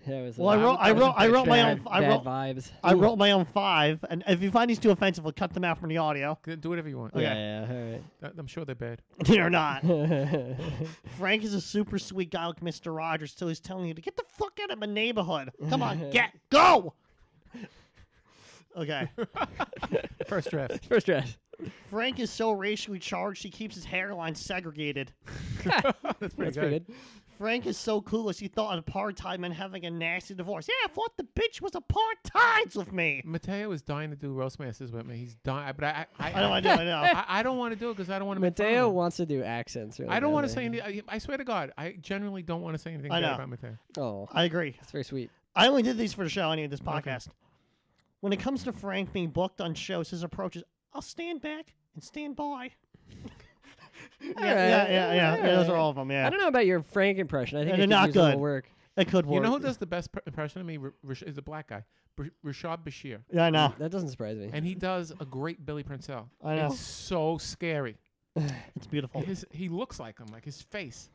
Yeah, it was Well, I wrote- I wrote- I wrote my own- bad, I wrote- bad vibes. I wrote my own five, and if you find these too offensive, we'll cut them out from the audio. yeah. Do whatever you want. Okay. Yeah, yeah, That- I'm sure they're bad. They're not. all right. Frank is a super sweet guy like Mr. Rogers till he's telling you to get the fuck out of my neighborhood. Come on, get go. Okay. First draft. First draft. Frank is so racially charged he keeps his hairline segregated. That's pretty That's pretty good. good. Frank is so clueless he thought apartheid meant having a nasty divorce. Yeah, I thought the bitch was apartheid with me. Mateo is dying to do roast masters with me. He's dying, but I, I, I know, I know, I know. I, I don't want to do it because I don't want to. Mateo wants to do accents. Really I don't want to badly. say anything. I, I swear to God, I generally don't want to say anything I bad know. about Mateo. Oh, I agree. that's very sweet. I only did these for the show. I need this podcast. When it comes to Frank being booked on shows, his approach is, "I'll stand back and stand by." yeah, yeah, yeah, yeah, yeah, Those are all of them. Yeah, I don't know about your Frank impression. I think They're it could not use a little good. work. it could work. You know who does the best pr- impression of me? R- Rash- is a black guy, R- Rashad Bashir, yeah, I know. That doesn't surprise me. and he does a great Billy Prinsell. I know. It's so scary. It's Oh. beautiful. His, he looks like him, like his face.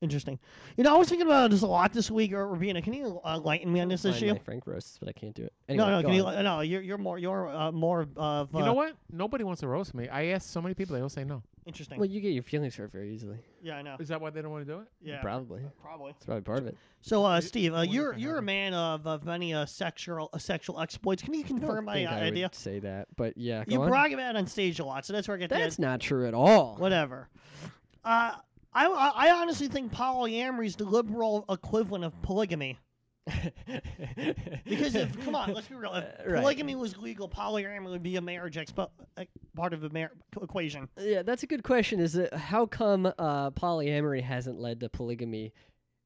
Interesting. You know, I was thinking about this a lot this week. Or Rabina, can you uh, enlighten me on this Find issue? my Frank roasts, but I can't do it. Anyway, No, no, go can you? on. uh, No, you're you're more you're uh, more of uh, you know what? Nobody wants to roast me. I asked so many people, they all say no. Interesting. Well, you get your feelings hurt very easily. yeah, I know. Is that why they don't want to do it? Yeah, Probably. probably. That's probably part of it. So, uh, Steve, uh, wonder if you're I you're a have it. man of, of many uh, sexual uh, sexual exploits. Can you I don't confirm my think uh, I would idea? say that, but yeah, go You on. brag about it on stage a lot, so that's where I get That's that. not true at all. Whatever. Uh, I, I I honestly think polyamory is the liberal equivalent of polygamy. Because if come on, let's be real, if right. polygamy was legal, polyamory would be a marriage expo- uh, part of the mar- equation. yeah, that's a good question. Is it, how um, come uh, polyamory hasn't led to polygamy?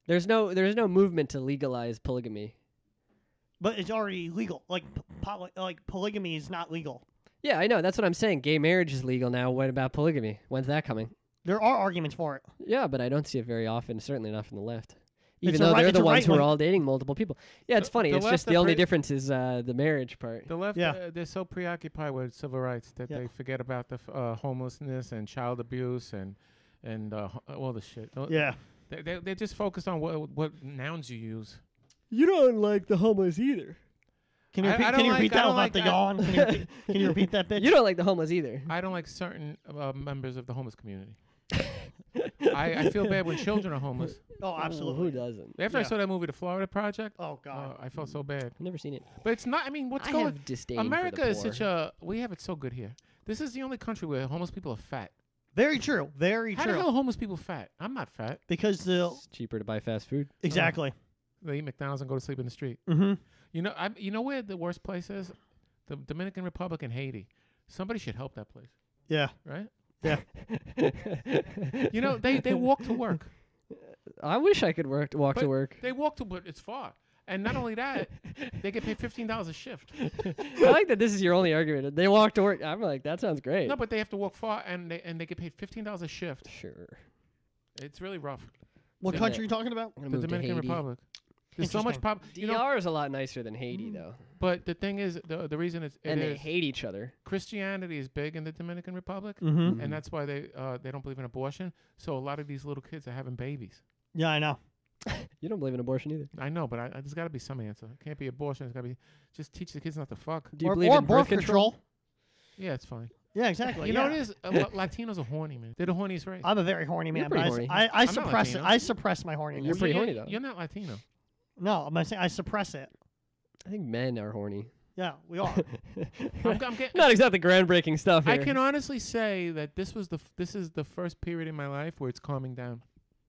There's no there's no movement to legalize polygamy. But it's already legal. Like p- poly- like polygamy is not legal. Yeah, I know. That's what I'm saying. Gay marriage is legal now. What about polygamy? When's that coming? There are arguments for it. Yeah, but I don't see it very often. Certainly not from the left. It's Even a though right- they're it's the a ones right who are wing- all dating multiple people. Yeah, it's The- funny. the it's left, just the the only pre- difference is uh, the marriage part. The left, Yeah. uh, they're so preoccupied with civil rights that Yeah. they forget about the f- uh, homelessness and child abuse and and uh, ho- all the shit. Uh, Yeah. They, they, they're just focused on what, what nouns you use. You don't like the homeless either. Can you I- repeat, I can don't you like- repeat I that don't without like the that. yawn? Can you repeat, can you repeat that bitch? Mm-hmm. You don't like the homeless either. I don't like certain uh, members of the homeless community. I, I feel bad when children are homeless. Oh, Who absolutely. doesn't? After I Yeah. saw that movie, The Florida Project, Oh uh, God. I felt so bad. I've never seen it. But it's not. I mean, what's I going? have disdain. for the America is such poor. a. We have it so good here. This is the only country where homeless people are fat. Very true. Very How the true. hell are homeless people fat? I'm not fat. Because the It's cheaper to buy fast food. exactly. They eat McDonald's and go to sleep in the street. Mm-hmm. You know, I, you know where the worst place is? The Dominican Republic and Haiti. Somebody should help that place, Yeah. right? you You know, they, they walk to work. I wish I could work walk to But work. They walk to, but it's far. And not only that, they get paid fifteen dollars a shift. I like that this is your only argument. They walk to work. I'm like, that sounds great. No, but they have to walk far, and they and they get paid fifteen dollars a shift. sure. It's really rough. What Yeah. country are you talking about? I'm The gonna move to Dominican Haiti. Republic. There's so much Interesting. Mm. problem. You know, DR is a lot nicer than Haiti, though, but the thing is, the the reason it's it and they is- hate each other. Christianity is big in the Dominican Republic, Mm-hmm. and that's why they uh, they don't believe in abortion. So a lot of these little kids are having babies. Yeah, I know. You don't believe in abortion either. I know, but I, I, there's got to be some answer. It can't be abortion. It's got to be just teach the kids not to fuck. Do you or believe or in birth birth control? Yeah, it's fine. Yeah, exactly. you yeah. know what it is? Uh, La- Latinos are horny, man. They're the horniest race. I'm a very horny You're man. But pretty I, horny. I, I not suppress it. Latino. I suppress my horniness. You're pretty Yeah, horny though. You're not Latino. No, I'm not saying I suppress it. I think men are horny. Yeah, we are. I'm, I'm getting. Not exactly groundbreaking stuff here. I can honestly say that this was the f- this is the first period in my life where it's calming down.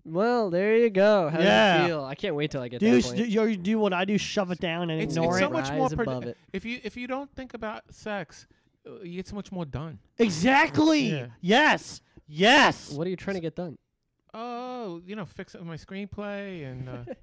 Well, there you go. Oh, How does Yeah. it feel? I can't wait till I get to do, that you, do point. you do what I do? Shove it down and It's, ignore it's it. so much more Rise produ- above it. if you if you don't think about sex, uh, you get so much more done. exactly. Yeah. Yes. Yes. What are you trying to get done? oh, you know, fix up my screenplay, and uh,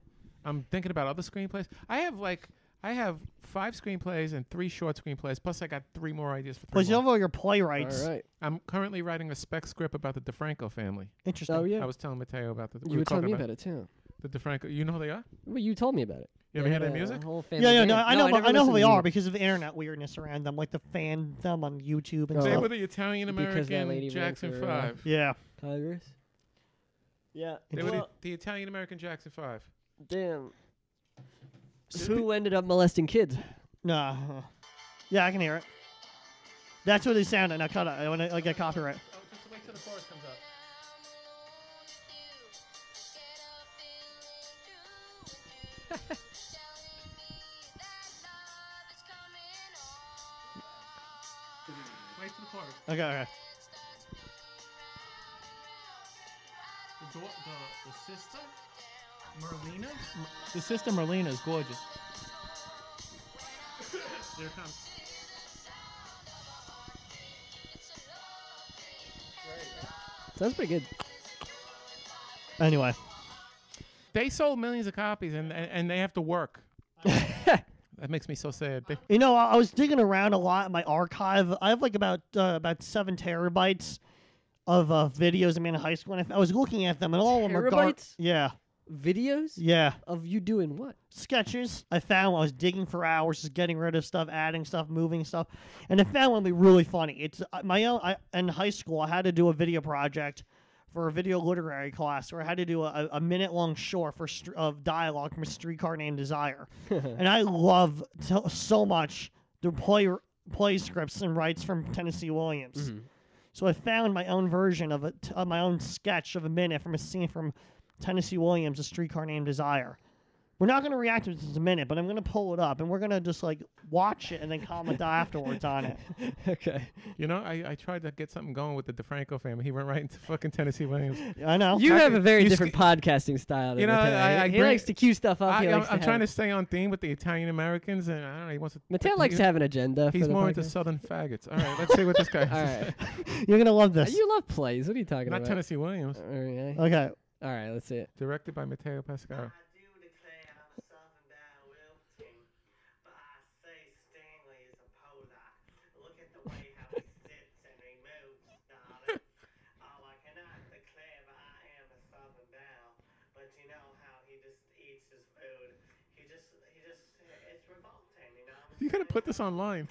I'm thinking about other screenplays. I have like I have five screenplays and three short screenplays. Plus, I got three more ideas for three. Was you More. over your playwrights? All right. I'm currently writing a spec script about the DeFranco family. Interesting. Oh yeah. I was telling Mateo about the. we you were telling talking me about it too. the DeFranco. You know who they are? Well, you told me about it. You ever hear their music? yeah, yeah, no, I know, but I, know who they are because of the internet weirdness around them, like the fan them on YouTube and Oh. They stuff. were the Italian Because that American lady ran Jackson for, uh, Five. Yeah, Tigers. Yeah. They were the, Well, the Italian American Jackson Five. damn. Who ended up molesting kids? no, yeah, I can hear it. That's what they sounded. Now cut it. I want to like get copyright. Oh, just wait till the chorus comes up. Wait till the chorus. Okay, okay. The, dau- the, the sister, Merlina. The sister Merlina is gorgeous. there it comes. Sounds pretty good. Anyway, They sold millions of copies, and and, and they have to work. that makes me so sad. They, you know, I I was digging around a lot in my archive. I have like about uh, about seven terabytes of uh, videos I made in high school, and I, I was looking at them, and all of them were gar- Terabytes? Yeah, Videos yeah. of you doing what? sketches I found while I was digging for hours, just getting rid of stuff, adding stuff, moving stuff, and I found one to be really funny. It's uh, my own. I, in high school, I had to do a video project for a video literary class, where I had to do a, a minute long short for str- of dialogue from a streetcar named Desire, and I love to, so much the play play scripts and writes from Tennessee Williams. So I found my own version of it, of my own sketch of a minute from a scene from Tennessee Williams, a streetcar named Desire. We're not going to react to it in a minute, but I'm going to pull it up and we're going to just like watch it and then comment afterwards on it. okay. you know, I, I tried to get something going with the DeFranco family. He went right into fucking Tennessee Williams. I know. You have a very you different podcasting style. than You know, Matteo. I- I he bring- likes to cue stuff up. I, he am likes to trying to have- stay on theme with the Italian Americans, and I don't know. He wants to. Matteo he- likes to have an agenda. He's for the more podcast. into Southern faggots. All right, let's see what this guy. All has to right. You're going to love this. You love plays. What are you say. talking Not about? Tennessee Williams. All right. okay. All right. Let's see it. Directed by Matteo Pascal. I do declare I'm softened by wilting, but I say Stanley is a polar. Look at the way how he sits and he moves, darling. Oh, I cannot declare that I am a southern belle, but you know how he just eats his food. He just, he just, it's revolting, you know. You gotta put this online.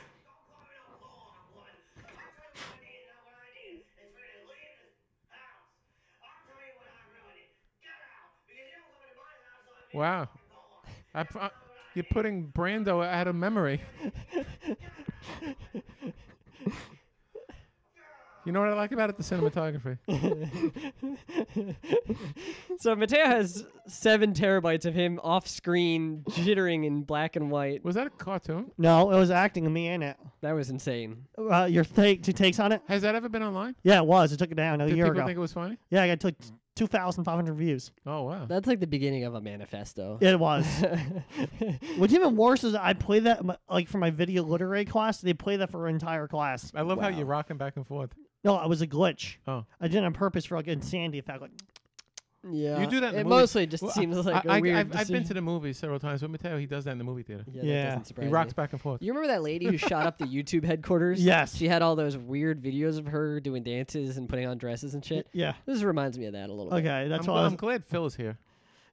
Wow. I, pr- uh, you're putting Brando out of memory. You know what I like about it? The cinematography. so Mateo has seven terabytes of him off screen jittering in black and white. Was that a cartoon? No, it was acting and me in it. That was insane. Uh, your take two takes on it? Has that ever been online? Yeah, it was. It took it down a Did year people ago. think it was funny? yeah, it took two thousand five hundred views. Oh wow. That's like the beginning of a manifesto. It was. What's even worse is I play that m- like for my video literary class. They play that for an entire class. I love how you're rocking back and forth. No, it was a glitch. Oh. I did it on purpose for like insanity effect. Like, yeah. You do that in the It movies. mostly just Well, seems like a I, I, weird I've, I've been to decision. the movies several times, but Mateo he does that in the movie theater. Yeah, Yeah. that He doesn't surprise He rocks me. back and forth. You remember that lady who shot up the YouTube headquarters? Yes. She had all those weird videos of her doing dances and putting on dresses and shit. yeah. This reminds me of that a little bit. Okay, that's I'm, why. I I'm was, glad Phil is here.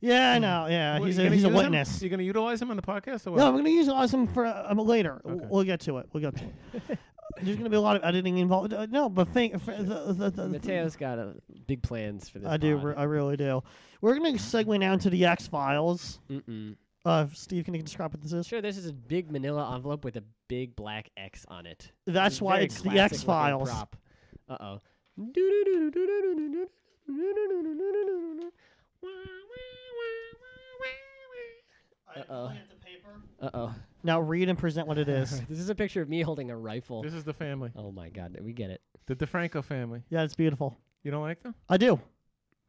yeah, I know. Yeah, What, he's you a, gonna he's a use him? witness. You gonna utilize him on the podcast or what? No, I'm going to use awesome for uh, um, later. W- We'll get to it. We'll get to it. There's going to be a lot of editing involved. Uh, no, but think. For the, the, the, Mateo's got a, big plans for this. I do. pod. Re- I really do. We're going to segue now into the X Files. Mm-mm. Uh, Steve, can you describe what this is? Sure, this is a big manila envelope with a big black X on it. That's a why very it's the classic X Files. looking prop. Uh oh. Uh oh. Uh oh. Now read and present what it is. This is a picture of me holding a rifle. This is the family, Oh my god, we get it. the DeFranco family. yeah, it's beautiful. You don't like them? I do.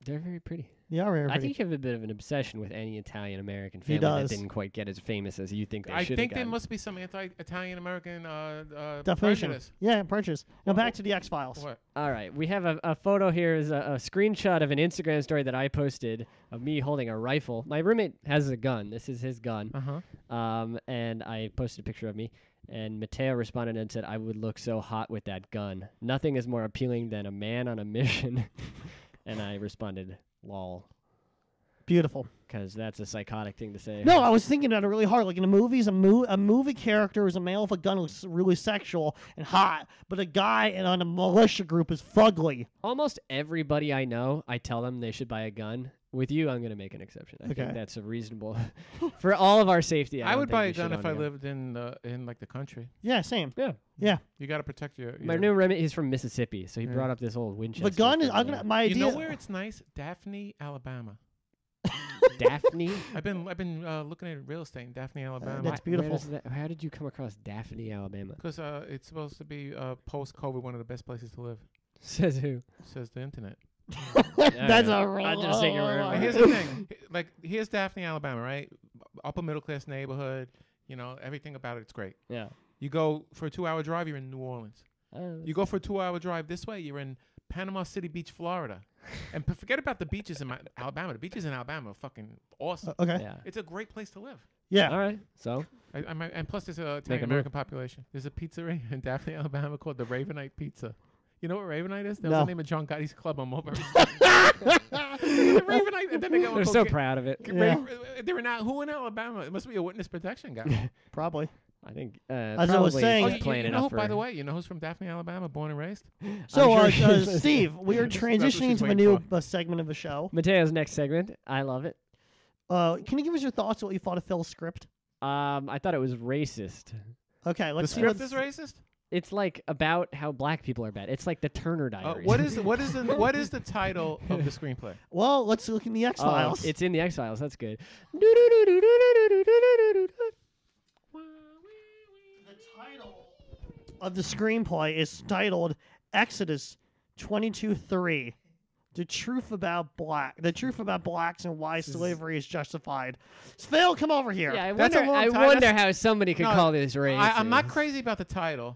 They're very pretty. Yeah, I remember. I think you have a bit of an obsession with any Italian American He family that does. didn't quite get as famous as you think they I should. think there must be some anti-Italian American uh, uh, definition. prejudice. Yeah, purchase. Now back to the X Files. What? All right, we have a, a photo here is a, a screenshot of an Instagram story that I posted of me holding a rifle. My roommate has a gun. This is his gun. Uh huh. Um, and I posted a picture of me, and Mateo responded and said, "I would look so hot with that gun. Nothing is more appealing than a man on a mission." and I responded, "Lol," Beautiful. because that's a psychotic thing to say. No, I was thinking about it really hard. Like in the movies, a, mo- a movie character is a male with a gun who's really sexual and hot, but a guy and on a militia group is fugly. almost everybody I know, I tell them they should buy a gun. With you, I'm going to make an exception. I Okay. think that's a reasonable for all of our safety. I, I don't would think buy we a gun should if I own lived in the in like the country. Yeah, same. Yeah. Yeah. You got to protect your. My your- new roommate is from Mississippi, so he Yeah. brought up this old Winchester. The gun is. thing I'm there. gonna. My You idea. know where it's nice? Daphne, Alabama. Daphne. Uh, I've been I've been uh, looking at real estate in Daphne, Alabama. that's Where beautiful. does that- how did you come across Daphne, Alabama? Because uh, it's supposed to be uh, post COVID one of the best places to live, Says who? says the internet. That's All a right. real. I just think we're- But here's the thing, like here's Daphne, Alabama, right? Upper middle class neighborhood. You know everything about it. It's great. Yeah. You go for a two hour drive, you're in New Orleans. Uh, You go for a two hour drive this way, you're in Panama City Beach, Florida. And p- forget about the beaches in my, Alabama. The beaches in Alabama are fucking awesome. Uh, Okay. yeah. It's a great place to live. Yeah. All right. So I, I might, and plus, there's a Italian move. American population. There's a pizzeria in Daphne, Alabama called the Ravenite Pizza. You know what Ravenite is? That was No. the name of John Gotti's club on Mulberry. Street. the Ravenite, and then they got one they're called so Ga- proud of it. Ga- Ra- They were not who uh, in Alabama. It must be a witness protection guy. Probably. I think. Uh, As I was probably saying- oh, just you, you playing it know, up who, by for- the way, you know who's from Daphne, Alabama, born and raised? So, sure uh, she uh, is. Steve, we are That's what she's transitioning to a waiting new for. uh, segment of the show. Mateo's next segment. I love it. Uh, can you give us your thoughts on what you thought of Phil's script? Um, I thought it was racist. Okay, The let's see. script what- is racist. It's like about how black people are bad. It's like the Turner Uh, Diaries. what is what is the what is the title of the screenplay? Well, let's look in the X Oh, Files. it's in the X Files. That's good. the title of the screenplay is titled Exodus 22:3. The truth about black, the truth about blacks and why slavery is justified. Phil, come over here. Yeah, I That's wonder. a long I time. wonder That's- how somebody could No, call this racist. I, I'm not crazy about the title.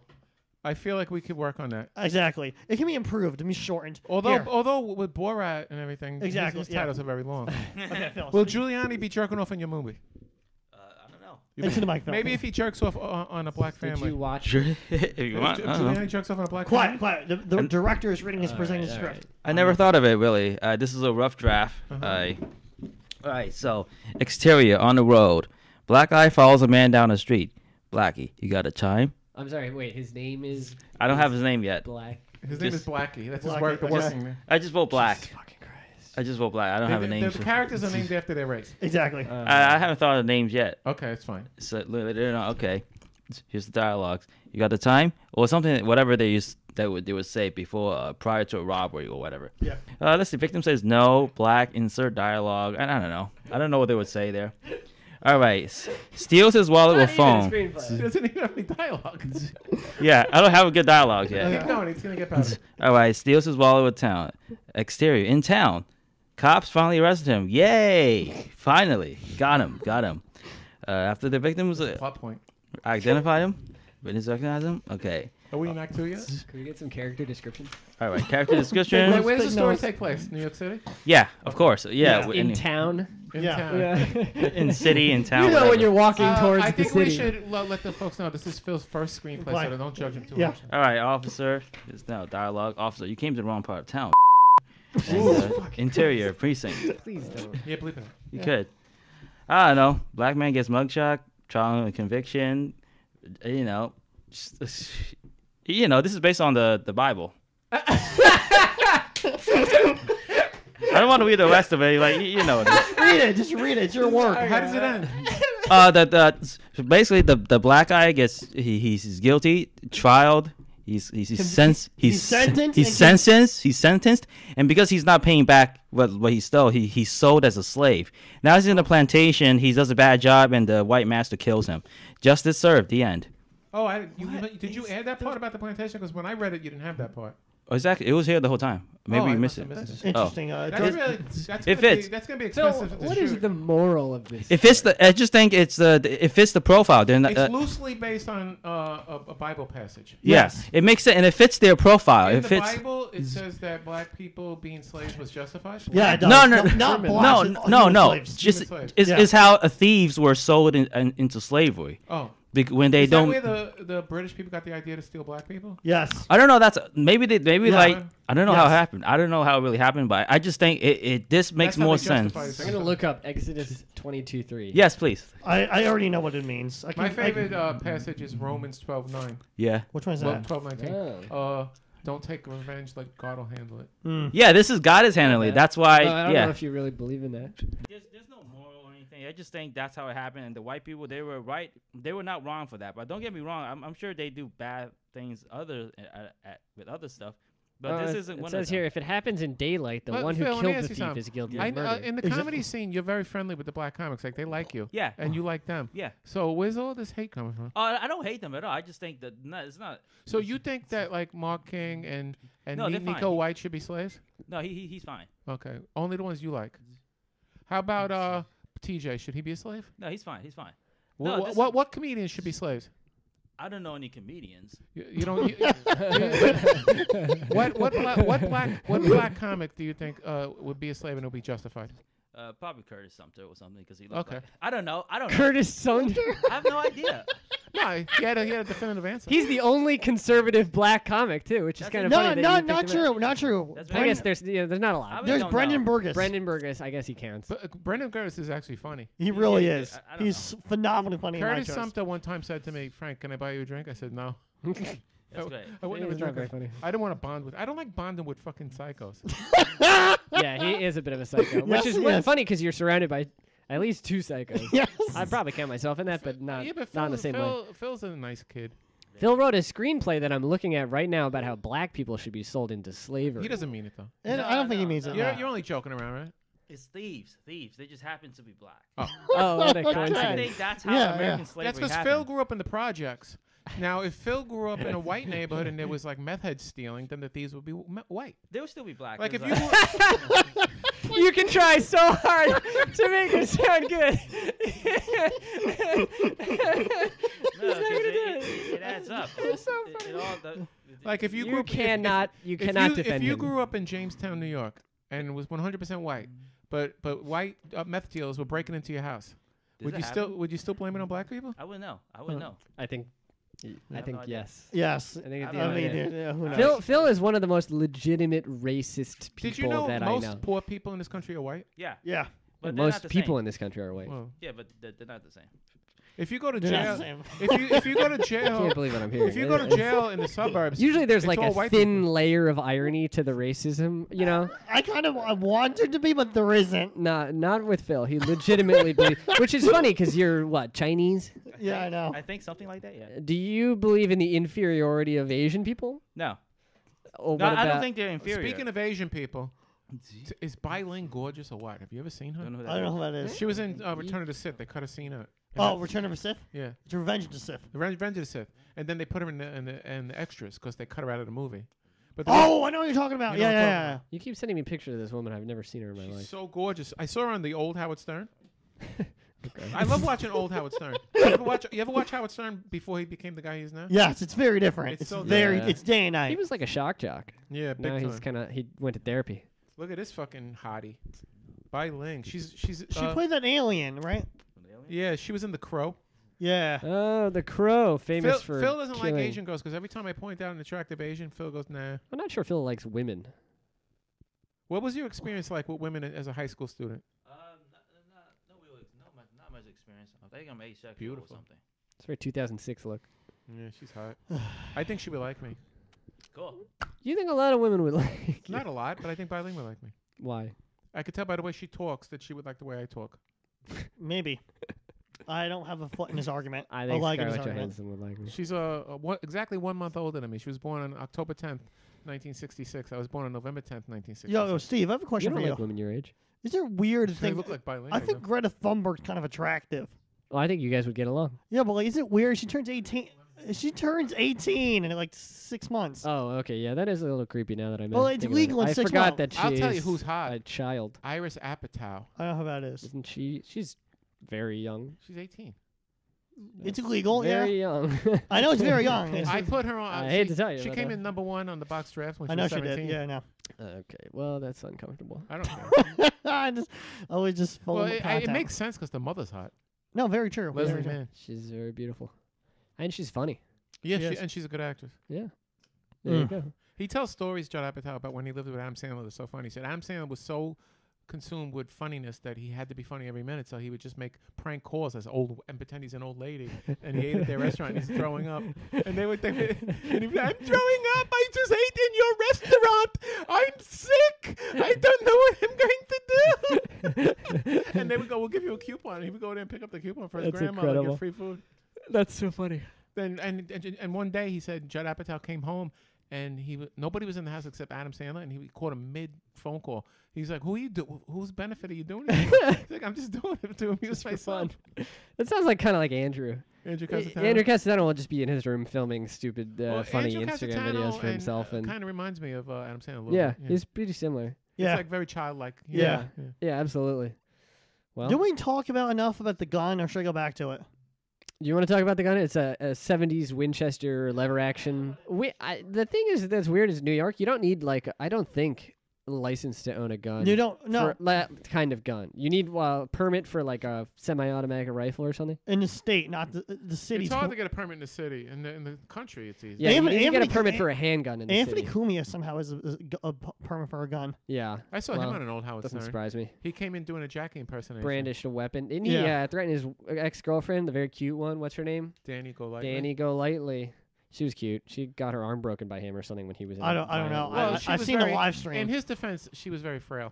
I feel like we could work on that. Exactly. It can be improved. It can be shortened. Although, Here. although with Borat and everything, his- Exactly, his, yeah. titles are very long. Okay, Phil, Will Giuliani be jerking off in your movie? Uh, I don't know. into the mic, Phil. Maybe if he jerks off o- on a black Did family. you watch? if you If want. uh-huh. Gi- I, don't know. Giuliani jerks off on a black quiet, family. quiet. The, the director is reading his presenting all script. I never thought of it really. Uh, this is a rough draft. I. All right. So exterior on the road. Black guy follows a man down the street. Blackie, you got a chime? I'm sorry. Wait, his name is I don't have his name yet. Black. His name is Just- Blackie. That's his Blackie, work. The okay. working name. I just vote black. Fucking Christ. I just vote black. I don't They- have a they- name. the for- characters are named after their race. Exactly. I, I haven't thought of names yet. Okay, it's fine. So later on, okay. Here's the dialogues. You got the time or something? Whatever they use that would they would say before uh, prior to a robbery or whatever. Yeah. Uh, let's see. Victim says no. Black insert dialogue. And I don't know. I don't know what they would say there. All right. S- Steals his wallet with phone. He doesn't even have any dialogue. Yeah, I don't have a good dialogue yet. Keep going. He's gonna get better. All right, steals his wallet with town. Exterior in town. Cops finally arrested him. Yay! Finally, got him. Got him. Uh, after the victim was uh, Plot point. identified him, witness recognized him. Okay. Are we in Act Two yet? Can we get some character descriptions? All right. Character Wait, description. where does the story take place? New York City. Yeah, of course. Yeah, w- in in, town. In Yeah. town. Yeah. you in city, in know town. when whatever. you're walking Uh, towards I the think city. we should lo- let the folks know this is Phil's first screenplay, so don't judge him too Yeah. much. All right, officer. It's now dialogue. Officer, you came to the wrong part of town. And, uh, interior precinct. Please don't. Yeah, believe it. You could. I don't know. Black man gets mugshot, trial and conviction. You know, uh, you know. This is based on the the Bible. I don't want to read the rest of it. Like you- you know, Read it. Just read it. It's your work. How does it end? uh, that that basically the the black guy gets he he's, he's guilty, trialed. He's he's, he's sentenced. He's, he's sentenced He's and con- sentenced. He's sentenced, and because he's not paying back what what he stole, he he's sold as a slave. Now he's in the plantation. He does a bad job, and the white master kills him. Justice served. The end. Oh, I, you, did you add that part about the plantation? Because when I read it, you didn't have that part. Oh, exactly. It was here the whole time. Maybe Oh, you I missed must it. have missed Interesting. Uh, That's really that's If gonna it's- be, that's gonna be So, expensive. to what is shoot. the moral of this? If it's the, I just think it's the if it's the profile. Then It's uh, loosely based on uh, a, a Bible passage. yeah, it makes it and it fits their profile. In it the fits. Bible, it says that black people being slaves was justified. yeah, it does. No, no, not, no, not blacks, no, it's no, human no. slaves. Just Human slaves. is, Yeah. is how uh, thieves were sold in, in, into slavery Oh, Bec- when they is don't. that where the, the British people got the idea to steal black people? Yes. I don't know. That's maybe they maybe Yeah. like I don't know how it Yes. happened. I don't know how it really happened, but I just think it, it this makes That's how more they justify sense. it. I'm gonna look up Exodus 22:3. Yes, please. I, I already know what it means. I can, My I can- favorite uh, passage is Romans twelve nine. Yeah, which one is Well, that? twelve nineteen. Oh. Uh, don't take revenge. Let God will handle it. Hmm. yeah. This is God is handling. it. Yeah. That's why. Oh, I don't yeah. know if you really believe in that. There's, there's no moral or anything. I just think that's how it happened. And the white people, they were right. They were not wrong for that. But don't get me wrong. I'm, I'm sure they do bad things other at, at, with other stuff. But Uh, this it- isn't it one says of them. here if it happens in daylight, the Well, one who Phil, let me killed ask the you thief something. is guilty I, of murder. uh, in the comedy scene, you're very friendly with the black comics. Like they like you. Yeah. And you like them. Yeah. So where's all this hate coming from? Oh, I don't hate them at all. I just think that no, it's not. So you think that like Mark King and and No, Ni- they're fine. Nico White should be slaves? No, he, he he's fine. Okay. Only the ones you like. How about uh TJ? Should he be a slave? No, he's fine. He's fine. Wha- No, wha- this- what what comedians should be slaves? I don't know any comedians. You, you don't. You, you- what what black, what black what black comic do you think uh, would be a slave and would be justified? Uh, probably Curtis Sumter or something because he looked Okay. like- I don't know. I don't know. Curtis Sumter. I have no idea. No, he had a, he had a definitive answer. He's the only conservative black comic too, which is That's kind it. of No, funny. that no, you picked not him out. true. Not true. That's I right. guess there's yeah, there's not a I lot. really There's don't know. Brendan Burgess. Brendan Burgess, I guess he counts. But, uh, Brendan Curtis is actually funny. He really yeah, is. I- I don't He's phenomenally funny. in my Curtis shows. Sumter one time said to me, "Frank, can I buy you a drink?" I said, "No." That's great. I wouldn't It's have a not very drink. funny. I don't want to bond with. I don't like bonding with fucking psychos. yeah, he is a bit of a psycho, Yes, which is he what- is. funny because you're surrounded by at least two psychos. Yes. I'd probably count myself in that, but not yeah, but Phil, not in the same way. Phil, Phil's a nice kid. Phil wrote a screenplay that I'm looking at right now about how black people should be sold into slavery. He doesn't mean it though. And No, I don't think he no, means no. it. You're, no. you're only joking around, right? It's thieves. Thieves. They just happen to be black. oh, what a I I coincidence! think that's how Yeah, yeah. American slavery That's because Phil happened. grew up in the projects. Now, if Phil grew up in a white neighborhood and there was like meth head stealing, then the thieves would be w- me- white. They'll still be black. Like if It's you, grew- You can try so hard to make it sound good. No, 'cause gonna it, do it- it- it adds up. It's so It- it all the- like if you, you grew up, if- if- cannot, you if cannot you, defend If you him. Mm. grew up in Jamestown, New York, and was 100% white, but but white uh, meth dealers were breaking into your house, Does would it you happen? still would you still blame it on black people? I wouldn't know. I wouldn't know. I think, I have think no idea. yes. Yes. I think I at the don't end I of the mean, day- dude, yeah, who knows? Phil, Phil is one of the most legitimate racist people Did you know that most I know. poor people in this country are white? Yeah, yeah. but they're not most the people Same. in this country are white. Well, Yeah, but they're, they're not the same. if you go to They're not the jail, same. if you if you go to I jail, can't believe what I'm hearing. if you go to It's- jail in the suburbs, Usually there's it's like all a white thin people. layer of irony to the racism, you know? I kind of I wanted to be, but there isn't. Not not with Phil. He legitimately believes, which is funny because you're what Chinese. Yeah, I know. I think something like that. Yeah. Do you believe in the inferiority of Asian people? No. Oh, No, what I don't about- think they're inferior. Speaking of Asian people, t- is Biling gorgeous or what? Have you ever seen I don't her? know who that I don't know is. who that is. She was in uh, Return of the Sith. They cut a scene out. And Oh, Return of the Sith? that- yeah, It's Revenge of the Sith. the Ren- Revenge of the Sith, and then they put her in the in the, in the extras because they cut her out of the movie. But the- Oh, I know what you're talking about. You know yeah, what I'm yeah, yeah. talking You keep sending me pictures of this woman. I've never seen her in my she's life. so gorgeous. I saw her on the old Howard Stern. Okay. I love watching old Howard Stern. You ever watch you ever watch Howard Stern before he became the guy he is now? Yes, it's very different. It's It's, so very. different. It's day and He night. was like a shock jock. Yeah, big Now time. he's kind of he went to therapy. Look at this fucking hottie. Bai Ling. She's she's she uh, played that alien, right? Yeah, she was in The Crow. Yeah. Oh, the crow, famous Phil, for Phil doesn't killing. like Asian girls because every time I point out an attractive Asian, Phil goes, "Nah." I'm not sure Phil likes women. What was your experience like with women as a high school student? Um, not, not, no real ex- not much, not much experience. I think I'm asexual Beautiful. or something. It's very 2006 look. Yeah, she's hot. I think she would like me. Cool. You think a lot of women would like? you. Not a lot, but I think Biling would like me. Why? I could tell by the way she talks that she would like the way I talk. Maybe. I don't have a foot in his argument. I think like his Scarlett argument. Johansson would like me. She's uh, uh, one, exactly one month older than me. She was born on October 10th, 1966. I was born on November 10th, 1966. Yo, Steve, I have a You question don't for you. like women your age. Is there a weird they thing? look like bilingual. I think Greta Thunberg's kind of attractive. Well, I think you guys would get along. Yeah, but like, is it weird? She turns 18. She turns 18 in like six months. Oh, okay, yeah, that is a little creepy now that I. Well, it's legal in I six forgot months. that I'll tell you she's who's hot. A child, Iris Apatow. I don't know how that is. isn't she? She's very young. She's 18. It's illegal, yeah. Very young. I know it's very young. It's- I put her on. uh, I hate she, to tell you uh, She about came that. in number one on the box draft when she I know was she 17. did. Yeah, I know. okay, well, that's uncomfortable. I don't care. I just always just full well, of it, I- it content. makes sense because the mother's hot. no, very true. Leslie very true. Mann. She's very beautiful, and she's funny. Yeah, She she, is. and she's a good actress. Yeah, there you go. He tells stories, Judd Apatow, about when he lived with Adam Sandler. That's so funny. He said Adam Sandler was so consumed with funniness that he had to be funny every minute, so he would just make prank calls as old and pretend he's an old lady, and he ate at their restaurant. and He's throwing up, and they would, they would and he'd be like, "I'm throwing up. I just ate in your restaurant. I'm sick. I don't know what I'm going to do." and they would go, "We'll give you a coupon." And he would go there and pick up the coupon for his That's grandma to incredible. get free food. That's so funny. Then and, and and one day he said Judd Apatow came home and he wa- nobody was in the house except Adam Sandler and he caught a mid phone call. He's like, "Who are you do? Whose benefit are you doing?" It? for?" He's like, "I'm just doing it to amuse for myself." fun. That sounds like kind of like Andrew. Andrew A- Casatano. Andrew Castaneda will just be in his room filming stupid, uh, Well, funny Andrew Instagram Casatano videos for himself. And, kind of reminds me of uh, Adam Sandler. A little yeah, bit. he's pretty similar. Yeah. It's like very childlike. Yeah. yeah. Yeah, absolutely. Well, Did we talk about enough about the gun, or should I go back to it? you want to talk about the gun? It's a, a '70s Winchester lever action. We, I, the thing is that's weird is New York. You don't need like I don't think license to own a gun. You don't. No, for that kind of gun. You need uh, permit for like a semi-automatic rifle or something. in the state, not the the city. It's hard to get a permit in the city. In the in the country, it's easy. Yeah, Anthony- you need to get a Anthony- permit for a handgun in the Anthony city. Cumia somehow is a, is a g- a p- permit for a gun. Yeah, I saw him Well, on an old Howard doesn't Stern. surprise me. He came in doing a Jackie impersonation. brandished a weapon. Didn't he Yeah. uh, threaten his ex girlfriend, the very cute one? What's her name? Danny Golightly. Danny Go Lightly. She was cute. She got her arm broken by him or something when he was. In I a don't. I don't know. violent Well, I, she I, I've was seen the very- live In stream. his defense, she was very frail.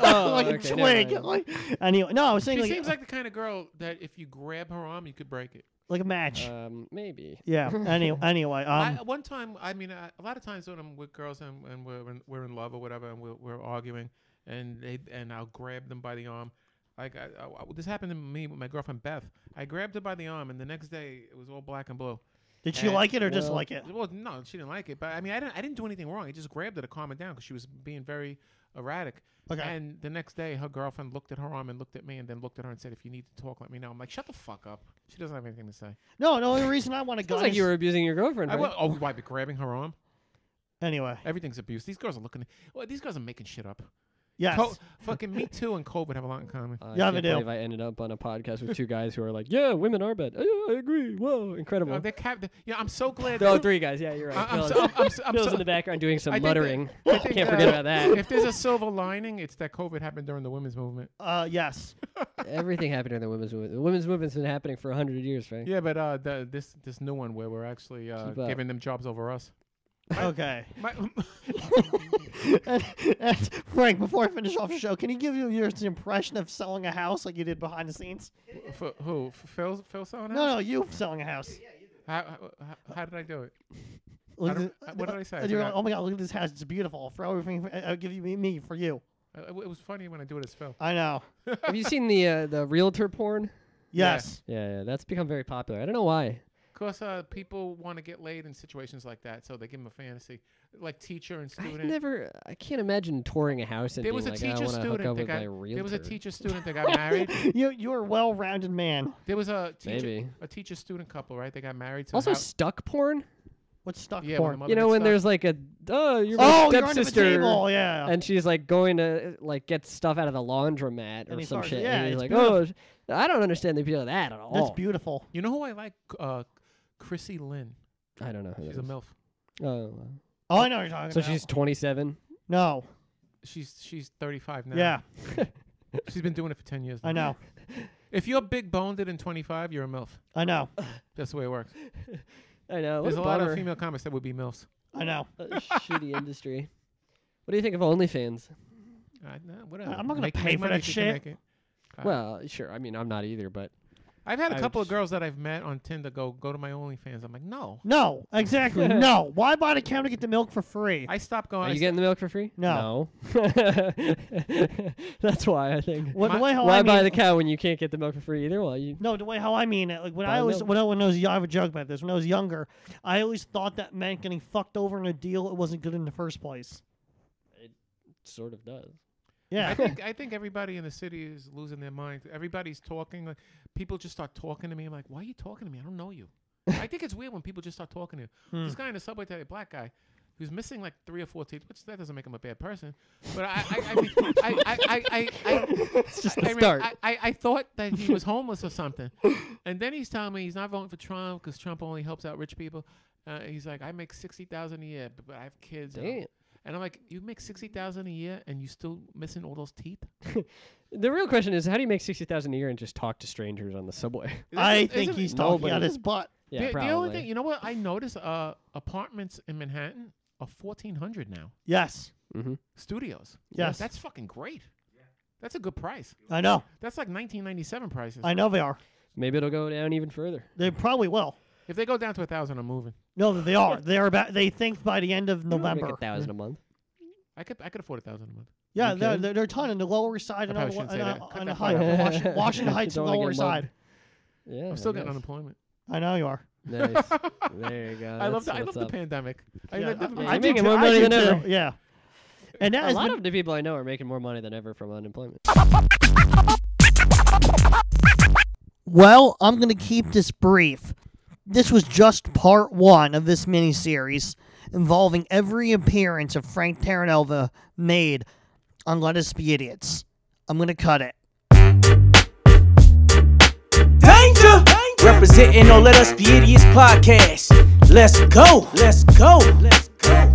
Oh, like okay, a never twig. mind. Like anyway. No, I was saying She like, uh, seems like the kind of girl that if you grab her arm, you could break it. like a match. Um, maybe. yeah. Any, anyway. Um. I, one time, I mean, I, a lot of times when I'm with girls and, and we're, in, we're in love or whatever, and we're, we're arguing, and they and I'll grab them by the arm. Like I, I- I- this happened to me with my girlfriend Beth. I grabbed her by the arm, and the next day it was all black and blue. did she I- like it or well, dislike it? Well, no, she didn't like it, but I mean, I didn't I didn't do anything wrong. I just grabbed her to calm her down because she was being very erratic. Okay. And the next day, her girlfriend looked at her arm and looked at me, and then looked at her and said, "If you need to talk, let me know." I'm like, "Shut the fuck up." She doesn't have anything to say. No. No. The only reason I want a gun. Sounds like is- you were abusing your girlfriend. I Right? went, oh, why? But grabbing her arm. Anyway. Everything's abuse. These girls are looking. Well, these girls are making shit up. Yes. Co- fucking Me Too and COVID have a lot in common. Uh, I Yeah, can't they do. believe I ended up on a podcast with two guys who are like, "Yeah, women are bad." Yeah, I agree. Whoa, incredible. Uh, they're cap- they- yeah, I'm so glad. no, three guys. Yeah, you're right. I- I'm Bill's, so- I'm- I'm so- I'm Bill's so- in the background doing some I think that- muttering. I think, Can't uh, forget about that. If there's a silver lining, it's that COVID happened during the women's movement. Uh. Yes. Everything happened in the women's movement. The women's movement's been happening for hundred years, Frank. Yeah, but uh, the, this this new one where we're actually uh, Keep up. giving them jobs over us. Okay. My, And- and Frank, before I finish off the show, can you give you your impression of selling a house like you did behind the scenes? for, who? F- Phil? Phil selling No, no, you selling a house. How, how, how did I do it? Look I at don't- what did I say? I And you're like, forgot. oh my god, look at this house. It's beautiful. Throw everything. For, I'll give you me, me for you. Uh, It was funny when I do it as Phil. I know. Have you seen the uh, the realtor porn? Yes. Yeah, yeah, that's become very popular. I don't know why. Because uh, people want to get laid in situations like that, so they give them a fantasy, like teacher and I student. never. I can't imagine touring a house and there being was a like, I teacher want to hook student up that with my got. realtor. There was a teacher student that got married. You you're a well-rounded man. There was a teacher, Maybe. a teacher student couple, right? They got married. So Also, how- stuck porn. What's stuck yeah, porn? mother You know gets when stuck. there's like a oh you're my Oh, you're under the stepsister table. Yeah. and she's like going to like get stuff out of the laundromat And or he some starts- shit. yeah, and he's it's like, oh, sh- I don't understand the appeal of that at all. That's beautiful. you know who I like, uh, Chrissy Lynn. I don't know. Who She's a that is. milf. Oh, wow. Oh, I know what you're talking so about. she's 27. no. She's she's 35 now. Yeah, she's been doing it for 10 years. Now. I know. If you're big boned and 25, you're a milf. I know. That's the way it works. I know. There's a what lot of bummer. female comics that would be milfs. I know. A shitty industry. What do you think of OnlyFans? I, nah, whatever. I'm not gonna Make- pay make for money that if you shit. can make it. Uh, Well, sure. I mean, I'm not either, but I've had I a would couple of just- girls that I've met on Tinder go go to my OnlyFans. I'm like, no. No, exactly. no. Why buy the cow to get the milk for free? I stopped going. are I you st- getting the milk for free? No. No. That's why I think. Well, the My- way how why I mean, buy the cow when you can't get the milk for free either? Well, you No, the way how I mean it, like when Buy I always milk. when I, when I was young, I have a joke about this. When I was younger, I always thought that meant getting fucked over in a deal it wasn't good in the first place. sort of does. Yeah, I think I think everybody in the city is losing their mind. Everybody's talking. Like people just start talking to me. I'm like, why are you talking to me? I don't know you. I think it's weird when people just start talking to you. Hmm. This guy in the subway today, black guy, who's missing like three or four teeth, which that doesn't make him a bad person. But I I I mean, I, I, I, I, I, It's just the I, mean, start. I, I, I thought that he was homeless or something. And then he's telling me he's not voting for Trump because Trump only helps out rich people. Uh, he's like, I make sixty thousand a year, but, but I have kids. and I'm- Damn. And I'm like, you make sixty thousand a year, and you still missing all those teeth. The real question is, how do you make sixty thousand a year and just talk to strangers on the subway? I Isn't- think isn't he's it- talking nobody- out his butt. yeah, the, probably. the only thing you know what I noticed uh, apartments in Manhattan are fourteen hundred now. Yes, Studios. Yes. that's fucking great. That's a good price. I know. That's like nineteen ninety seven prices. I know they are. Maybe it'll go down even further. They probably will. if they go down to a thousand, I'm moving. No, they are. They are about. They think by the end of You don't make November. a thousand a month. I could I could afford a thousand a month. Yeah, You they're, kidding? they're, they're a ton in the Lower Side and I on, probably the- shouldn't say and that. on, Cut on the that high, part out. Washington, Washington Heights and Don't wanna Lower get Side. mugged. Yeah, I'm still getting nice. unemployment. I know you are. Nice. There you go. I love the Uh, That's I what's love the up. pandemic. I, Yeah, live- I- live- Yeah, I you're do making too- more I money do than too. ever. Yeah. And that A has lot been- of the people I know are making more money than ever from unemployment. Well, I'm going to keep this brief. This was just part one of this miniseries involving every appearance of Frank Terranova made on Let Us Be Idiots. I'm going to cut it. Danger! Representing or Let Us Be Idiots podcast. Let's go! Let's go! Let's go!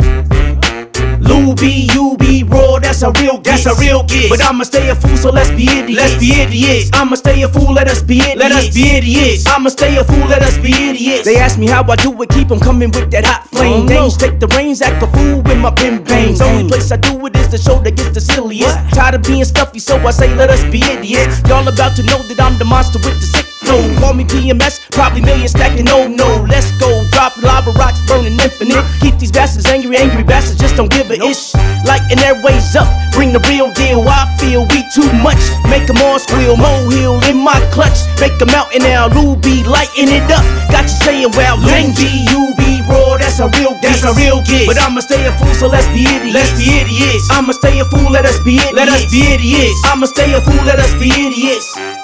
Luby, you be raw, that's a real gift. That's a real gift. But I'ma stay a fool, so let's be idiots. Let's be idiots. I'ma stay a fool, let us be idiots. Let us be idiots. I'ma stay a fool, let us be idiots. They ask me how I do it, keep 'em coming with that hot flame. Names take the reins, act a fool with my pin pains. Only place I do it is the show that gets the silliest. Tired of being stuffy, so I say let us be idiots. Y'all about to know that I'm the monster with the sick flow. Call me PMS, probably million stacking. Oh no, let's go. Drop lava rocks, burning infinite. Keep these bastards angry, angry bastards just don't give a ish. Lighten their ways up, bring the real deal. I feel we too much. Make 'em all squeal, molehill in my clutch. Make 'em out in our ruby, lighten it up. Got you saying, well, Langy, you be raw, that's a real That's a real gig. But I'ma stay a fool, so let's be idiots. Let's be idiots. I'ma stay a fool, let us be idiots. Let us be idiots. I'ma stay a fool, let us be idiots.